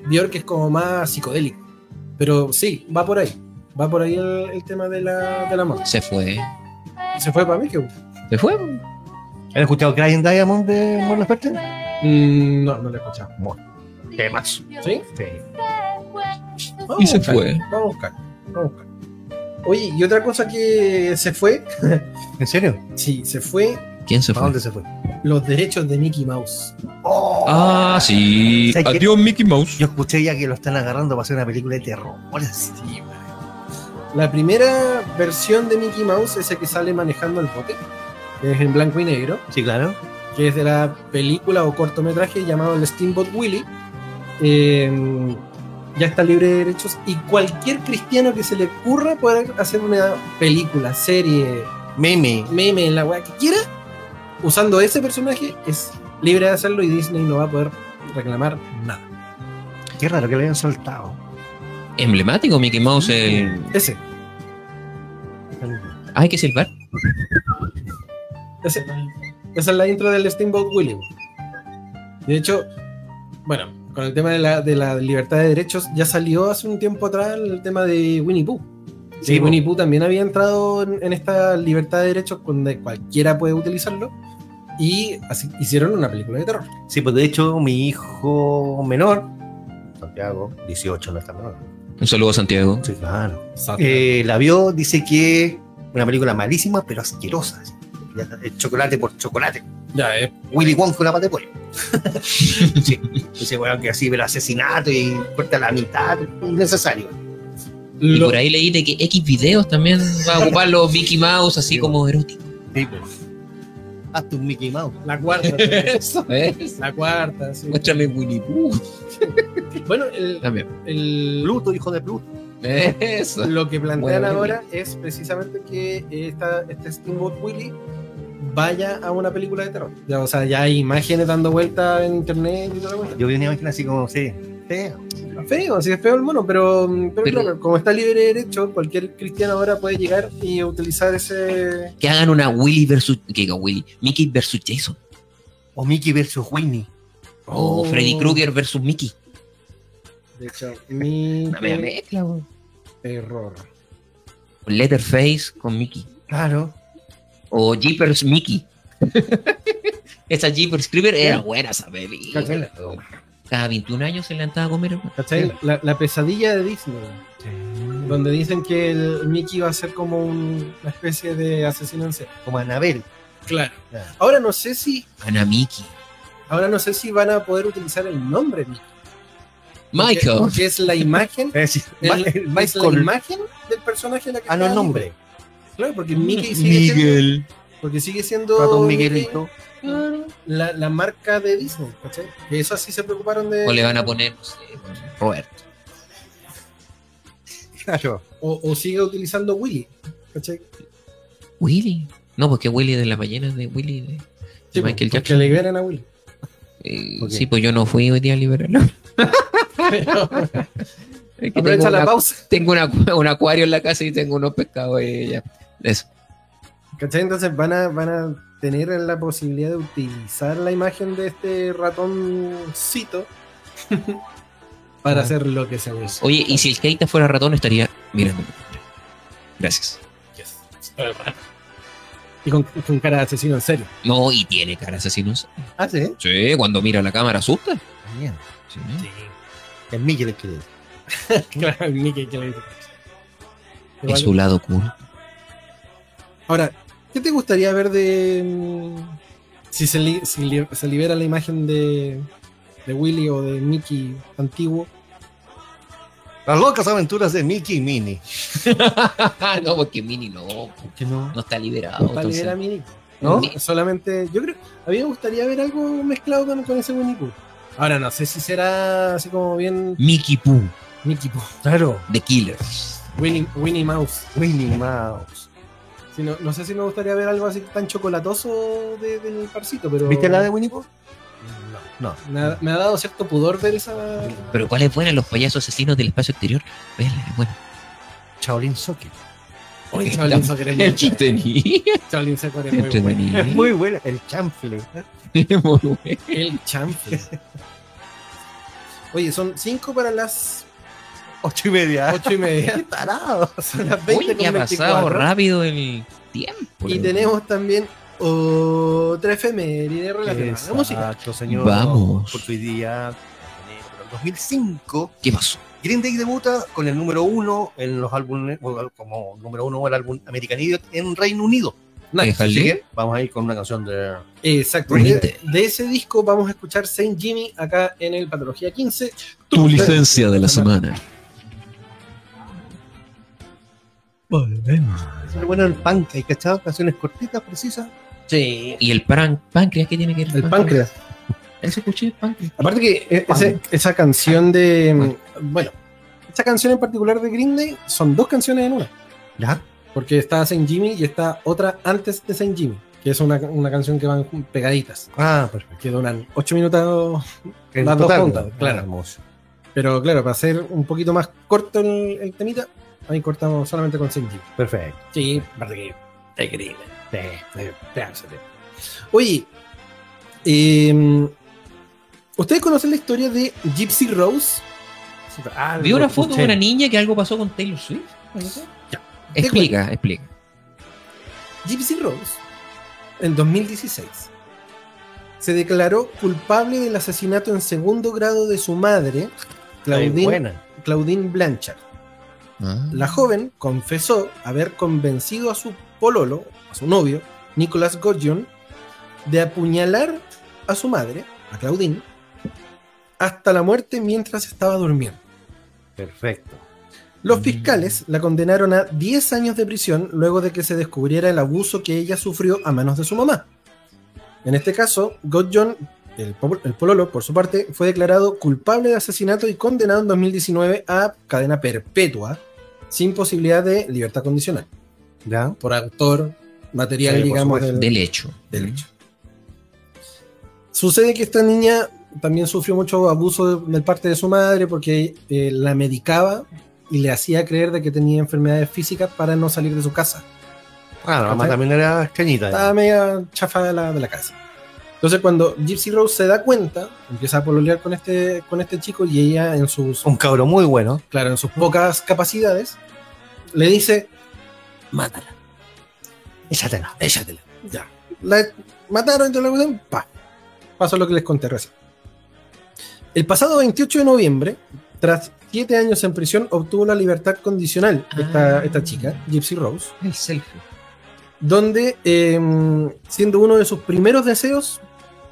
S5: Björk es como más psicodélico, pero sí, va por ahí. Va por ahí el, el tema de la, del amor.
S3: Se fue.
S5: ¿Se fue para México?
S3: Se fue.
S4: ¿Han escuchado Crying Diamond de Mon Laferte?
S5: Mm, no, no lo he escuchado.
S4: Temas.
S5: ¿Sí?
S4: Sí.
S5: Vamos
S3: Y
S5: a
S3: se
S5: buscar,
S3: fue.
S5: Vamos a buscar, vamos a buscar. Oye, y otra cosa que se fue,
S4: ¿En serio?
S5: sí, se fue
S3: ¿Quién se
S4: ¿Para
S3: fue?
S4: dónde se fue?
S5: los derechos de Mickey Mouse.
S3: Ah, sí.
S4: ¿Sabes qué?
S3: Adiós, Mickey Mouse.
S4: Yo escuché ya que lo están agarrando para hacer una película de terror. así.
S5: La primera versión de Mickey Mouse, ese que sale manejando el bote, que es en blanco y negro,
S4: Sí, claro.
S5: que es de la película o cortometraje llamado El Steamboat Willie, eh, ya está libre de derechos y cualquier cristiano que se le ocurra poder hacer una película, serie,
S4: Meme.
S5: meme, la weá que quiera, usando ese personaje, es libre de hacerlo y Disney no va a poder reclamar nada.
S4: Qué raro que lo hayan soltado.
S3: Emblemático Mickey Mouse. El...
S5: Ese,
S3: Ah, hay que silbar.
S5: ese. Esa es la intro del Steamboat Willie. De hecho, bueno, con el tema de la, de la libertad de derechos, ya salió hace un tiempo atrás el tema de Winnie Pooh. Sí,
S4: Sí,
S5: Winnie Pooh también había entrado en, en esta libertad de derechos donde cualquiera puede utilizarlo. Y así hicieron una película de terror.
S4: Sí, pues de hecho, mi hijo menor, Santiago, 18, no está menor.
S3: Un saludo a Santiago.
S4: Sí, claro.
S5: Exacto.
S4: Eh, la vio, dice que una película malísima, pero asquerosa. Ya, eh, Chocolate por chocolate.
S5: ya, eh.
S4: Willy Wonka la pata de pollo. (laughs) sí. Dice, bueno, que así, pero asesinato y corta la mitad, innecesario.
S3: Y
S5: Lo-
S3: por ahí leí de que X videos también va a ocupar los Mickey Mouse así como (laughs) erótico.
S4: Hazte un Mickey Mouse.
S5: la cuarta.
S3: Eso es.
S5: la cuarta, sí.
S3: Eh, Muéstrame Winnie Pooh.
S5: Bueno, el,
S3: También.
S5: el-
S4: Pluto, hijo de Pluto.
S3: Eso.
S5: lo que plantean
S3: Bueno,
S5: ahora es precisamente que esta, este Steamboat Willie vaya a una película de terror. Ya, o sea, ya hay imágenes dando vueltas en internet y toda la cuestión.
S4: Yo vi una imagen así como, sí, feo.
S5: Feo, si es feo el mono, pero, pero,
S3: Pero-
S5: claro, como está libre de derecho, cualquier cristiano ahora puede llegar y utilizar ese.
S3: Que hagan una Willy versus. Que diga Willy. Mickey versus Jason.
S4: O Mickey versus Winnie.
S3: O Oh, Freddy Krueger versus Mickey.
S5: Oh, De hecho, mi
S3: Una media mezcla, weón.
S5: terror.
S3: O Letterface con Mickey.
S4: Claro.
S3: O Jeepers Mickey. (laughs) esa Jeepers Creeper era buena esa película. Cada 21 años se le andaba a comer. hermano.
S5: ¿Cachai? La, la pesadilla de Disney, donde dicen que el Mickey va a ser como un- una especie de asesino en serie.
S4: Como Anabel.
S5: Claro.
S4: Claro.
S5: Ahora no sé si
S3: Ana Mickey.
S5: Ahora no sé si van a poder utilizar el nombre Mickey.
S3: Michael.
S5: Que es la imagen.
S4: (laughs) Es decir,
S5: el-
S4: va-
S5: es la
S4: con-
S5: imagen del personaje la que
S4: Ah, no,
S5: está-
S4: el nombre.
S5: Claro, porque Mickey sigue siendo. Porque sigue siendo.
S4: Ratón
S5: Mickey,
S4: Miguelito.
S5: La, la marca de Disney, ¿cachai? Que eso así se preocuparon de.
S3: O le van a poner, no sé, Roberto.
S4: Claro.
S5: O, o sigue utilizando Willy. ¿Cachai?
S3: Willy. No, porque Willy de las ballenas de Willy. de-
S5: Sí,
S3: Michael
S5: porque
S3: Jackson.
S5: liberen a Willy.
S3: eh,
S4: Ok.
S3: Sí, pues yo no fui hoy día a liberarlo.
S5: (laughs)
S3: Es que tengo
S5: Aprovecha la
S3: una-
S5: pausa.
S3: tengo una- un acuario en la casa y tengo unos pescados y ya. Eso.
S5: ¿Cachai? Entonces van a, van a tener la posibilidad de utilizar la imagen de este
S3: (laughs)
S5: ratoncito para hacer lo que se usa.
S3: Ah. Oye, y si el Keita fuera ratón estaría mirándome. Gracias.
S5: Y con, con cara de asesino en serio.
S3: No, y tiene cara asesino.
S4: Ah, sí.
S3: Sí, cuando mira la cámara asusta.
S4: Bien.
S3: Sí.
S4: El Miguel que le
S5: (laughs) Claro, Mickey, que le dice.
S3: Es su lado cool.
S5: Ahora, ¿qué te gustaría ver de. mm, Si se, li- si li- se libera la imagen de, de Willy o de Mickey antiguo?
S4: Las locas aventuras de Mickey y Minnie.
S3: Ah, no, porque Mini no,
S4: Que no.
S3: no está liberado.
S5: Para
S3: entonces-
S5: liberar a Minnie.
S3: ¿No?
S5: Ni- Solamente. Yo creo. A mí me gustaría ver algo mezclado con, con ese Winnie Pooh. Ahora, no sé si será así como bien
S3: Mickey Pooh,
S5: Mickey Pooh. Claro.
S3: The Killer.
S5: Winnie, Winnie Mouse.
S4: Winnie Mouse.
S5: Sí, no, no sé si me gustaría ver algo así tan chocolatoso de- del parcito, pero.
S4: ¿Viste la de Winnie Pooh? No.
S5: Me ha, me ha dado cierto pudor ver esa.
S3: Pero ¿cuál es buena? Los payasos asesinos del espacio exterior. Vela, es (laughs) buena.
S4: Shaolin Soccer.
S5: Uy, Shaolin Soccer es muy buena.
S3: (laughs) tenía.
S5: Shaolin Soccer es muy buena.
S4: Muy buena. El chanfle.
S5: El chanfle. Oye, son 5 para las
S4: Ocho y media.
S5: 8 y media.
S4: Tarado.
S5: Son las 20
S3: Oye,
S5: con
S3: que ha pasado
S5: 24.
S3: rápido el tiempo.
S5: Y tenemos también otra efeméride relacionada a la música.
S4: Exacto, señor.
S3: Vamos.
S4: Por tu día. en el 2005
S3: ¿Qué pasó?
S4: Green Day debuta con el número uno en los álbumes, o como número uno el álbum American Idiot en Reino Unido.
S3: Nice.
S4: Así que vamos a ir con una canción de
S5: Exacto. De, de ese disco vamos a escuchar Saint Jimmy acá en el Patología 15.
S3: Tu licencia de la semana.
S4: Es lo bueno el punk, hay cachado canciones cortitas, precisas.
S5: Sí.
S3: ¿Y el pan, páncreas qué tiene que ver?
S5: El páncreas.
S3: Eso escuché, páncreas.
S5: Aparte que eh,
S4: Pan.
S5: ese- esa canción de. mm, Bueno, esa canción en particular de Green Day son dos canciones en una.
S4: Ya.
S5: Porque está Saint Jimmy y está otra antes de Saint Jimmy. Que es una, una canción que van jun- pegaditas.
S4: Ah, perfecto.
S5: Que duran ocho minutos.
S4: En
S5: Las dos
S4: total,
S5: juntas, claro.
S4: Hermoso.
S5: Pero claro, para hacer un poquito más corto el, el temita, ahí cortamos solamente con Saint Jimmy.
S4: Perfecto.
S5: Sí, aparte que te quería. Te, te, te hace, te. Oye, eh, ¿ustedes conocen la historia de Gypsy Rose? Ah,
S3: Vi
S5: lo
S3: una foto de
S5: escuché.
S3: una niña que algo pasó con Taylor Swift. algo así.
S5: Te
S3: Explica, explica.
S5: Gypsy Rose, en 2016, se declaró culpable del asesinato en segundo grado de su madre,
S4: Ay,
S5: Claudine,
S4: buena.
S5: Claudine Blanchard. Ah. La joven confesó haber convencido a su pololo, a su novio, Nicholas Godion, de apuñalar a su madre, a Claudine, hasta la muerte mientras estaba durmiendo.
S4: Perfecto. Mm.
S5: Los fiscales la condenaron a 10 años de prisión luego de que se descubriera el abuso que ella sufrió a manos de su mamá. En este caso, Godion, el, po- el pololo, por su parte, fue declarado culpable de asesinato y condenado en 2019 a cadena perpetua sin posibilidad de libertad condicional
S4: Ya.
S5: por autor material,
S4: Sí, por
S5: digamos,
S4: supuesto.
S5: del,
S3: Del hecho.
S5: del hecho. Sucede que esta niña también sufrió mucho abuso de, de parte de su madre porque eh, la medicaba y le hacía creer de que tenía enfermedades físicas para no salir de su casa.
S4: Ah, la mamá
S5: ¿Cachai?
S4: también era extrañita.
S5: Estaba media chafa de la, de la casa. Entonces cuando Gypsy Rose se da cuenta, empieza a pololear con este, con este chico y ella en sus
S4: Un cabro muy bueno.
S5: claro, en sus pocas capacidades, le dice, mátala,
S4: Échatela.
S5: échatela, ya. La mataron, yo la cuestión, pa. Pasó lo que les conté recién. El pasado 28 de noviembre, tras siete años en prisión, obtuvo la libertad condicional esta,
S3: Ah.
S5: esta chica, Gypsy Rose,
S3: El selfie.
S5: donde, eh, siendo uno de sus primeros deseos,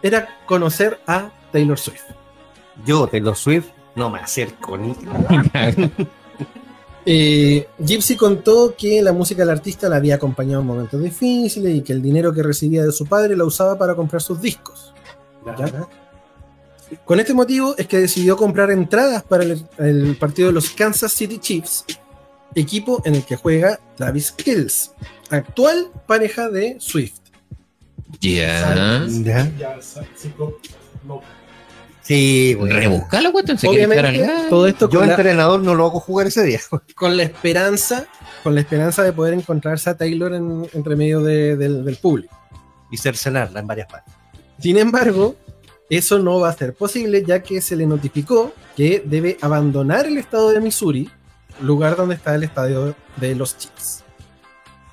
S5: era conocer a Taylor Swift.
S4: Yo, Taylor Swift, no me acerco ni.
S5: Eh, Gypsy contó que la música del artista la había acompañado en momentos difíciles y que el dinero que recibía de su padre la usaba para comprar sus discos. ¿ya? Con este motivo es que decidió comprar entradas para el, el partido de los Kansas City Chiefs, equipo en el que juega Travis Kells, actual pareja de Swift.
S3: Ya.
S4: Ya.
S7: Ya, sa- psico- no,
S4: Sí, bueno.
S3: Rebusca la cuestión. Se quiere echar al
S5: Obviamente,
S3: gas.
S5: todo esto
S4: Yo,
S5: con la-
S4: entrenador, no lo hago jugar ese día.
S5: con la esperanza, con la esperanza de poder encontrarse a Taylor en- entre medio de- del- del público.
S4: Y cercenarla en varias partes.
S5: Sin embargo, eso no va a ser posible ya que se le notificó que debe abandonar el estado de Missouri, lugar donde está el estadio de los Chiefs.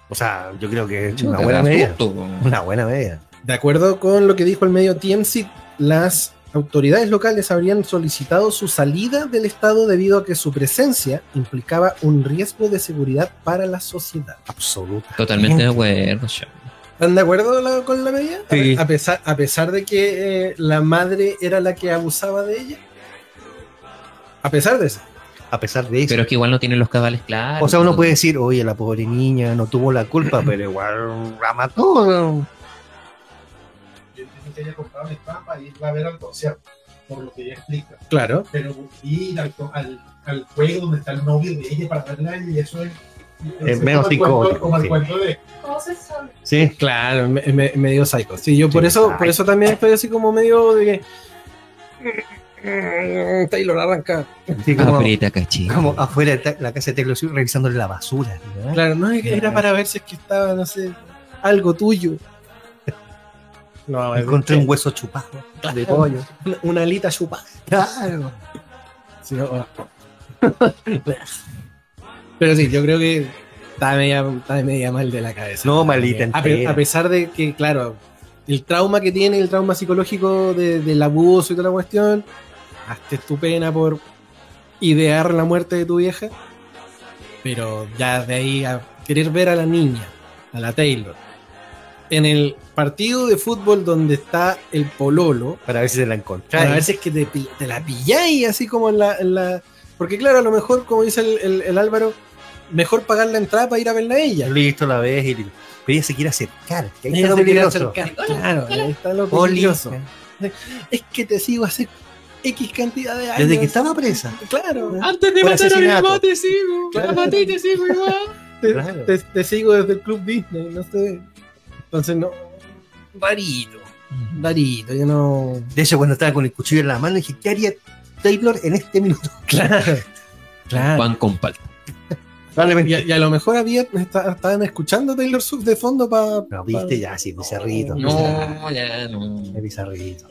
S4: O sea, yo creo que es
S3: Chuta,
S4: una buena
S3: da
S4: medida.
S3: susto.
S4: Una buena medida.
S5: De acuerdo con lo que dijo el medio TMZ, las autoridades locales habrían solicitado su salida del estado debido a que su presencia implicaba un riesgo de seguridad para la sociedad.
S4: Absoluta.
S3: Totalmente de acuerdo. ya.
S5: ¿Están de acuerdo la- con la medida? A-
S4: Sí.
S5: A, pesar, a pesar de que eh, la madre era la que abusaba de ella. A pesar de eso.
S4: A pesar de eso.
S3: Pero es que igual no tienen los cabales claros.
S4: o sea, uno puede decir, oye, la pobre niña no tuvo la (clears throat) culpa, pero igual la mató.
S7: yo entiendo que ella compraba mis papas y iba a ver al concierto, por lo que ella explica.
S5: Claro.
S7: Pero ir al, co- al, al juego donde está el novio de ella para verla y eso es.
S4: Es menos
S7: como el cuento-
S4: psicótico,
S7: Como el
S4: sí.
S7: cuento de.
S4: Sí.
S5: (laughs) Claro, me, me- medio psycho. Sí, yo por
S4: Sí,
S5: eso,
S4: psycho.
S5: por eso también estoy así como medio de que. (laughs) Taylor arranca.
S4: sí como,
S3: Ah, Aprieta cachito.
S4: como afuera de ta- la casa de Taylor Swift revisándole la basura. ¿verdad?
S5: Claro, no es que era para ver si es que estaba, no sé, algo tuyo. No, es
S4: Encontré un hueso chupado de pollo.
S5: una, (laughs) una alita chupada.
S4: Claro.
S5: Sí, o- (laughs) Pero sí, yo creo que está media, está media mal de la cabeza.
S4: No, malita
S5: A, pe-
S4: entera.
S5: a pesar de que, claro, el trauma que tiene, el trauma psicológico de- del abuso y toda la cuestión, hazte tu pena por idear la muerte de tu vieja, pero ya de ahí a querer ver a la niña, a la Taylor, en el partido de fútbol donde está el pololo,
S4: Para ver si se la
S5: a
S4: encontráis.
S5: ver si es que te, pi- te la pilláis así como en la, en la- Porque claro, a lo mejor, como dice el, el- el Álvaro, mejor pagar la entrada para ir a verla a ella.
S4: Lo he visto la vez y le- pero ella se quiere acercar. Que ahí
S5: Ella
S4: está lo
S5: se quiere
S4: peligroso.
S5: acercar, Claro, ahí está lo
S4: Oli.
S5: peligroso. Es que te sigo hace X cantidad de años.
S4: Desde que estaba presa.
S5: Claro.
S3: Antes de
S4: Por matar a mi asesinato. mamá,
S3: te sigo.
S5: Claro. La maté
S3: te sigo
S4: (laughs)
S3: igual.
S5: te,
S4: Claro.
S5: te- te sigo desde el club Disney, no sé. Entonces no. Rarito. Rarito, yo no.
S4: De hecho, cuando estaba con el cuchillo en la mano, dije, ¿qué haría Taylor en este minuto?
S5: Claro. Claro.
S3: Juan con palta.
S5: Y a,
S4: Probablemente.
S5: y a lo mejor había, está- estaban escuchando Taylor Swift de fondo para.
S4: No, viste, ya, sí, bizarrito. bizarrito,
S3: No, ya no.
S4: Es bizarrito.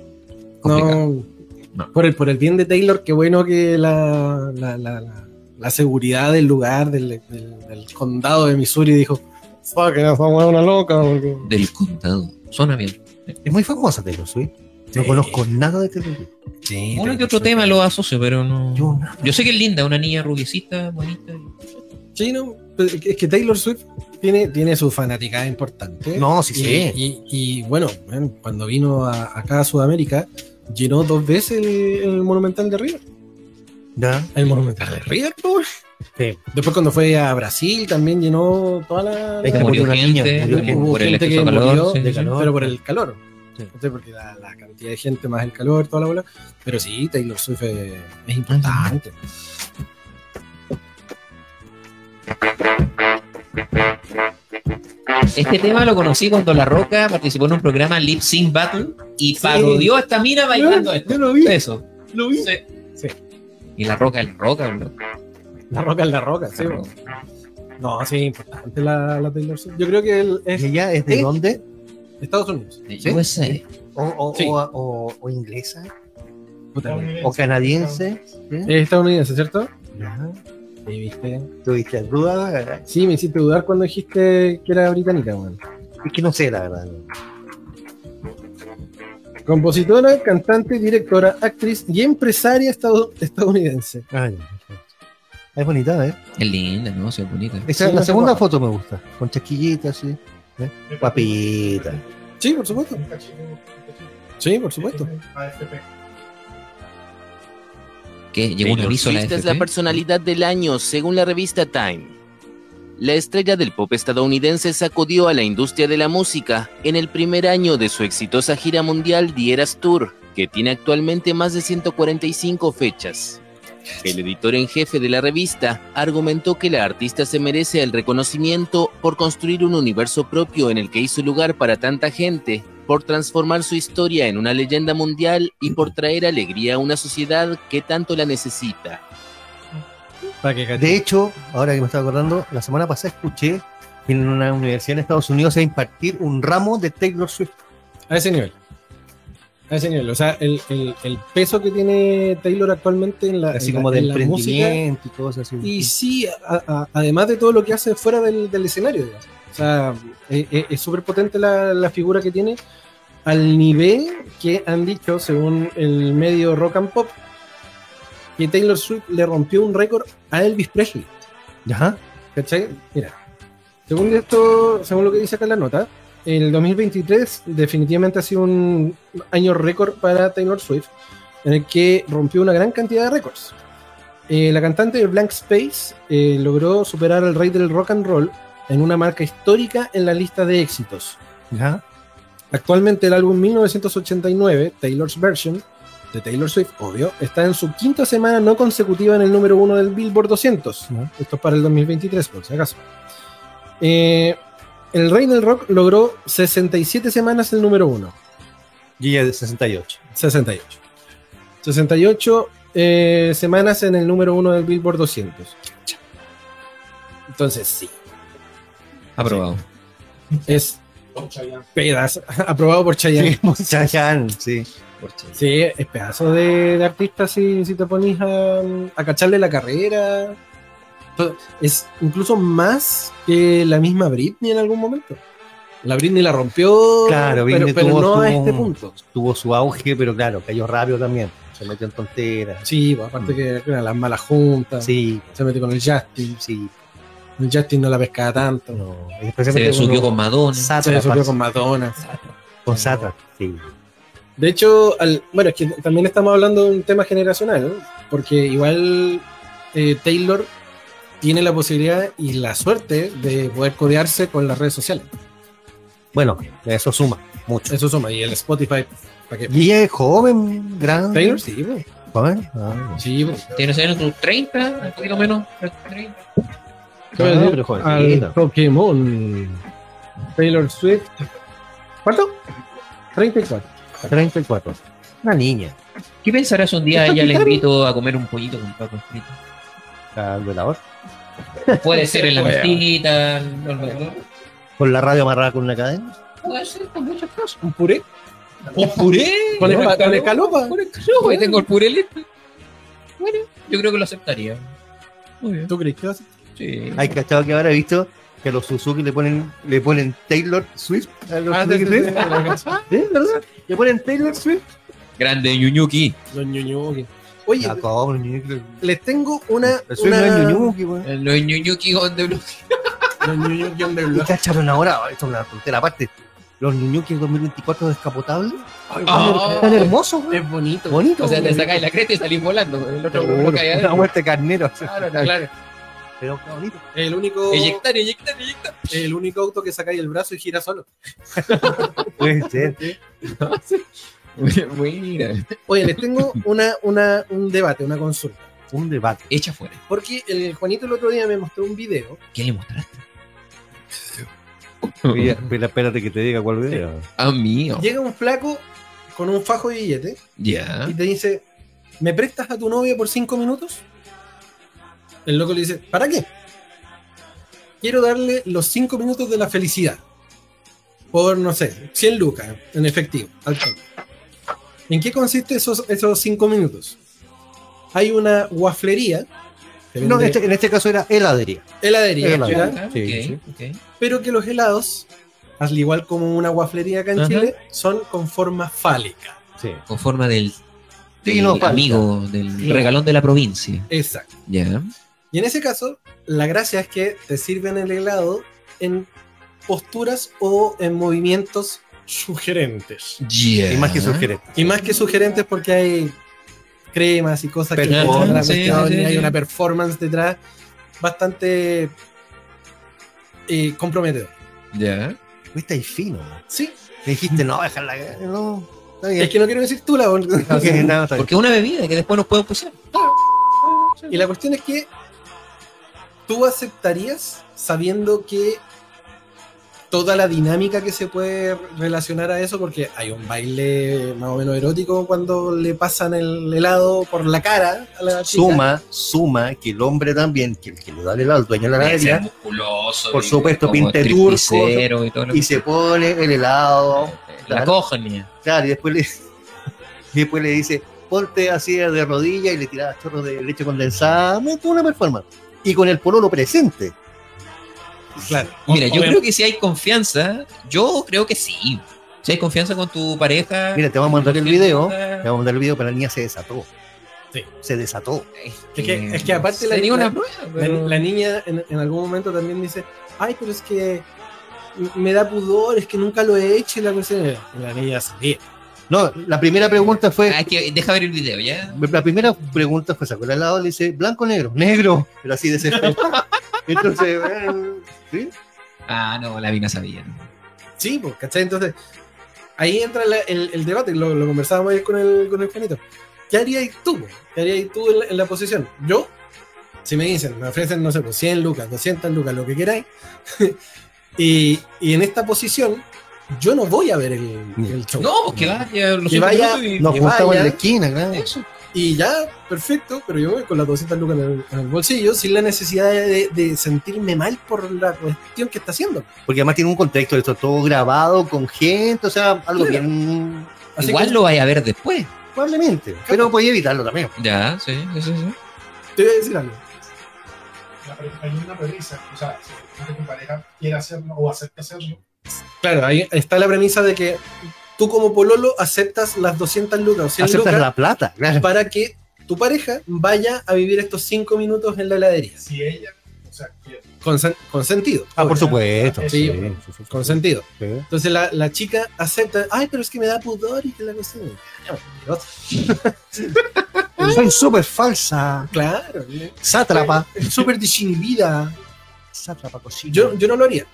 S3: Complicado.
S5: No.
S3: No.
S5: Por el, por el bien de Taylor, qué bueno que la, la, la- la- la seguridad del lugar, del, del- del condado de Missouri, dijo: Fucking, esa weá es una loca. porque-
S3: Del condado. Suena bien.
S4: Es muy famosa Taylor Swift. No conozco nada de Taylor Swift.
S3: Uno que otro tema lo asocio, pero no.
S4: Yo no.
S3: Yo sé que es linda, una niña rubiecita, bonita.
S5: Sí, no, Pues, es que Taylor Swift tiene, tiene su fanaticada importante.
S4: No, sí,
S5: Y-
S4: sí.
S5: Y, y, bueno, bueno, cuando vino a- acá a Sudamérica, llenó dos veces el, el Monumental de River.
S4: Ya.
S5: El Monumental de River, ¿no?
S4: Sí.
S5: Después cuando fue a Brasil también llenó toda la...
S4: Es que
S5: la-
S4: murió
S3: Murió
S4: una niña,
S3: gente,
S4: murió
S3: murió
S4: gente.
S5: hubo
S3: por el
S5: gente
S3: exceso de
S5: que murió
S3: calor. sí,
S4: de
S3: sí.
S4: calor.
S5: pero por el calor.
S4: Sí.
S5: ¿Cachai? Porque la, la cantidad de gente más el calor, toda la bola. Pero sí, Taylor Swift es, es
S3: Ah,
S5: importante.
S3: Este tema lo conocí cuando La Roca participó en un programa Lip Sync Battle y
S5: Sí.
S3: parodió a esta mina bailando esto.
S5: yo lo vi,
S3: Eso.
S5: lo vi.
S3: Sí.
S5: Sí.
S3: Y La Roca es La Roca, bro.
S5: La roca es la roca, sí.
S3: La
S5: bro.
S3: Roca.
S5: No, sí, importante la, la Taylor Swift. Yo creo que él
S4: ¿Y
S5: es
S4: ella es de
S5: ¿Eh?
S4: dónde?
S5: Estados Unidos.
S3: De
S4: Sí.
S3: USA.
S4: O, o,
S5: Sí.
S4: o- o- o inglesa?
S5: Puta,
S4: ¿O canadiense?
S5: Es estadounidense, ¿cierto?
S4: Ya.
S5: Sí, viste.
S4: ¿Tuviste duda? ¿verdad?
S5: Sí, me hiciste dudar cuando dijiste que era británica, weón.
S4: Es que no sé, la verdad.
S5: Compositora, cantante, directora, actriz y empresaria estado- estadounidense.
S4: Ay, perfecto. es bonita, ¿eh?
S3: Es linda, ¿no? Sí, es bonita.
S4: Esa,
S5: Sí,
S4: la
S5: no sé
S4: segunda
S5: cuál.
S4: foto me gusta. Con chasquillitas, sí. Guapita.
S5: Sí, por supuesto. Sí, por supuesto.
S7: AFP.
S3: ¿Qué? Llegó un
S8: Taylor
S3: aviso a la
S8: Swift es la
S3: FP.
S8: personalidad del año, según la revista Time. La estrella del pop estadounidense sacudió a la industria de la música en el primer año de su exitosa gira mundial The Eras Tour, que tiene actualmente más de 145 fechas. El editor en jefe de la revista argumentó que la artista se merece el reconocimiento por construir un universo propio en el que hizo lugar para tanta gente, por transformar su historia en una leyenda mundial y por traer alegría a una sociedad que tanto la necesita.
S5: Para que
S4: De hecho, ahora que me estoy acordando, la semana pasada escuché que en una universidad en Estados Unidos se va a impartir un ramo de Taylor Swift.
S5: A ese nivel. A ese nivel. O sea, el, el- el peso que tiene Taylor actualmente en la,
S4: Así
S5: en la-
S4: como de
S5: en la música.
S4: emprendimiento y cosas así.
S5: Y sí, a- a- además de todo lo que hace fuera del, del escenario, digamos. O sea, eh, eh, es súper potente la, la figura que tiene al nivel que han dicho, según el medio Rock and Pop, que Taylor Swift le rompió un récord a Elvis Presley.
S4: Ajá.
S5: ¿Cachai? Mira, según esto, según lo que dice acá en la nota, el 2023 definitivamente ha sido un año récord para Taylor Swift, en el que rompió una gran cantidad de récords. Eh, la cantante de Blank Space eh, logró superar al rey del rock and roll en una marca histórica en la lista de éxitos.
S4: Ajá.
S5: Actualmente el álbum 1989, Taylor's Version, de Taylor Swift, obvio, está en su quinta semana no consecutiva en el número uno del Billboard 200.
S4: Ajá.
S5: Esto es para el 2023, por si acaso. Eh, el Rey del Rock logró 67 semanas el número uno.
S4: Y ella de 68.
S5: 68. 68 eh, semanas en el número uno del Billboard 200. Entonces, sí,
S3: Aprobado.
S5: es
S7: Ocha ya.
S5: pedazo. (laughs) Aprobado por Chayanne.
S4: Sí,
S5: Mm.
S4: Chayanne, sí.
S5: Sí, es pedazo de, de artista si, si te ponís a, a cacharle la carrera. To- Es incluso más que la misma Britney en algún momento. La Britney la rompió,
S4: Claro,
S5: pero,
S4: Britney
S5: pero
S4: tuvo
S5: no a
S4: su-
S5: este punto.
S4: Tuvo su auge, pero claro, cayó rápido también. se metió en tonteras.
S5: Sí, pues, aparte que eran las malas juntas.
S4: Mm. Sí,
S5: Se metió con el Justin.
S4: sí,
S5: El Justin no la pescaba tanto.
S4: no.
S3: Se
S4: Especialmente
S3: subió con
S4: con
S3: Madonna.
S5: Se
S4: Satra.
S5: subió
S4: parce,
S5: con Madonna.
S4: Con Satra, sí.
S5: De hecho, al- bueno, es que también estamos hablando de un tema generacional, ¿no? porque igual eh, Taylor tiene la posibilidad y la suerte de poder codearse con las redes sociales.
S4: Bueno, eso suma mucho.
S5: Eso suma, y el Spotify. ¿Para qué?
S4: Y ella es joven, grande.
S5: Taylor, sí, pues.
S4: Joven. Ah,
S5: sí. pues.
S3: Tiene que ser 30, un poquito menos. 30.
S4: no, pero jovencita.
S5: Al Pokémon. Taylor Swift. ¿Cuánto? 34.
S4: 34. Una niña.
S3: ¿Qué pensarás un día? Ella le invito a comer un pollito con papas fritas.
S4: Al velador.
S3: Puede ser en la mezquita, no lo mejor.
S4: Con la radio amarrada con una cadena.
S3: Puede ser con muchas cosas.
S5: ¿Un puré?
S3: ¡Un puré!
S5: ¿Con, espa- con escalopa?
S3: Puré, yo, güey, tengo el puré listo. Bueno, yo creo que lo aceptaría. Muy bien.
S5: ¿Tú crees que lo hace?
S3: Sí.
S6: Hay cachado que ahora he visto que a los Suzuki le ponen, le ponen Taylor Swift. A los
S5: Ah, sí,
S6: Suzuki
S5: sí,
S6: Swift.
S5: sí, sí.
S6: ¿Sí? ¿Verdad? Le ponen Taylor Swift.
S3: Grande Ñuñuki.
S5: (laughs) Los ñoñuki. Oye,
S6: Ah, cómo, Ñuñuqui.
S5: les tengo una.
S6: El Swift no es
S5: una-
S6: Ñuñuqui, weón.
S3: Eh, Los Ñuñuki on the blue.
S5: Los ñoñuki on the
S6: Y
S5: block.
S6: cacharon ahora, esto es una tontera aparte. Los Ñuñuqui 2024 descapotables.
S3: Oh.
S6: Están hermosos, weón.
S5: Ah. Es bonito.
S6: Bonito.
S3: O sea, te
S6: weón.
S3: sacáis la cresta y salís volando. El otro
S6: Seguro.
S3: no cae
S6: Una (laughs)
S3: adentro.
S6: muerte carnero.
S3: Claro, claro.
S6: Pero qué bonito.
S5: El único,
S3: Eyectar, eyectar, eyectar.
S5: el único auto que sacáis el brazo y gira solo.
S6: Puede ser.
S3: Mira.
S5: Oye, les tengo (laughs) una, una, un debate, una consulta.
S6: Un debate.
S3: Echa fuera.
S5: Porque el Juanito el otro día me mostró un video.
S3: ¿Qué le mostraste?
S6: Oye, espera- espérate que te diga cuál video.
S3: A mí. oh.
S5: Llega un flaco con un fajo de billete
S3: Ya.
S5: y te dice, ¿me prestas a tu novia por cinco minutos? El loco le dice, ¿para qué? Quiero darle los cinco minutos de la felicidad. Por, no sé, 100 lucas en efectivo. al toque. ¿En qué consiste esos, esos cinco minutos? Hay una waflería. que
S6: No,
S5: vende
S6: este- en este caso era heladería.
S5: heladería.
S6: heladería.
S5: ¿ya?
S3: Ah,
S6: Sí,
S3: ok,
S6: sí.
S3: ok.
S5: Pero que los helados, al igual como una waflería acá en
S3: Ajá.
S5: Chile, son con forma fálica.
S6: Sí.
S3: Con forma del,
S6: Sí,
S3: del
S6: no, falta.
S3: amigo, del regalón de la provincia.
S5: Exacto.
S3: Ya.
S5: Y en ese caso, la gracia es que te sirven el helado en posturas o en movimientos sugerentes.
S3: Ya.
S6: Y más que sugerente.
S5: Y más que sugerentes porque hay cremas y cosas que
S6: Performance,
S5: ponen la
S3: sí,
S5: cuestión
S3: sí,
S5: y hay
S3: sí.
S5: una performance detrás bastante eh, comprometedora.
S3: Ya.
S5: Ah,
S6: Viste ahí Este fino.
S5: Sí,
S6: Me dijiste, no, dejarla. No, está bien.
S5: es que no quiero decir tú la
S3: (laughs)
S6: Ok, no, está bien.
S3: Porque es una bebida que después nos puede pusir.
S5: Y la cuestión es que tú aceptarías sabiendo que toda la dinámica que se puede relacionar a eso, porque hay un baile más o menos erótico cuando le pasan el helado por la cara a la chica.
S6: Suma, suma que el hombre también, que, que le da el helado al dueño de la heladería,
S3: musculoso.
S6: Por
S3: y
S6: supuesto,
S3: como
S6: pinte turco,
S3: stripteasero Y todo lo
S6: y
S3: que-
S6: se pone el helado,
S3: La cojnia.
S6: claro, y después le, y después le dice, ponte así de rodilla y le tiras chorros de leche condensada, me- toda una performance. Y con el pololo presente.
S5: Claro.
S3: Mira, yo
S5: Obviamente.
S3: creo que si hay confianza, yo creo que sí. Si hay confianza con tu pareja.
S6: Mira, te vamos a mandar el video, te
S3: eh,
S6: vamos a mandar el video, pero la niña se desató.
S5: Sí.
S6: Se desató.
S5: Es que- es que aparte la-
S3: sería
S5: la-
S3: una prueba.
S5: La,
S3: pero-
S5: la niña en, en algún momento también dice, ay, pero es que me da pudor, es que nunca lo he hecho. Y la cuestión es, la niña sí.
S6: No, la primera pregunta fue,
S3: Ah, es que deja ver el video, ¿ya?
S6: La primera pregunta fue, sacó el helado, le dice, blanco o negro, negro, pero así
S5: (laughs)
S6: desesperado. Entonces, eh, ¿sí?
S3: Ah, no, la Vina sabía.
S5: Sí, pues, ¿cachai? Entonces, ahí entra la- el, el debate, lo, lo conversábamos ayer con el, con el Juanito. ¿Qué harías tú? güey? ¿Qué harías tú en la, en la posición? Yo, si me dicen, me ofrecen, no sé, pues 100 lucas, 200 lucas, lo que queráis, (laughs) y, y en esta posición, yo no voy a ver el, el show.
S3: No, pues que vaya. Los otros
S5: Que vaya-
S3: minutos y-
S6: nos
S5: Que
S6: juntamos en
S5: vaya.
S6: la esquina, claro.
S3: Eso.
S5: Y ya, perfecto, pero yo voy con las 200 lucas en el, en el bolsillo sin la necesidad de, de sentirme mal por la cuestión que está haciendo.
S6: Porque además tiene un contexto, esto todo grabado con gente, o sea, algo
S5: Claro.
S6: bien
S5: Así
S3: Igual
S5: que-
S3: lo vaya a ver después.
S6: probablemente, pero podía evitarlo también.
S3: Ya, sí, sí, sí. sí.
S5: Te voy a decir algo.
S7: La pre- Hay una premisa, o sea, si tu pareja quiere hacerlo o acepta hacerlo,
S5: Claro, ahí está la premisa de que tú como pololo aceptas las 200 lucas o 100
S6: Aceptas
S5: lucas
S6: la plata, claro.
S5: para que tu pareja vaya a vivir estos 5 minutos en la heladería.
S7: Si ella, o sea, que
S5: Con, sen- con sentido.
S6: Ah, por
S5: obvio,
S6: supuesto.
S7: Sí,
S6: sí, sí.
S5: Con sentido.
S6: Sí.
S5: Entonces la, la chica acepta, ay, pero es que me da pudor y que la cosa...
S6: Soy súper falsa,
S5: Claro.
S6: sátrapa,
S5: Súper disinhibida.
S6: sátrapa cocina.
S5: Yo, yo no lo haría.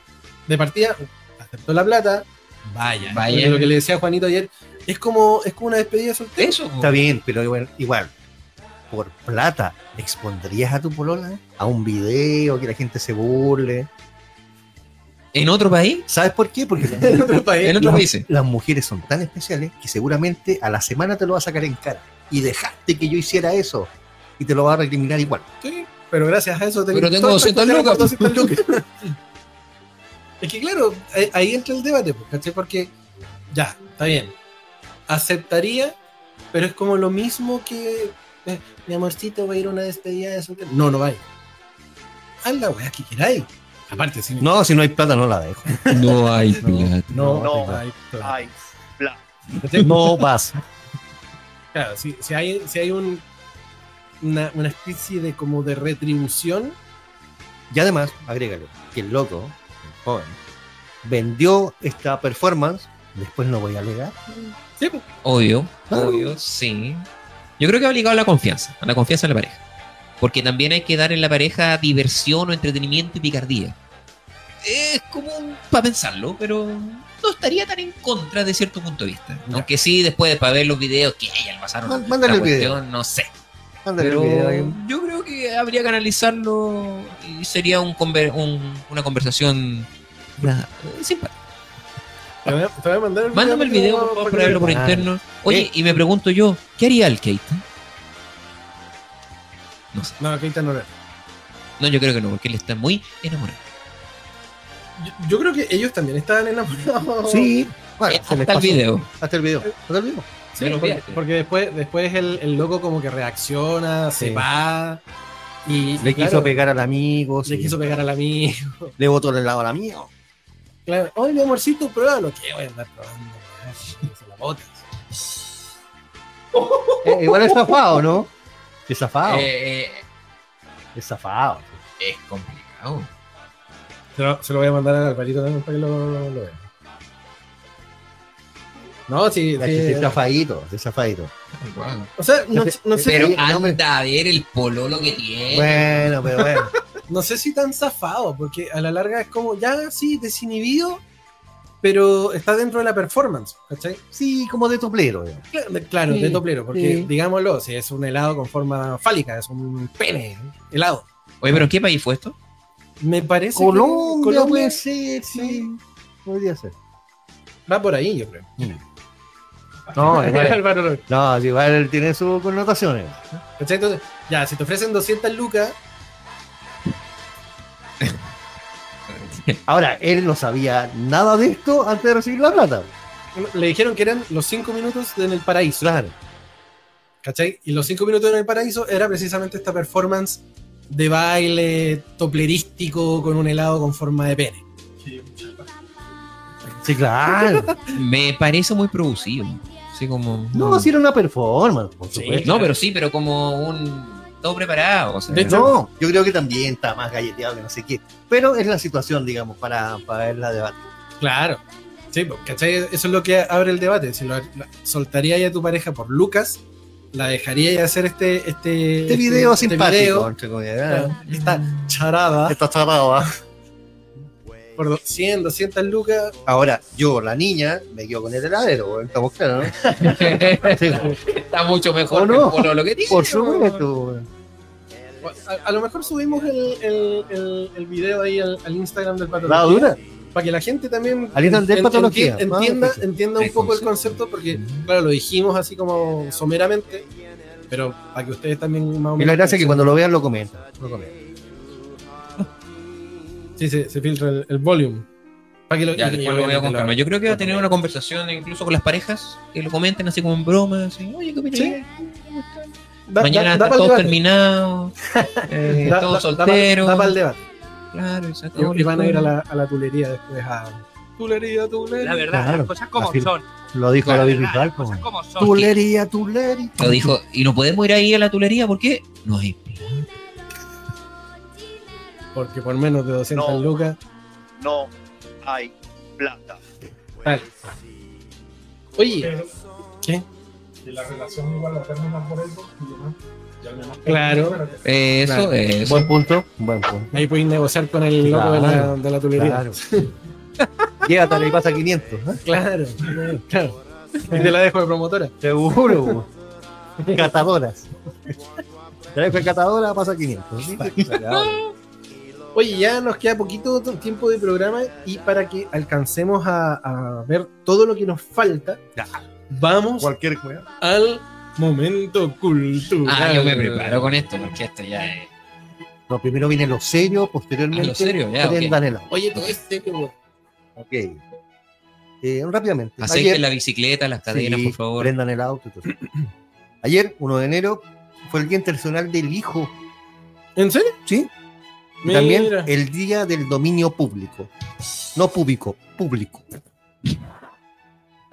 S5: De partida, aceptó la plata. Vaya.
S3: Vaya.
S5: Lo que le decía a Juanito ayer, es como, es como una despedida soltera.
S3: Eso, po.
S6: Está bien, pero igual, igual, por plata, ¿expondrías a tu polola a un video que la gente se burle?
S3: ¿En otro país?
S6: ¿Sabes por qué? Porque
S5: En otro país.
S3: En otros
S6: Las- (laughs)
S3: países.
S6: Las mujeres son tan especiales que seguramente a la semana te lo va a sacar en cara. Y dejaste que yo hiciera eso. Y te lo va a recriminar igual.
S5: Sí, pero gracias a eso te
S3: Pero tengo
S5: todo-
S3: 200
S5: todo-
S3: lucas.
S5: 200 lucas.
S3: (laughs)
S5: es que claro, ahí- ahí entra el debate, pues, ¿cachai? Porque ya, está bien. Aceptaría, pero es como lo mismo que eh, mi amorcito va a ir a una despedida de soltero. No, no vaya. Haz la weá que queráis. Aparte, sí.
S6: No, si no hay plata, no la dejo.
S3: No hay plata.
S5: No,
S9: No.
S5: no hay problema.
S9: Ay, bla.
S5: ¿Cachai?
S6: No vas.
S5: Claro, si, si hay, si hay un, una, una especie de como de retribución,
S6: Y además, agrégale, que el loco, el joven, vendió esta performance. Después no voy a alegar.
S5: sí, pues,
S3: Obvio,
S6: Claro.
S3: obvio, sí. Yo creo que ha obligado a la confianza, a la confianza en la pareja. Porque también hay que dar en la pareja diversión o entretenimiento y picardía. Es como para pensarlo, pero no estaría tan en contra de cierto punto de vista. Aunque sí, después para ver los videos que hay al pasar,
S6: Má- mándale el video.
S3: no sé.
S6: Ándale,
S3: Pero
S6: video ahí.
S3: yo creo que habría que analizarlo y sería un conver- un- una conversación eh, nada, simpática.
S5: te voy a, te voy a mandar el
S3: Mándame el video, por favor, para verlo
S6: Ah,
S3: por interno. Oye, y me pregunto yo, ¿qué haría el Keita?
S5: No, aquí está no lo-
S3: No, yo creo que no, porque él está muy enamorado.
S5: Yo, yo creo que ellos también estaban enamorados.
S6: Sí, bueno,
S3: Eh,
S6: Ah, se
S3: hasta
S6: les
S3: el
S6: pasó.
S3: video.
S6: Hasta el video.
S5: Eh,
S6: Hasta el video.
S5: Sí,
S3: Me lo
S5: porque,
S3: olvidaste.
S5: porque después, después el, el loco como que reacciona, se
S6: Sí.
S5: va. Y,
S6: Le
S5: y claro,
S6: quiso pegar al amigo.
S5: le
S6: sí.
S5: quiso pegar al amigo.
S6: Le botó el helado al amigo.
S5: Claro, oye, amorcito, pruébalo. ¿Qué voy a andar probando? weá? Se la botas.
S6: Eh, igual es zafado, ¿no? Es zafado.
S3: Eh, eh,
S6: Es zafado.
S3: es complicado.
S5: Se lo, se lo voy a mandar al Alvarito también para que lo, lo vea. No, sí, sí,
S6: Es zafadito, es zafadito.
S3: Wow.
S5: O sea, no, no sé,
S3: Pero
S6: Sí, no, hombre.
S3: anda a ver el pololo que
S6: Eh.
S3: tiene.
S6: Bueno, pero (laughs) bueno.
S5: no sé si tan zafado, porque a la larga es como ya, sí, desinhibido, pero está dentro de la performance, ¿cachai?
S6: Sí, como de toplero. digamos.
S5: Claro, de- Claro,
S3: Sí,
S5: de toplero, porque
S6: sí.
S5: digámoslo, si es un helado con forma fálica, es un pene helado.
S3: Oye, pero ¿en qué país fue esto?
S5: Me parece que
S6: Colombia,
S5: Colombia
S6: puede ser, sí. Podría ser.
S5: va por ahí, yo creo.
S6: No, igual,
S5: Álvaro López.
S6: (laughs) no, sí, igual tiene sus connotaciones.
S5: ¿Cachai? Entonces, ya, si te ofrecen 200 lucas,
S6: Ahora, él no sabía nada de esto antes de recibir la plata.
S5: le dijeron que eran los 5 minutos en el paraíso.
S6: Claro.
S5: ¿Cachai? Y los cinco minutos en el paraíso era precisamente esta performance de baile toplerístico con un helado con forma de pene.
S7: que mucha-
S6: Sí, claro.
S3: Me parece muy producido. Así como.
S6: No, sí era una performance, por supuesto.
S3: No, pero sí, pero como un. Todo preparado. O sea,
S5: De hecho-
S6: No, yo creo que también está más galleteado que no sé qué. Pero es la situación, digamos, para, para verla debatir.
S5: Claro. Sí, pues, ¿cachai? Eso es lo que abre el debate. Si lo, la- soltaría ya a tu pareja por Lucas, la dejaría ya hacer este, este,
S6: Este video
S5: este
S6: simpático,
S5: video,
S6: entre comillas, ¿verdad?
S5: esta charada
S6: Está cerrado, ¿ah?
S5: por do- 100, 200 lucas.
S6: Ahora, yo, la niña, me quedo con el heladero, güey, estamos claros, ¿no? Sí,
S3: (laughs) está mucho mejor
S6: ¿O no?
S3: que el pololo que tiene.
S6: por supuesto, güey.
S5: A, a lo mejor subimos el, el- el- el video ahí al, al Instagram del patrón.
S6: La dura.
S5: para que la gente también
S6: Al Instagram de patología.
S5: enti- entienda,
S6: Ah, sí, sí.
S5: entienda un
S3: Hay
S5: poco el
S3: concepto.
S5: concepto, porque claro, lo dijimos así como someramente, pero para que ustedes también más o
S6: Y la gracia es que cuando lo vean lo comentan. Lo comentan.
S5: Sí, se, se filtra el, el volume. Para que lo,
S3: Ya,
S5: y-
S3: después
S5: y
S3: lo veo con
S5: lo-
S3: calma. Yo creo que va a tener una conversación incluso con las parejas, que lo comenten así como en broma, así, oye, ¿qué opinas?
S5: Sí. Da-
S3: Mañana
S5: da- da
S3: está
S5: pa'l
S3: todo
S5: debate. (laughs)
S3: terminado, eh,
S5: Da-
S3: todo
S5: da- da pa'l-
S3: soltero.
S5: Da para el debate.
S3: Claro, exacto.
S5: Y, y van a ir a la, a la tulería después a. Tulería, tulería.
S9: La verdad,
S6: Claro,
S9: las cosas como
S6: así-
S9: son.
S6: Lo dijo
S9: Claro,
S6: David
S9: las
S6: Bisbal.
S9: cosas
S6: como,
S9: como son.
S6: Tulería, tulería.
S3: Lo dijo, y no podemos ir ahí a la tulería porque no hay.
S5: Porque por menos de 200
S10: No.
S5: lucas.
S10: No hay plata.
S5: Oye,
S7: Pero,
S5: ¿Qué?
S7: De la relación igual la terminan por eso y demás. Ya me imagino.
S5: Claro.
S7: Pero que-
S3: Eh, eso,
S5: Claro.
S3: eh, eso.
S6: Buen punto. Buen punto.
S5: ahí podéis negociar con el loco de, la, de la tulería.
S6: Claro. Llega tal y pasa 500. ¿eh?
S5: Claro, (laughs) claro. Y te la dejo de promotora.
S6: Seguro. po. (laughs) Catadoras. Trae fue catadora, pasa 500. ¿sí? (laughs)
S5: Oye, ya nos queda poquito t- tiempo de programa y para que alcancemos a, a ver todo lo que nos falta, vamos
S10: Cualquier cueva.
S5: al momento cultural.
S3: Ah, yo me preparo con esto porque esto ya es.
S6: No, primero vienen los sellos, posteriormente.
S3: Ah, los sellos, ya, ok.
S6: prendan el agua.
S5: Oye, todo este como...
S6: Ok. Eh, rápidamente.
S3: Aceite
S6: Ayer-
S3: en la bicicleta, las cadenas,
S6: Sí,
S3: por favor.
S6: Prendan el auto. y todo eso. (clears throat) Ayer, 1 de enero, fue el Día Internacional del Hijo.
S5: ¿En serio?
S6: ¿Sí? Y
S5: Mira.
S6: También el Día del Dominio Público. No público, público.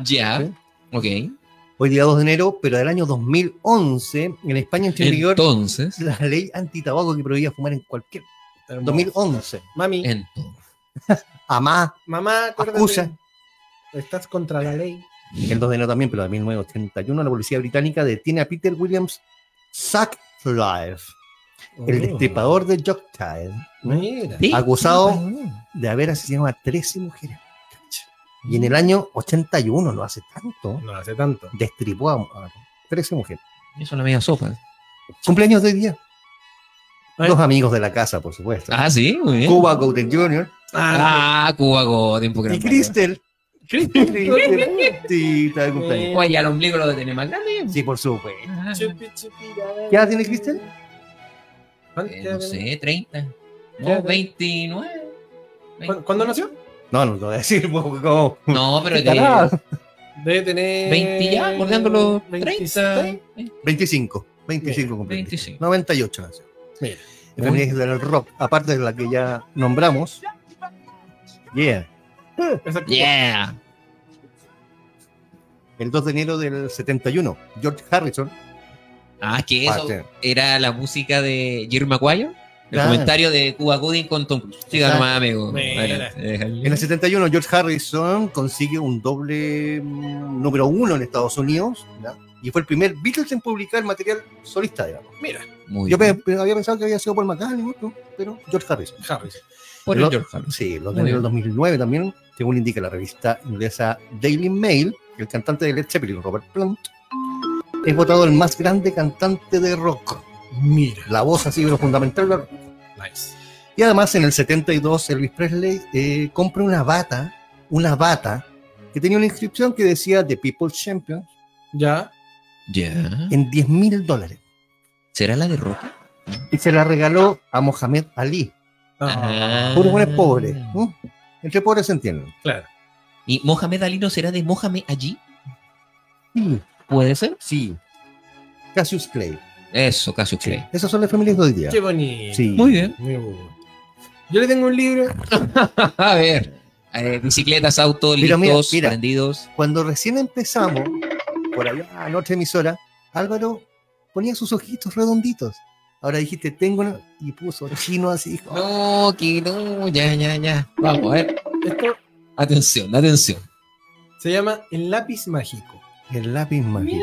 S3: Ya.
S6: Sí.
S3: Ok.
S6: Hoy día 2 de enero, pero del año 2011, en España entró en vigor
S3: Entonces.
S6: la ley antitabaco que prohibía fumar en cualquier...
S5: Hermoso.
S6: 2011.
S3: Eh,
S5: Mami,
S3: Entonces.
S6: Amá,
S5: mamá, acuérdate,
S6: acusa.
S5: Estás contra la ley.
S6: El 2 de enero también, pero de 1981, la policía británica detiene a Peter Williams Sacklife, el
S3: este
S6: destripador de Yorkshire,
S5: Oh, Mira.
S3: Sí.
S6: acusado
S3: Ah,
S6: de haber asesinado a 13 mujeres. Y en el año 81, no hace tanto,
S5: No hace tanto.
S6: destripó a a 13 mujeres.
S3: Eso es la media sopa.
S6: Cumpleaños de hoy día. Los amigos de la casa, por supuesto.
S3: Ah, sí, muy bien.
S6: Cuba Golden Jr.
S3: Ah, Cuba Godin, porque
S6: Y Crystal. Crystal. Sí, está de cumpleaños.
S3: Oye, al ombligo lo tiene más grande.
S6: Sí, por supuesto.
S3: Ah,
S6: ¿Qué edad tiene Crystal?
S3: eh, no sé, 30. No, 29.
S5: ¿Cu- ¿Cuándo nació?
S6: No, no lo voy a decir. porque como-
S3: No, pero
S6: Estará.
S3: de
S5: Debe tener...
S3: 20 ya, Eh, bordeando los 30.
S5: 26.
S6: 25. 25 cumpleaños.
S3: 25.
S6: 98 nació.
S5: Mira.
S6: Feminista del rock, aparte de la que ya nombramos. Yeah.
S5: Esa-
S3: Yeah.
S6: El 2 de enero del 71, George Harrison.
S3: Ah, que eso
S6: parte-
S3: era la música de Jerry Maguire. El
S6: Claro.
S3: comentario de Cuba Gooding con Tom Cruise. Siga
S6: Exacto.
S3: nomás, amigo.
S5: Mira.
S3: Adelante, déjale.
S6: En el 71, George Harrison consigue un doble mm, número uno en Estados Unidos ¿ya? y fue el primer Beatles en publicar material solista, digamos.
S3: Muy
S6: Yo
S3: bien.
S6: pe- pe- había pensado que había sido Paul McCartney, ¿no? pero George Harrison.
S5: Harrison.
S3: Por
S6: lo-
S3: el George Harrison.
S6: Sí, lo
S3: Muy
S6: tenía en
S3: bien.
S6: el 2009 también, según indica la revista inglesa Daily Mail, el cantante de Led Zeppelin, Robert Plant, es votado el más grande cantante de rock.
S5: Mira.
S6: La voz ha sido lo fundamental del rock.
S5: Nice.
S6: Y además en el 72 Elvis Presley eh, compra una bata, una bata, que tenía una inscripción que decía The People's Champion
S5: Ya.
S3: Ya.
S6: en 10 mil dólares.
S3: ¿Será la de Roca?
S6: Y se la regaló a Mohamed Ali.
S3: Ah.
S6: Puro bueno es pobre. ¿no? Entre pobres se entienden.
S5: Claro.
S3: ¿Y Mohamed Ali no será de Mohamed allí? Mm.
S6: Sí,
S3: ¿Puede ser?
S6: sí. Cassius Clay.
S3: Eso, Cassius Clay.
S6: Esas son las familias de hoy día.
S5: Qué bonito.
S6: Sí.
S3: Muy bien.
S5: Muy bueno. Yo le tengo un libro.
S3: (laughs) A ver. eh, bicicletas, autos,
S6: Mira,
S3: listos,
S6: mira, mira.
S3: prendidos.
S6: Cuando recién empezamos, por allá en otra emisora, Álvaro ponía sus ojitos redonditos. Ahora dijiste, tengo una... Y puso chino así. dijo,
S3: No, que no, ya, ya, ya. Vamos, a ver.
S5: Esto
S3: Atención, atención.
S5: se llama El lápiz mágico.
S6: El lápiz mágico.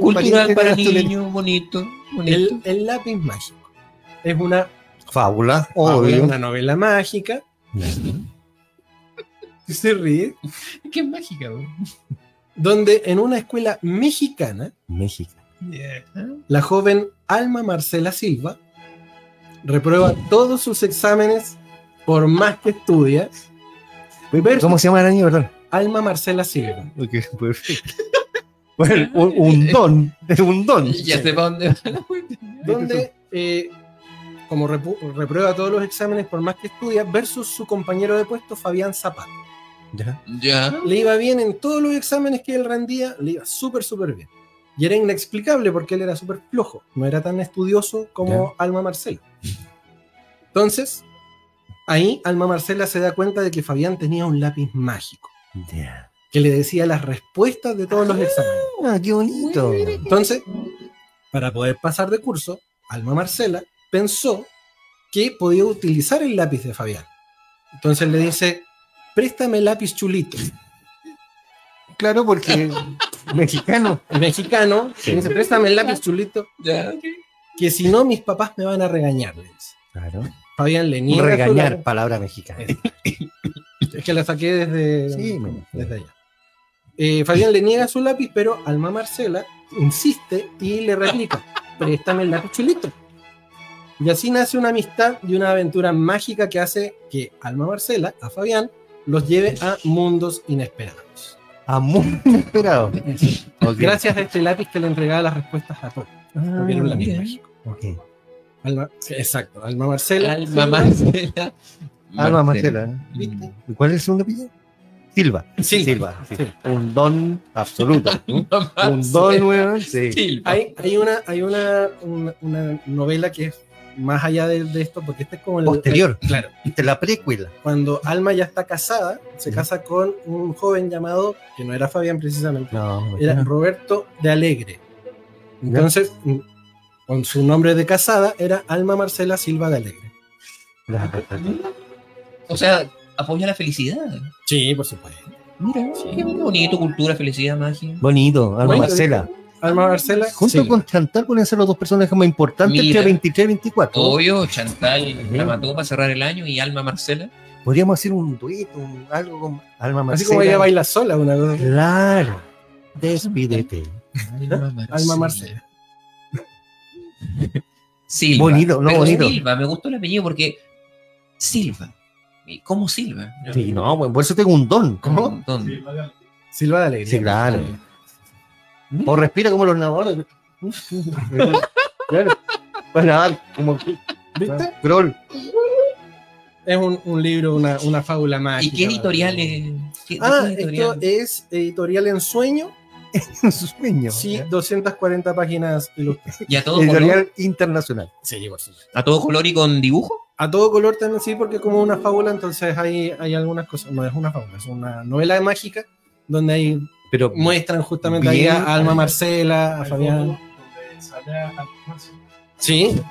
S3: Cultural para
S6: Parece que era
S3: niños, bonito, bonito.
S5: El, el lápiz mágico. Es una,
S6: Fábula,
S5: fábula,
S6: obvio.
S5: una novela mágica. Se ríe.
S3: Qué mágica, güey.
S5: Donde en una escuela mexicana,
S6: México.
S5: la joven Alma Marcela Silva reprueba todos sus exámenes por más que estudia.
S6: ¿Cómo se llama la niña, perdón?
S5: Alma Marcela Silva.
S6: Ok, perfecto. Bueno,
S5: Ah.
S6: un, un don, (laughs) es un don.
S3: Ya sé para dónde.
S5: donde eh, como repu- reprueba todos los exámenes por más que estudia, versus su compañero de puesto Fabián Zapata.
S6: Ya.
S3: Ya.
S5: Le iba bien en todos los exámenes que él rendía, le iba súper, súper bien. Y era inexplicable porque él era súper flojo, no era tan estudioso como Alma Marcela. Entonces, ahí Alma Marcela se da cuenta de que Fabián tenía un lápiz mágico. que le decía las respuestas de todos los exámenes.
S6: Ah, qué bonito.
S5: Entonces, para poder pasar de curso, Alma Marcela pensó que podía utilizar el lápiz de Fabián. Entonces le dice, préstame lápiz chulito.
S6: Claro,
S5: (laughs)
S6: porque mexicano.
S5: El mexicano le dice, préstame el lápiz chulito, que si no mis papás me van a regañar. le dice.
S6: Claro.
S5: Fabián le niega. su
S6: Regañar,
S5: lápiz.
S6: palabra mexicana.
S5: Es que la saqué desde,
S6: Sí, me imagino.
S5: desde allá. Eh, Fabián le niega su lápiz, pero Alma Marcela insiste y le replica:
S3: (laughs)
S5: Préstame el lápiz chulito. Y así nace una amistad y una aventura mágica que hace que Alma Marcela, a Fabián, los lleve a mundos inesperados.
S6: A Ah, muy inesperado. Ok.
S5: Gracias a este lápiz que le entregaba las respuestas a todos.
S6: Ah,
S5: Porque era un lápiz
S6: bien.
S5: mágico.
S6: Ok. Ah,
S5: Alma- exacto, Alma Marcela.
S3: Alma Ah, Marcela.
S6: Alma Marcela. ¿eh?
S5: ¿Viste?
S6: ¿Y cuál es el segundo apellido? Silva.
S5: Sí,
S6: Silva. sí.
S5: Sí.
S6: Un don
S5: (laughs)
S6: absoluto. Un don,
S3: Marcela.
S6: weón. Sí.
S5: Hay, hay una, hay una, una, una novela que es más allá de, de esto, porque este es como el,
S6: Posterior.
S5: Claro.
S6: Viste, la precuela.
S5: Cuando Alma ya está casada, se
S6: Ya.
S5: casa con un joven llamado, que no era Fabián precisamente,
S6: No,
S5: era Roberto de Alegre. Entonces, mm, con su nombre de casada, era Alma Marcela Silva de Alegre.
S3: O sea, apoya la felicidad.
S5: Sí, por supuesto.
S3: Mira, qué bonito, cultura, felicidad, magia.
S6: Bonito, Alma
S5: Bonito.
S6: Marcela.
S3: Ah,
S5: Alma Marcela.
S6: Junto
S5: Silva.
S6: con Chantal pueden ser los dos personajes más importantes
S3: Mira.
S6: entre 23 y 24.
S5: Oh.
S3: Obvio, Chantal la mató para cerrar el año y Alma Marcela.
S6: Podríamos hacer un dueto, un- algo con Alma Marcela.
S5: Así como ella baila sola, una cosa. así.
S6: Claro. Despídete.
S5: Alma Marcela.
S3: (laughs) Silva.
S6: Bonito, no,
S3: Pero
S6: bonito.
S3: Silva, me gustó el apellido porque Silva. ¿Y ¿Cómo Silva?
S6: Sí, no, bueno, por eso tengo un don. ¿Cómo?
S3: ¿Dónde?
S5: Silva de Alegre.
S6: Sí, claro. O respira como los nadadores. claro. Para nadar como
S5: ¿Viste?
S6: Grol.
S5: Es un, un libro, una, una fábula
S6: Ah,
S3: ¿Y
S5: mágica.
S3: qué editorial es? ¿Qué- de
S5: Ah,
S3: qué
S5: esto
S3: editorial?
S5: es editorial en sueño.
S6: En su sueño.
S5: Sí, 240 páginas ilustradas.
S3: ¿Y a todo, color,
S6: Editorial internacional.
S5: Sí, por
S3: a todo color y con dibujo?
S5: A todo color también sí, porque es como una fábula, entonces hay, hay algunas cosas. No es una fábula, es una novela mágica donde ahí
S6: Pero
S5: muestran justamente ahí
S6: Bien.
S5: a Alma Marcela, a Fabián. Sí,
S3: Hay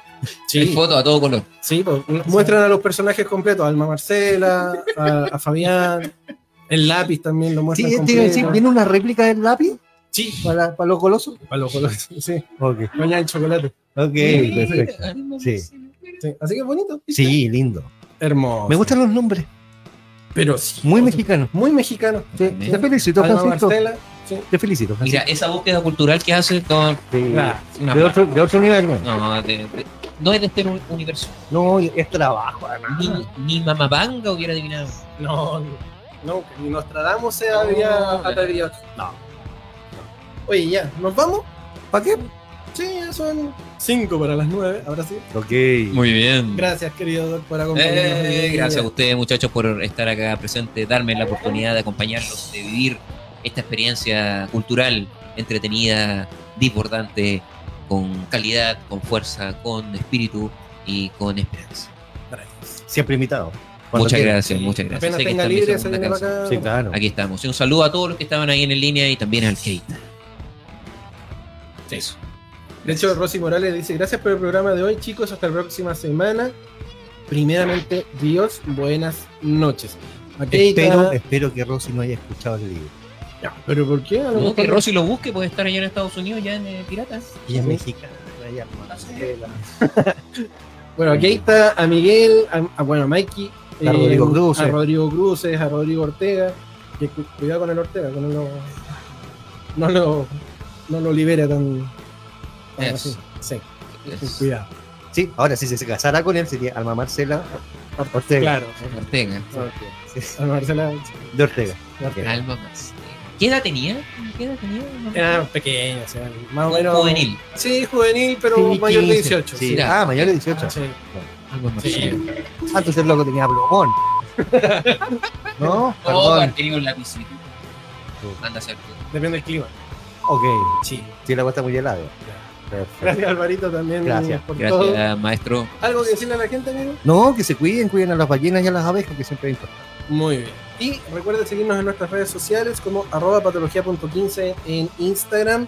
S5: sí,
S3: foto a todo color.
S5: sí. pues, muestran a los personajes completos, a Alma Marcela, a, a Fabián. El lápiz también lo muestran.
S6: Sí, te iba a
S5: completo.
S6: decir, ¿viene una réplica del lápiz
S5: Sí,
S6: para, para los golosos?
S5: para los colores. Sí,
S6: Ok,
S5: bañan el chocolate.
S6: ok, perfecto. Sí.
S5: Sí, Así que es bonito.
S6: Sí, lindo.
S5: Hermoso.
S6: Me gustan los nombres,
S5: Pero sí.
S6: muy mexicanos.
S5: Muy mexicano.
S6: Te, te felicito,
S5: Alma
S6: Francisco.
S5: Marcela. Sí.
S6: Te felicito, Francisco.
S3: Mira, esa búsqueda cultural que hace no,
S6: Sí.
S3: una-
S6: de, otro, de otro nivel, güey.
S3: no, de- de- no es de este un- universo.
S6: No, es trabajo, además.
S3: Ni, ni Mamabanga hubiera adivinado.
S5: No, no, no, que ni Nostradamus se había
S3: No,
S5: atrevido. No. Oye, ya, ¿nos vamos?
S6: ¿Para qué?
S5: Sí, ya son 5 para las 9, ahora sí.
S6: Ok.
S3: Muy bien.
S5: Gracias, querido doctor, por acompañarnos. hoy
S3: Eh,
S5: día.
S3: gracias a ustedes, muchachos, por estar acá presente, darme la oportunidad de acompañarlos, de vivir esta experiencia cultural, entretenida, disbordante, con calidad, con fuerza, con espíritu y con esperanza.
S6: Siempre invitado. Cuando
S3: muchas
S6: quieras.
S3: gracias, muchas gracias.
S5: Apenas
S3: Sé que esta
S5: tenga
S3: es mi
S5: libre, se
S3: segunda
S5: viene para
S3: casa.
S5: acá.
S6: Sí, claro.
S3: Aquí estamos. Y un saludo a todos los que estaban ahí en línea y también al Kate. Eso.
S5: De hecho, Rosy Morales dice, gracias por el programa de hoy, chicos, hasta la próxima semana. Primeramente, Dios, buenas noches. A
S6: Espero,
S5: Keita-
S6: espero que Rosy no haya escuchado el libro.
S5: ¿Pero por qué? A lo
S3: No,
S5: mejor
S3: que
S5: no.
S3: Rosy lo busque, puede estar allá en Estados Unidos, ya en eh, Piratas.
S6: Ella es mexicana. ella es Marcela.
S5: Bueno, aquí está a Miguel, a, a- bueno, a Mikey, eh,
S6: A Rodrigo Cruces.
S5: a Rodrigo Cruces, a Rodrigo Ortega. Que cu- cuidado con el Ortega, que no lo, no lo, no lo libera tan. tan
S3: Eso.
S5: así. Sí,
S3: Es-
S5: cuidado.
S6: Sí, ahora si se casara con él sería Alma Marcela Ortega.
S5: Claro.
S3: Ortega.
S6: Sí,
S5: A Marcela.
S6: De Ortega.
S5: Ortega.
S3: Alma más. ¿Qué edad tenía? ¿Qué edad tenía? No me
S5: Era
S3: acuerdo.
S5: pequeño, o sea, más o menos.
S3: Juvenil.
S5: Sí, juvenil, pero mayor de 18.
S6: Sí.
S5: sí.
S6: Ah, mayor de 18.
S5: Sí.
S3: Alma más.
S5: Sí.
S6: Ah, entonces el loco
S5: (laughs)
S6: tenía plumón. no,
S3: Oh,
S6: perdón.
S3: adquirí un lápiz. Anda a ser tú.
S5: Depende del clima.
S6: Ok,
S5: Sí.
S6: sí, la agua está muy helada. Perfecto.
S5: Gracias, Alvarito, también
S6: Gracias.
S5: por todo.
S3: Gracias, maestro.
S5: ¿Algo que decirle a la gente, amigo?
S6: No, que se cuiden, cuiden a las ballenas y a las abejas, que siempre es importante.
S5: Muy bien. Y recuerden seguirnos en nuestras redes sociales como arroba patología.15 en Instagram,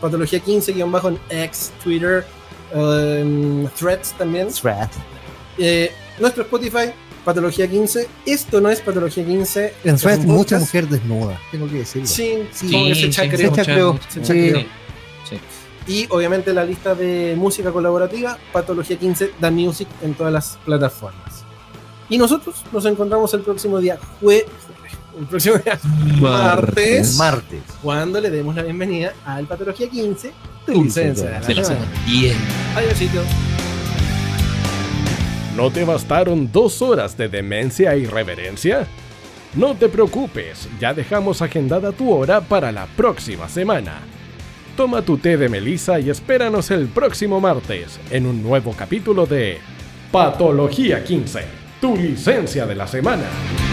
S5: patología15-bajo en X, Twitter, em, Threads también.
S6: Strat.
S5: Eh, nuestro Spotify, Patología 15. Esto no es Patología 15.
S6: En
S5: es
S6: Threads,
S5: un
S6: mucha
S5: podcast.
S6: mujer desnuda, tengo que decirlo.
S5: Sí,
S6: Sí,
S5: como que se chacreó.
S6: mucha- chacreó,
S5: se chacreó.
S3: Sí.
S5: Y obviamente la lista de música colaborativa, Patología 15, Da Music en todas las plataformas. Y nosotros nos encontramos el próximo día jue... El próximo día Ah, martes,
S6: Martes.
S5: cuando le demos la bienvenida al Patología 15 de
S6: Dulce
S5: licencia
S6: de
S5: de
S3: de la semana.
S5: ah.
S3: Bien.
S5: Adiósito.
S2: ¿No te bastaron dos horas de demencia e irreverencia? No te preocupes, ya dejamos agendada tu hora para la próxima semana. Toma tu té de melisa y espéranos el próximo martes en un nuevo capítulo de Patología 15, tu licencia de la semana.